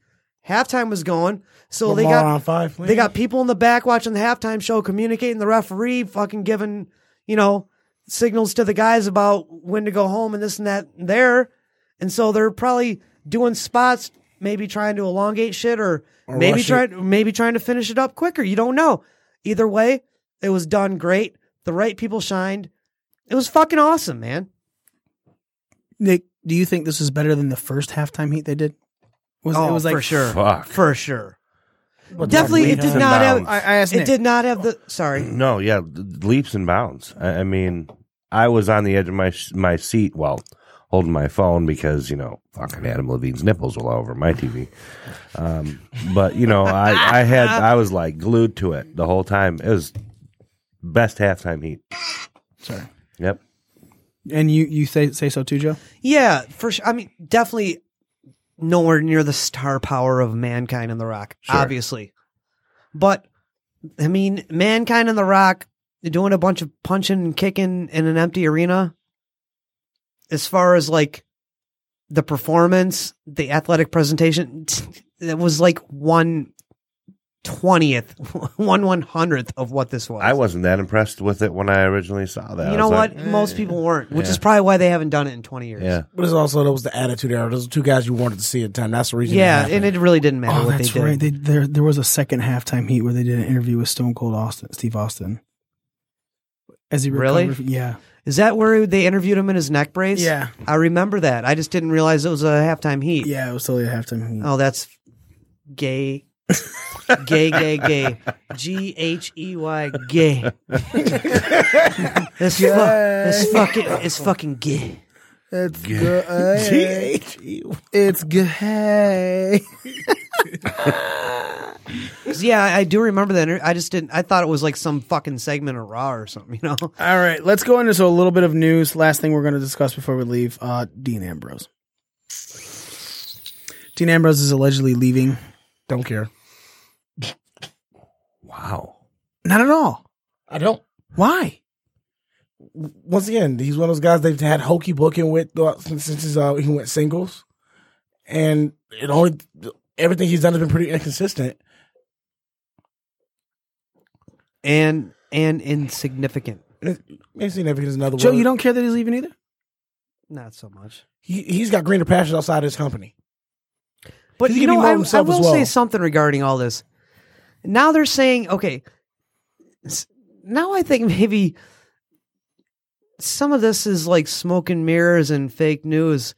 S9: halftime was going so they
S8: Lamar
S9: got
S8: on five, please.
S9: they got people in the back watching the halftime show, communicating the referee, fucking giving, you know, signals to the guys about when to go home and this and that and there. And so they're probably doing spots, maybe trying to elongate shit or, maybe
S8: rush
S9: trying maybe trying to finish it up quicker. You don't know. Either way, it was done great. The right people shined. It was fucking awesome, man.
S2: Nick, do you think this is better than the first halftime heat they did? Was,
S9: Oh,
S2: it was like,
S9: for sure.
S7: Fuck.
S9: For sure.
S8: But
S9: Definitely it
S8: Roman
S9: did
S8: Reigns-
S9: not have
S7: Bounds.
S2: I, I asked
S9: it
S2: Nick.
S9: did not have the sorry.
S7: No, yeah, th- leaps and bounds. I, I mean, I was on the edge of my s- my seat while holding my phone because you know fucking Adam Levine's nipples were all over my TV. Um, but you know, I I had I was like glued to it the whole time. It was best halftime heat.
S2: Sorry.
S7: Yep.
S2: And you, you say, say so too, Joe?
S9: Yeah, for sure. I mean, definitely nowhere near the star power of mankind in the Rock. Obviously, But I mean, mankind and The Rock doing a bunch of punching and kicking in an empty arena. As far as like the performance, the athletic presentation, it was like one twentieth, one one hundredth of what this was.
S7: I wasn't that impressed with it when I originally saw that. I
S9: You know
S7: was
S9: what?
S7: like, eh.
S9: Most people weren't, which is probably why they haven't done it in twenty years.
S7: Yeah.
S8: But it's also that was the attitude era. Those are two guys you wanted to see at the time. That's the reason.
S9: Yeah,
S8: happened.
S9: and it really didn't matter
S2: Oh,
S9: what they
S2: that's
S9: did.
S2: right. They, there, there was a second halftime heat where they did an interview with Stone Cold Austin, Steve Austin. As he
S9: Really?
S2: recovered- yeah,
S9: Is that where they interviewed him in his neck brace?
S2: Yeah.
S9: I remember that. I just didn't realize it was a halftime heat.
S2: yeah, it was totally a halftime heat.
S9: Oh, that's gay. gay, gay, gay. G H E Y gay. that's, fu- that's fucking it's fucking gay.
S2: It's gay. It's gay.
S9: 'Cause, Yeah, I do remember that. I just didn't. I thought it was like some fucking segment of Raw or something. You know,
S2: All right, let's go into so a little bit of news. Last thing we're going to discuss before we leave uh, Dean Ambrose. Dean Ambrose is allegedly leaving.
S8: don't care.
S7: Wow.
S2: Not at all.
S8: I don't.
S2: Why?
S8: Once again, he's one of those guys they've had hokey booking with throughout- since since his, uh, he went singles, and it only everything he's done has been pretty inconsistent.
S9: and and insignificant.
S8: Insignificant is another
S2: Joe,
S8: word.
S2: you don't care that he's leaving either?
S9: Not so much.
S8: He, he's got greener pastures outside his company.
S9: But
S8: He
S9: you
S8: can be
S9: know,
S8: more
S9: I, I
S8: himself
S9: will
S8: as well.
S9: say something regarding all this. Now they're saying, okay. s- Now I think maybe some of this is like smoke and mirrors and fake news,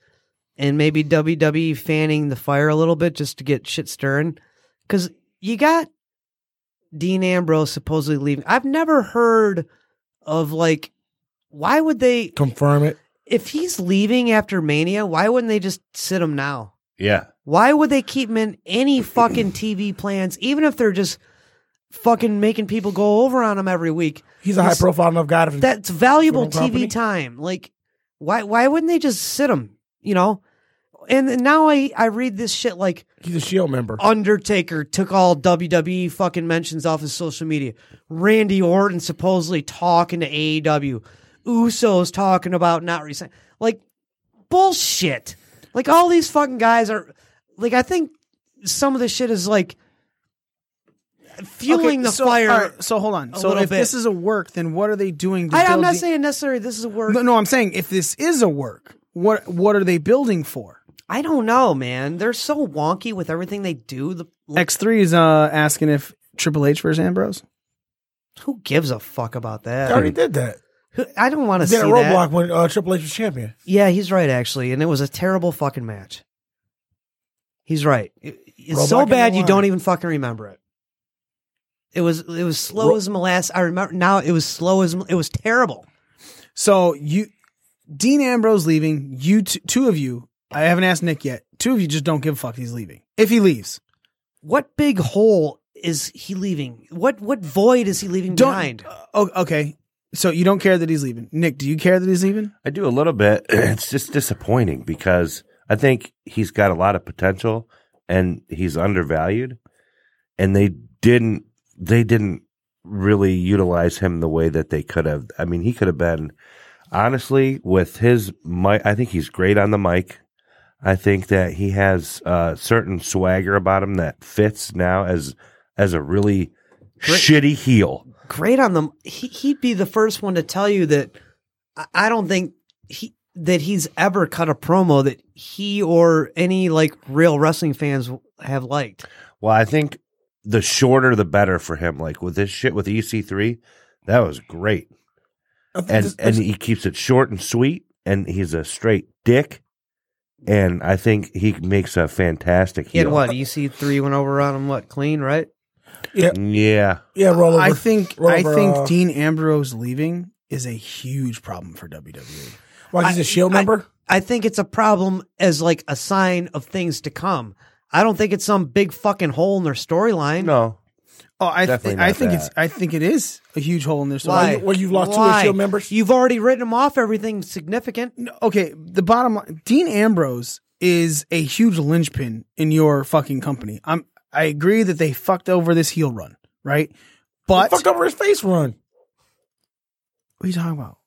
S9: and maybe WWE fanning the fire a little bit just to get shit stirring. Because you got Dean Ambrose supposedly leaving. I've never heard of like, why would they?
S8: Confirm it.
S9: If he's leaving after Mania, why wouldn't they just sit him now?
S7: Yeah.
S9: Why would they keep them in any fucking TV plans, even if they're just fucking making people go over on them every week?
S8: He's a high profile enough guy. To,
S9: That's valuable
S8: Phone company?
S9: TV time. Like, why why wouldn't they just sit them? You know. And then now I I read this shit like
S8: he's a Shield E member.
S9: Oh, Undertaker took all WWE fucking mentions off his social media. Randy Orton supposedly talking to AEW. Usos talking about not resign. Like bullshit. Like all these fucking guys are like I think some of this shit is like fueling the
S2: so,
S9: fire.
S2: all right, so hold on.
S9: a
S2: So
S9: little
S2: if
S9: bit.
S2: this is a work, then what are they doing? To
S9: I, am
S2: build
S9: not
S2: the-
S9: saying necessarily this is a word.
S2: No, no, I'm saying if this is a work, what what are they building for?
S9: I don't know, man. They're so wonky with everything they do. The,
S2: X3 is uh, asking if Triple H versus Ambrose.
S9: who gives a fuck about
S8: I already did
S9: that?
S8: that.
S9: Who- I don't want to see
S8: Did a
S9: that.
S8: roadblock when uh, Triple H was champion.
S9: Yeah, he's right actually, and it was a terrible fucking match. He's right. It- it's
S8: Roebuck
S9: so
S8: and
S9: bad you
S8: Noir.
S9: don't even fucking remember it. It was it was slow as molasses. I remember now. It was slow as mol- it was terrible.
S2: So you, Dean Ambrose leaving. You t- two of you. I haven't asked Nick yet. Two of you just don't give a fuck. He's leaving. If he leaves,
S9: What big hole is he leaving? What what void is he leaving
S2: don't.
S9: behind?
S2: uh, oh, okay. So you don't care that he's leaving. Nick, do you care that he's leaving?
S7: I do a little bit. It's just disappointing because I think he's got a lot of potential and he's undervalued. And they didn't they didn't really utilize him the way that they could have. I mean, he could have been honestly with his mic I think he's great on the mic. I think that he has a certain swagger about him that fits now as as a really shitty heel.
S9: Great on them. He, he'd be the first one to tell you that. I, I don't think he that he's ever cut a promo that he or any like real wrestling fans have liked.
S7: Well, I think the shorter the better for him. Like with this shit with EC3, that was great,
S8: I think
S7: and
S8: this-
S7: and he keeps it short and sweet, and he's a straight dick, and I think he makes a fantastic.
S9: He had
S7: heel.
S9: what? EC3 went over on him, what, clean, right?
S7: Yeah,
S8: yeah, roll over.
S2: I think.
S8: Roll
S2: I
S8: over,
S2: think
S8: uh,
S2: Dean Ambrose leaving is a huge problem for E. WWE.
S8: Why he's
S9: I-
S8: a Shield
S9: I-
S8: E member?
S9: I think it's a problem as like a sign of things to come. I don't think it's some big fucking hole in their storyline.
S7: no,
S2: Oh, I th-
S7: Definitely
S2: I
S7: not
S2: think
S7: that.
S2: it's. I think it is a huge hole in their story.
S9: Why?
S8: Well, you- you've lost two
S9: Why?
S8: Shield members.
S9: You've already written them off everything significant.
S2: okay, the bottom line, Dean Ambrose is a huge linchpin in your fucking company. I'm I agree that they fucked over this heel run. right? But
S8: Fucked over his face run.
S2: What are you talking about?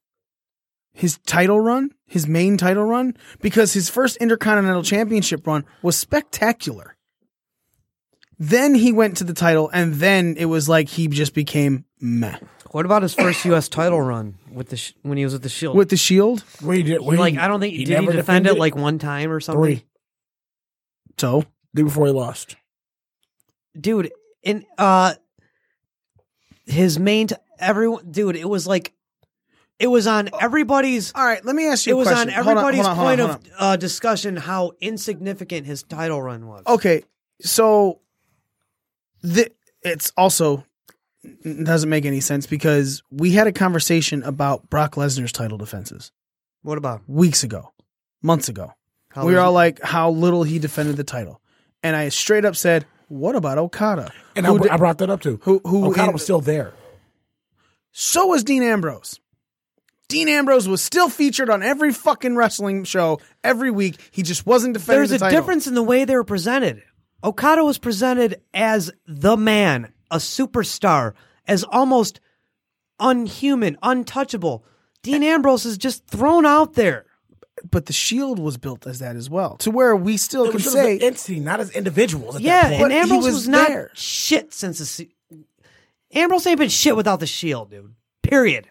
S2: His title run, his main title run, because his first Intercontinental Championship run was spectacular. Then he went to the title, and then it was like he just became meh.
S9: What about his first U.S. title run with the sh- when he was with the Shield?
S2: With the Shield,
S8: Where he did,
S9: He, like I don't think did he
S8: never
S9: defend it
S8: defended
S9: like one time or something?
S8: three,
S2: so
S8: three before he lost.
S9: dude in uh his main t- everyone dude it was like it was on
S8: Oh.
S9: everybody's
S2: all right, let me ask you.
S9: it
S2: a
S9: was on
S2: question. Hold
S9: everybody's
S2: hold hold
S9: point
S2: hold
S9: of uh discussion how insignificant his title run was
S2: okay so the, it's also it doesn't make any sense because we had a conversation about brock lesnar's title defenses
S9: what about him?
S2: weeks ago months ago
S9: How
S2: we were
S9: is
S2: all
S9: it?
S2: like how little he defended the title and i straight up said what about okada
S8: And
S2: who
S8: I,
S2: did-
S8: I brought that up too.
S2: who- who
S8: Okada
S2: in-
S8: was still there.
S2: so was dean ambrose Dean Ambrose was still featured on every fucking wrestling show every week. He just wasn't defending
S9: there's
S2: the
S9: a
S2: title.
S9: difference in the way they were presented okada was presented as the man a superstar as almost unhuman untouchable dean
S2: Eh.
S9: ambrose is just thrown out there
S2: but the Shield was built as that as well, to where we still
S8: It
S2: can
S8: was just an
S2: say
S8: entity, not as individuals. At
S9: Yeah,
S8: that point.
S9: and
S2: But he
S9: Ambrose
S2: was
S9: was, not
S2: there.
S9: shit since the. Se- Ambrose ain't been shit without the Shield, dude. Period.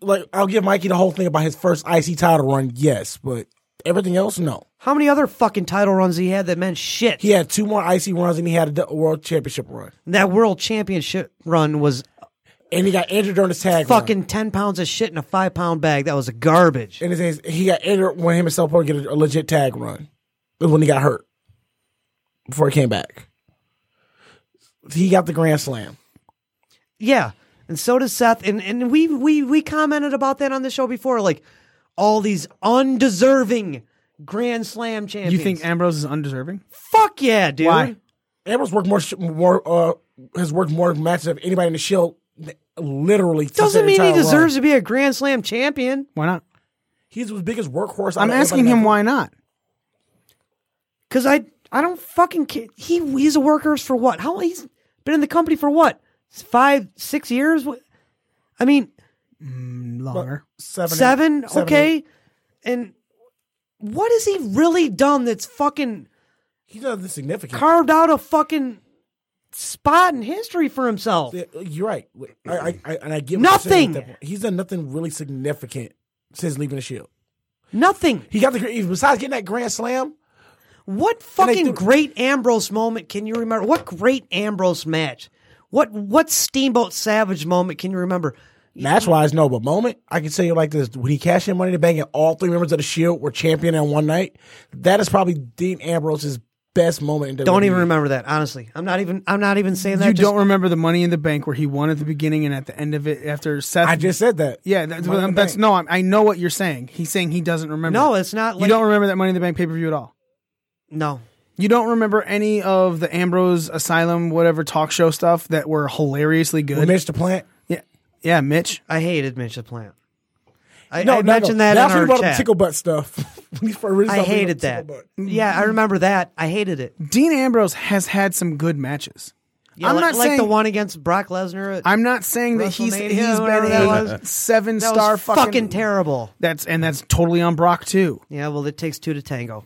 S8: like I'll give Mikey the whole thing about his first IC title run. Yes, but everything else, no.
S9: How many other fucking title runs he had that meant shit?
S8: He had two more IC runs, and he had a d- world championship run.
S9: that world championship run was
S8: And he got injured during his tag. run.
S9: fucking ten pounds of shit in a five pound bag. That was garbage.
S8: And his, he got injured when him and Cell Porter get a, a legit tag run. That's when he got hurt. Before he came back. He got the Grand Slam.
S9: Yeah, and so does Seth. And and we we we commented about that on the show before. Like all these undeserving Grand Slam champions.
S2: you think Ambrose is undeserving.
S9: Fuck yeah, dude.
S2: Why?
S8: Ambrose worked more, sh- more uh, has worked more matches of anybody in the Shield, literally. since
S9: Doesn't
S8: that
S9: mean he
S8: entire
S9: deserves
S8: run.
S9: to be a Grand Slam champion.
S2: Why not?
S8: He's the biggest workhorse. out
S2: I'm
S8: of
S2: asking
S8: everybody
S2: him
S8: that-
S2: why not.
S9: Cause I I don't fucking care. He he's a workhorse for what? How he's been in the company for what? Five six years? What- I mean
S2: Longer.
S8: Seven.
S9: seven.
S8: eight- seven,
S9: okay,
S8: eight.
S9: and what has he really done that's fucking
S8: He does the significant.
S9: carved out a fucking spot in history for himself?
S8: Yeah, You're right. I, I, I, and I give
S9: Nothing.
S8: He's done nothing really significant since leaving the Shield.
S9: Nothing.
S8: He got the besides getting that Grand Slam.
S9: What
S8: And they
S9: fucking
S8: do-
S9: great Ambrose moment can you remember? What great Ambrose match? What what Steamboat Savage moment can you remember?
S8: Match wise, no, but moment, I can tell you like this: when he cashed in Money in the Bank, and all three members of the Shield were champion in one night, that is probably Dean Ambrose's best moment. In E.
S9: Don't
S8: WWE.
S9: even remember that. Honestly, I'm not even. I'm not even saying that.
S2: You
S9: just-
S2: don't remember the Money in the Bank where he won at the beginning and at the end of it after Seth.
S8: I just said that.
S2: yeah, that,
S9: um,
S8: Money in the
S2: that's
S8: Bank.
S2: no. I'm, I know what you're saying. He's saying he doesn't remember.
S9: No,
S2: it.
S9: it's not
S2: you
S9: like-
S2: don't remember that Money in the Bank pay per view at all.
S9: No.
S2: You don't remember any of the Ambrose Asylum whatever talk show stuff that were hilariously good.
S8: When Mr. Plant.
S2: yeah, yeah, Mitch.
S9: I hated Mitch the Plant. I,
S8: No,
S9: I
S8: no,
S9: mentioned
S8: no.
S9: that
S8: That's when
S9: in our
S8: he brought up
S9: chat.
S8: the tickle butt stuff. When he first originally
S9: I
S8: started bringing
S9: hated
S8: up tickle
S9: that.
S8: butt. Mm-hmm.
S9: Yeah, I remember that. I hated it.
S2: Dean Ambrose has had some good matches.
S9: Yeah,
S2: I'm
S9: like,
S2: not
S9: like
S2: saying
S9: the one against Brock Lesnar. at-
S2: I'm not saying that he's
S9: WrestleMania,
S2: he's been
S9: whatever
S2: a
S9: that was.
S2: seven
S9: that
S2: star
S9: was fucking, terrible.
S2: That's and that's totally on Brock too.
S9: Yeah, well, it takes two to tango.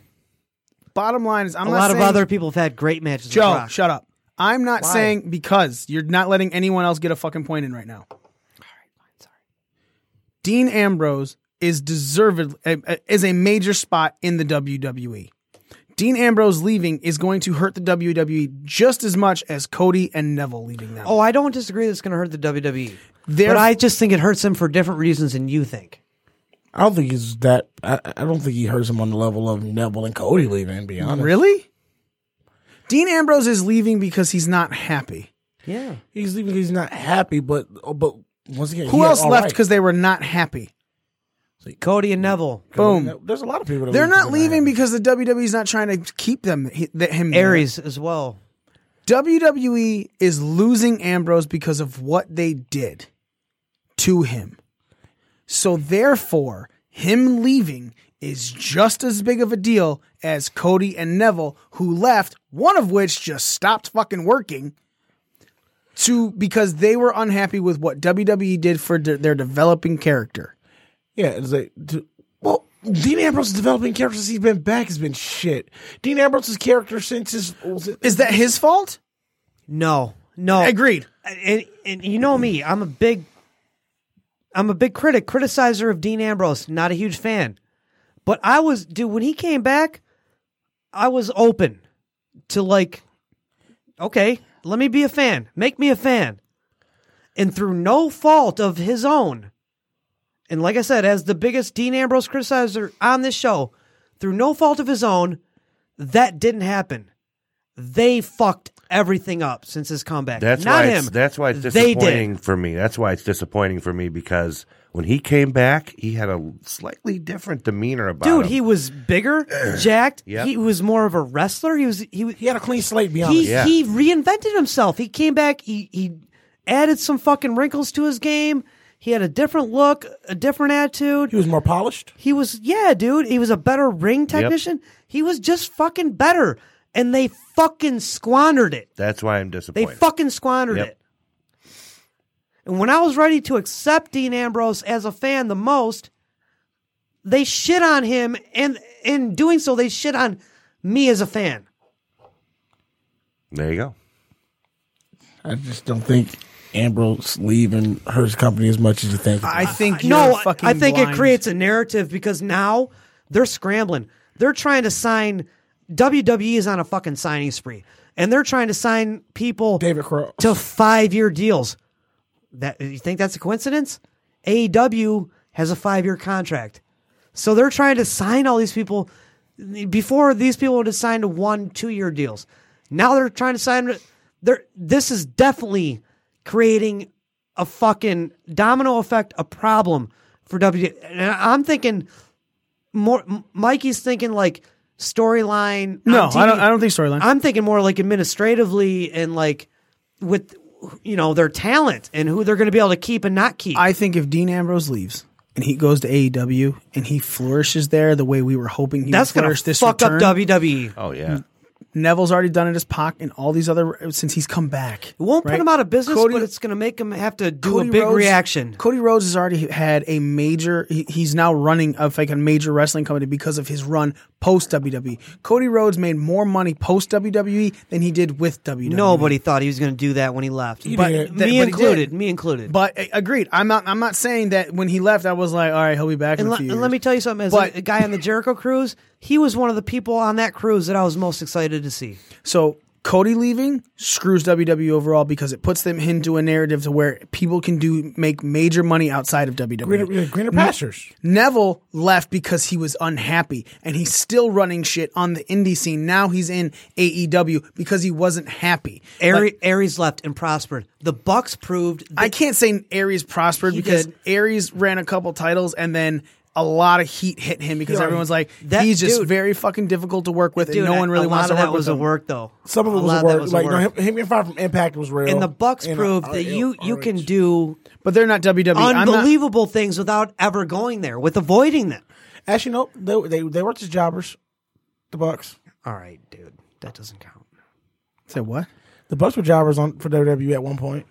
S2: Bottom line is, I'm
S9: A
S2: not
S9: lot of
S2: saying,
S9: other people have had great matches. with
S2: Joe,
S9: Brock.
S2: shut up. I'm not
S9: Why?
S2: saying because you're not letting anyone else get a fucking point in right now. Dean Ambrose is deserved uh, uh, is a major spot in the WWE. Dean Ambrose leaving is going to hurt the WWE just as much as Cody and Neville leaving them.
S9: Oh, I don't disagree. That's going to hurt the WWE.
S2: They're-
S9: but I just think it hurts them for different reasons than you think.
S8: I don't think he's that. I, I don't think he hurts him on the level of Neville and Cody leaving. To be honest,
S2: really? Dean Ambrose is leaving because he's not happy.
S9: Yeah.
S8: he's leaving. 'cause He's not happy, but but once again,
S2: Who
S8: he had
S2: else
S8: all
S2: left
S8: right.
S2: because they were not happy?
S9: Cody and Neville.
S2: Boom.
S8: There's a lot of people. That
S2: They're
S8: leave
S2: not leaving
S8: happy.
S2: because the WWE's not trying to keep them he- that him there.
S9: Aries as well.
S2: WWE E is losing Ambrose because of what they did to him. So therefore, him leaving is just as big of a deal as Cody and Neville who left, one of which just stopped fucking working. to because they were unhappy with what WWE did for de- their developing character.
S8: Yeah, it's like, d- well, Dean Ambrose's developing character since he's been back has been shit. Dean Ambrose's character since his was it-
S2: Is that his fault?
S9: No, no,
S2: Agreed.
S9: And, and you know me, I'm a big, I'm a big critic, criticizer of Dean Ambrose. Not a huge fan, but I was, dude, when he came back, I was open to like, okay, let me be a fan, make me a fan, and through no fault of his own, and like I said, as the biggest Dean Ambrose criticizer on this show, through no fault of his own, that didn't happen they fucked everything up since his comeback.
S7: That's
S9: not
S7: why
S9: him.
S7: It's, that's why it's
S9: They did.
S7: disappointing for me. That's why it's disappointing for me because when he came back, he had a slightly different demeanor about
S9: Dude,
S7: him.
S9: he was bigger, jacked.
S7: Yep.
S9: He was more of a wrestler. He was he was-
S8: he had a clean slate beyond.
S9: he,
S8: He,
S7: Yeah.
S9: he reinvented himself. He came back. He he added some fucking wrinkles to his game. He had a different look, a different attitude.
S8: he was more polished.
S9: He was yeah, dude. He was a better ring technician. He was just fucking better, and they fucking squandered it.
S7: That's why I'm
S9: They
S7: disappointed.
S9: fucking squandered
S7: Yep.
S9: it. And when I was ready to accept Dean Ambrose as a fan the most, they shit on him, and in doing so, they shit on me as a fan.
S7: there you go.
S8: I just don't think Ambrose leaving hurts company as much as you think.
S2: I think you're
S9: no, I-
S2: fucking
S9: I think
S2: blind.
S9: it creates a narrative because now they're scrambling. They're trying to sign. WWE is on a fucking signing spree, and they're trying to sign people
S8: David Cross.
S9: to five year deals. That you think that's a coincidence? AEW has a five year contract, so they're trying to sign all these people. Before these people would have signed to one two year deals. Now they're trying to sign. They're, this is definitely creating a fucking domino effect, a problem for W. And I'm thinking more. M- Mikey's thinking like storyline.
S2: No,
S9: on
S2: I don't.
S9: TV.
S2: I don't think storyline.
S9: I'm thinking more like administratively and like with you know their talent and who they're going to be able to keep and not keep.
S2: I think if Dean Ambrose leaves and he goes to AEW and he flourishes there the way we were hoping he
S9: That's
S2: would
S9: going
S2: flourish
S9: to
S2: this
S9: fuck
S2: return,
S9: up E. WWE.
S7: Oh yeah.
S2: Neville's already done it as Pac and all these other since he's come back.
S9: It won't
S2: right?
S9: put him out of business,
S2: Cody-
S9: but it's going to make him have to do
S2: Cody
S9: a big
S2: Rhodes-
S9: reaction.
S2: Cody Rhodes has already had a major. He, he's now running a like a major wrestling company because of his run post WWE. Cody Rhodes made more money post WWE than he did with E. WWE.
S9: Nobody thought he was going to do that when he left, but
S8: did.
S2: That- but
S9: me
S2: he did.
S9: included. Me included.
S2: But uh, agreed. I'm not. I'm not saying that when he left, I was like, all right, he'll be back in
S9: and,
S2: a
S9: le-
S2: few
S9: and
S2: years.
S9: let me tell you something. As
S2: But-
S9: a, a guy on the Jericho cruise, he was one of the people on that cruise that I was most excited to see.
S2: So Cody leaving screws WWE overall because it puts them into a narrative to where people can do make major money outside of WWE.
S8: greener, yeah, greener pastures.
S2: Neville left because he was unhappy and he's still running shit on the indie scene. Now he's in AEW because he wasn't happy.
S9: Ari-
S2: Like,
S9: Aries left and prospered. The Bucks proved
S2: I can't say Aries prospered
S9: He
S2: because
S9: did.
S2: Aries ran a couple titles and then a lot of heat hit him because everyone's like,
S9: that-
S2: he's just
S9: dude.
S2: very fucking difficult to work with and no
S9: I-
S2: one really
S9: a
S2: wants
S9: lot
S2: to
S9: of
S2: work
S9: that
S2: with
S9: was
S2: him.
S9: a work though.
S8: Some of it was
S9: lot
S8: a word.
S9: that was a
S8: like
S9: work.
S8: no, him, him getting fired from Impact was real.
S9: and the Bucks
S8: And, uh,
S9: proved
S8: R-
S9: that you you
S8: RH.
S9: can do
S2: But they're not WWE. I'm not-
S9: unbelievable things without ever going there, with avoiding them.
S8: Actually, no, they they, they worked as jobbers. The Bucks.
S9: All right, dude, that doesn't count.
S2: Say what?
S8: The Bucks were jobbers on for WWE at one point.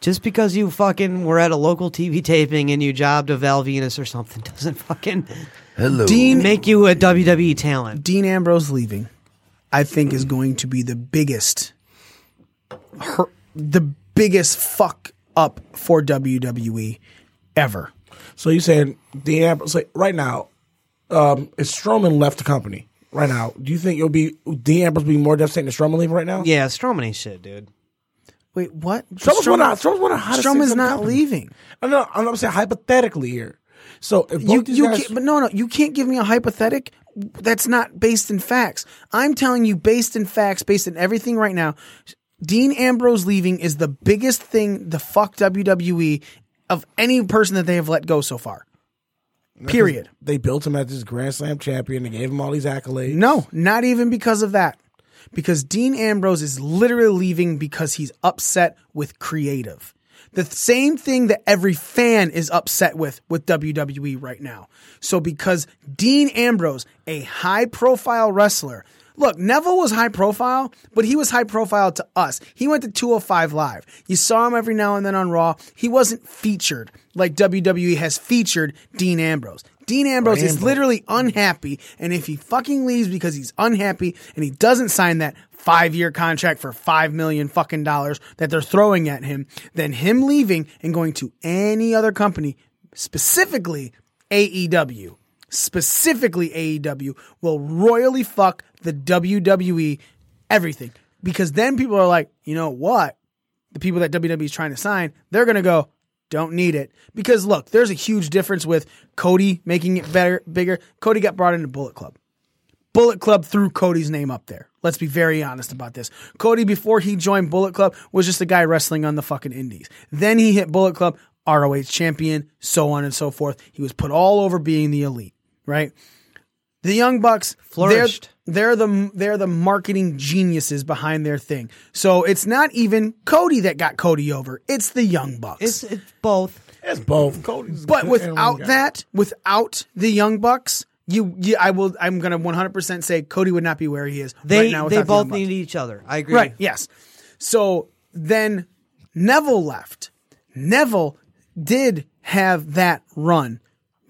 S9: Just because you fucking were at a local TV taping and you jobbed a Val Venus or something doesn't fucking
S2: Dean
S9: make you a WWE talent.
S2: Dean Ambrose leaving, I think is going to be the biggest, her, the biggest fuck up for WWE ever.
S8: So you saying Dean Ambrose like, right now? Um, if Strowman left the company right now, do you think it'll be Dean Ambrose be more devastating than Strowman leaving right now?
S9: Yeah, Strowman ain't shit, dude.
S2: Wait, what?
S8: Strowman's one of Strowman's one of the hottest things
S2: Strowman's
S8: in the
S2: not
S8: company.
S2: leaving.
S8: I know. I'm not saying hypothetically here. So if both
S2: You,
S8: these
S2: you
S8: guys,
S2: can't, but no, no, you can't give me a hypothetic that's not based in facts. I'm telling you, based in facts, based in everything right now, Dean Ambrose leaving is the biggest thing the fuck WWE of any person that they have let go so far. Period.
S8: they built him as this Grand Slam champion. They gave him all these accolades.
S2: No, not even because of that. Because Dean Ambrose is literally leaving because he's upset with creative. The th- same thing that every fan is upset with with E WWE right now. So because Dean Ambrose, a high profile wrestler, Look, Neville was high profile, but he was high profile to us. He went to 205 Live. You saw him every now and then on Raw. He wasn't featured like WWE has featured Dean Ambrose. Dean Ambrose is literally unhappy, and if he fucking leaves because he's unhappy and he doesn't sign that five year contract for five million fucking dollars that they're throwing at him, then him leaving and going to any other company, specifically AEW, specifically AEW, will royally fuck the WWE everything. Because then people are like, you know what? the people that WWE is trying to sign, they're going to go, don't need it. Because look, there's a huge difference with Cody making it better, bigger. Cody got brought into Bullet Club. Bullet Club threw Cody's name up there. Let's be very honest about this. Cody, before he joined Bullet Club, was just a guy wrestling on the fucking indies. Then he hit Bullet Club, ROH champion, so on and so forth. He was put all over being the elite, right? The Young Bucks they're-
S9: Flourished.
S2: They're, the they're the marketing geniuses behind their thing. So it's not even Cody that got Cody over. It's the Young Bucks.
S9: It's, it's both.
S8: It's both. Cody's
S2: but
S8: good at what
S2: without
S8: he got.
S2: that, without the Young Bucks, you, you I will I'm gonna 100 percent say Cody would not be where he is right
S9: They
S2: now. without the
S9: they
S2: Young
S9: both
S2: Bucks.
S9: need each other. I agree.
S2: Right. Yes. So then Neville left. Neville did have that run.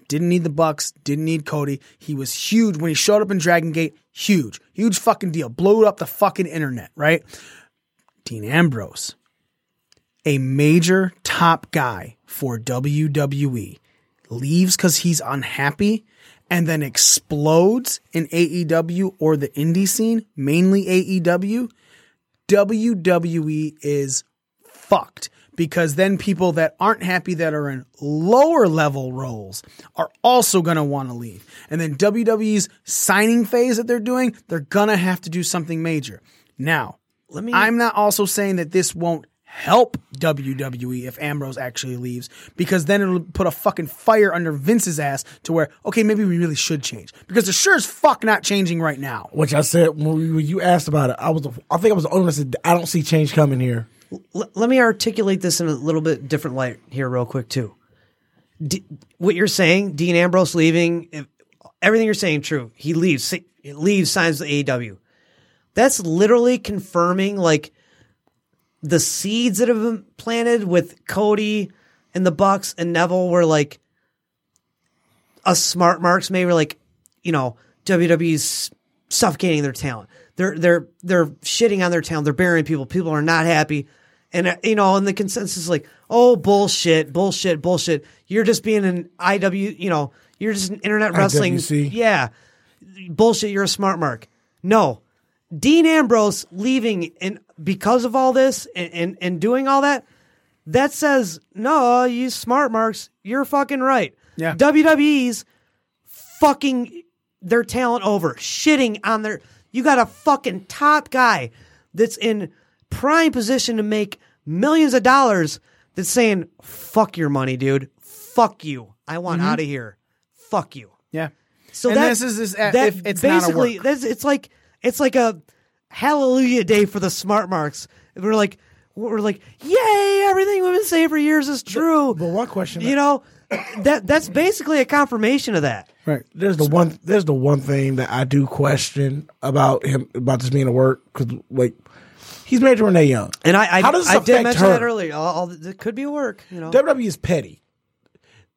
S2: Didn't need the Bucks. Didn't need Cody. He was huge when he showed up in Dragon Gate. Huge, huge fucking deal. Blew up the fucking internet. Right. Dean Ambrose, a major top guy for WWE, leaves because he's unhappy and then explodes in AEW or the indie scene, mainly E AEW. WWE E is fucked because then people that aren't happy that are in lower level roles are also going to want to leave. And then WWE's signing phase that they're doing, they're going to have to do something major. Now,
S9: Let me.
S2: I'm not also saying that this won't help WWE if Ambrose actually leaves because then it'll put a fucking fire under Vince's ass to where, okay, maybe we really should change because they're sure as fuck not changing right now.
S8: Which I said when, we, when you asked about it, I was I think I was the only one that said I don't see change coming here.
S9: l- let me articulate this in a little bit different light here, real quick, too. D- what you're saying, Dean Ambrose leaving, if, everything you're saying, true. He leaves, si- he leaves, signs the E AEW. That's literally confirming like the seeds that have been planted with Cody and the Bucks and Neville were like us smart marks maybe like you know WWE's suffocating their talent. They're they're they're shitting on their talent. They're burying people. People are not happy, and uh, you know, and the consensus is like, oh bullshit, bullshit, bullshit. You're just being an IW, you know, you're just an internet wrestling.
S8: IWC.
S9: Yeah, bullshit. You're a smart mark. No, Dean Ambrose leaving and because of all this and and, and doing all that. That says no, you smart marks. You're fucking right.
S2: Yeah.
S9: WWE's fucking their talent over, shitting on their. You got a fucking top guy that's in prime position to make millions of dollars that's saying, fuck your money, dude. Fuck you. I want out of here. Fuck you.
S2: Yeah.
S9: So
S2: And
S9: that-
S2: this is- this- uh,
S9: that
S2: if it's not a
S9: basically
S2: work.
S9: that's- it's like it's like a hallelujah day for the smart marks. We're like we're like yay, everything we've been saying for years is true.
S8: But one question,
S9: you know, that that's basically a confirmation of that.
S2: Right.
S8: there's the one there's the one thing that I do question about him about this being a work because like he's married to Renee Young.
S9: And I, I,
S8: How does this
S9: I did
S8: affect
S9: mention
S8: her?
S9: that earlier. All, all, it could be a work, you know.
S8: WWE is petty.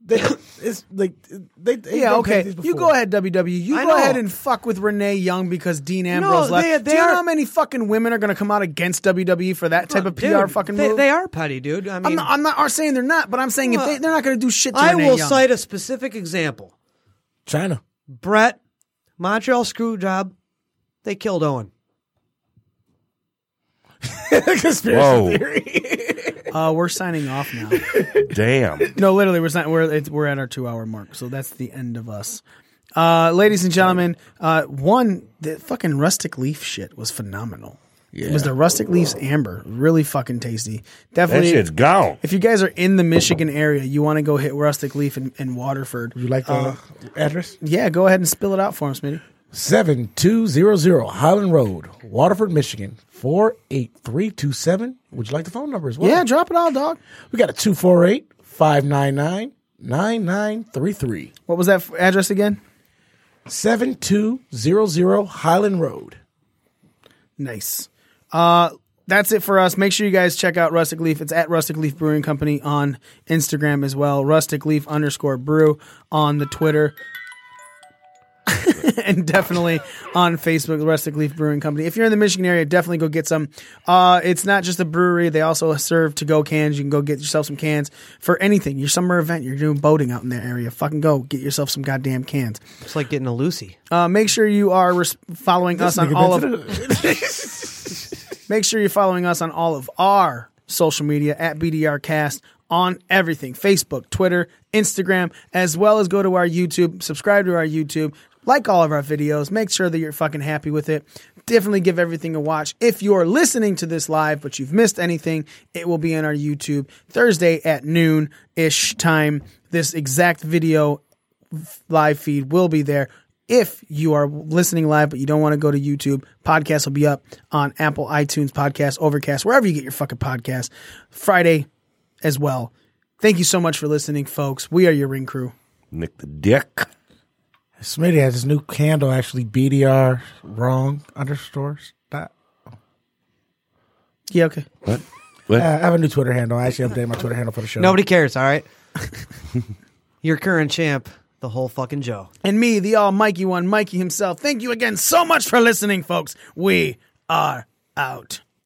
S8: They, it's like they, they
S2: Yeah,
S8: done
S2: okay.
S8: things before.
S2: You go ahead, WWE. You
S9: I
S2: go
S9: know.
S2: ahead and fuck with Renee Young because Dean Ambrose
S9: they-
S2: left.
S9: they
S2: Do you know
S9: are-
S2: how many fucking women are going to come out against WWE for that type of PR
S9: Dude,
S2: fucking
S9: they,
S2: move?
S9: they are petty, dude. I mean,
S2: I'm not, I'm not saying they're not, but I'm saying if
S9: Well,
S2: they, they're not going to do shit to
S9: I
S2: Renee
S9: will
S2: Young.
S9: cite a specific example.
S8: China.
S9: Brett, Montreal Screwjob, they killed Owen.
S8: Conspiracy
S7: Whoa.
S2: Uh, we're signing off now.
S7: Damn.
S2: No, literally, we're not. We're it's, we're at our two hour mark, so that's the end of us. Uh, ladies and gentlemen, uh, one the fucking rustic leaf shit was phenomenal. It was the rustic leaves amber, really fucking tasty.
S7: That
S2: Definitely,
S7: shit's gone.
S2: if you guys are in the Michigan area, you want to go hit rustic leaf in, in Waterford.
S8: You like the Uh, address?
S2: Yeah, go ahead and spill it out for him, Smitty.
S8: 7200 Highland Road, Waterford, Michigan, 48327. Would you like the phone number as well?
S2: Yeah, drop it all, dog.
S8: We got a 248 599 9933.
S2: What was that f- address again?
S8: 7200 Highland Road.
S2: Nice. Uh, that's it for us. Make sure you guys check out Rustic Leaf. It's at Rustic Leaf Brewing Company on Instagram as well. Rustic Leaf underscore brew on the Twitter. and definitely on Facebook, Rustic Leaf Brewing Company. If you're in the Michigan area, definitely go get some. Uh, it's not just a brewery; they also serve to-go cans. You can go get yourself some cans for anything. Your summer event, you're doing boating out in the area. Fucking go get yourself some goddamn cans.
S9: It's like getting a Lucy.
S2: Uh, make sure you are res- following us on all of. make sure you're following us on all of our social media at BDRcast on everything Facebook, Twitter, Instagram, as well as go to our YouTube, subscribe to our YouTube, like all of our videos, make sure that you're fucking happy with it. Definitely give everything a watch. If you're listening to this live but you've missed anything, it will be on our YouTube Thursday at noon ish time. This exact video live feed will be there. If you are listening live but you don't want to go to YouTube, podcast will be up on Apple, iTunes, Podcast, Overcast, wherever you get your fucking podcast. Friday as well. Thank you so much for listening, folks. We are your ring crew.
S7: Nick the Dick.
S8: Smitty has his new candle actually BDR wrong underscores dot.
S2: Yeah, okay.
S7: What? What?
S8: I have a new Twitter handle. I actually updated my Twitter handle for the show.
S9: Nobody cares, all right? Your current champ, the whole fucking Joe.
S2: And me, the all Mikey one, Mikey himself. Thank you again so much for listening, folks. We are out.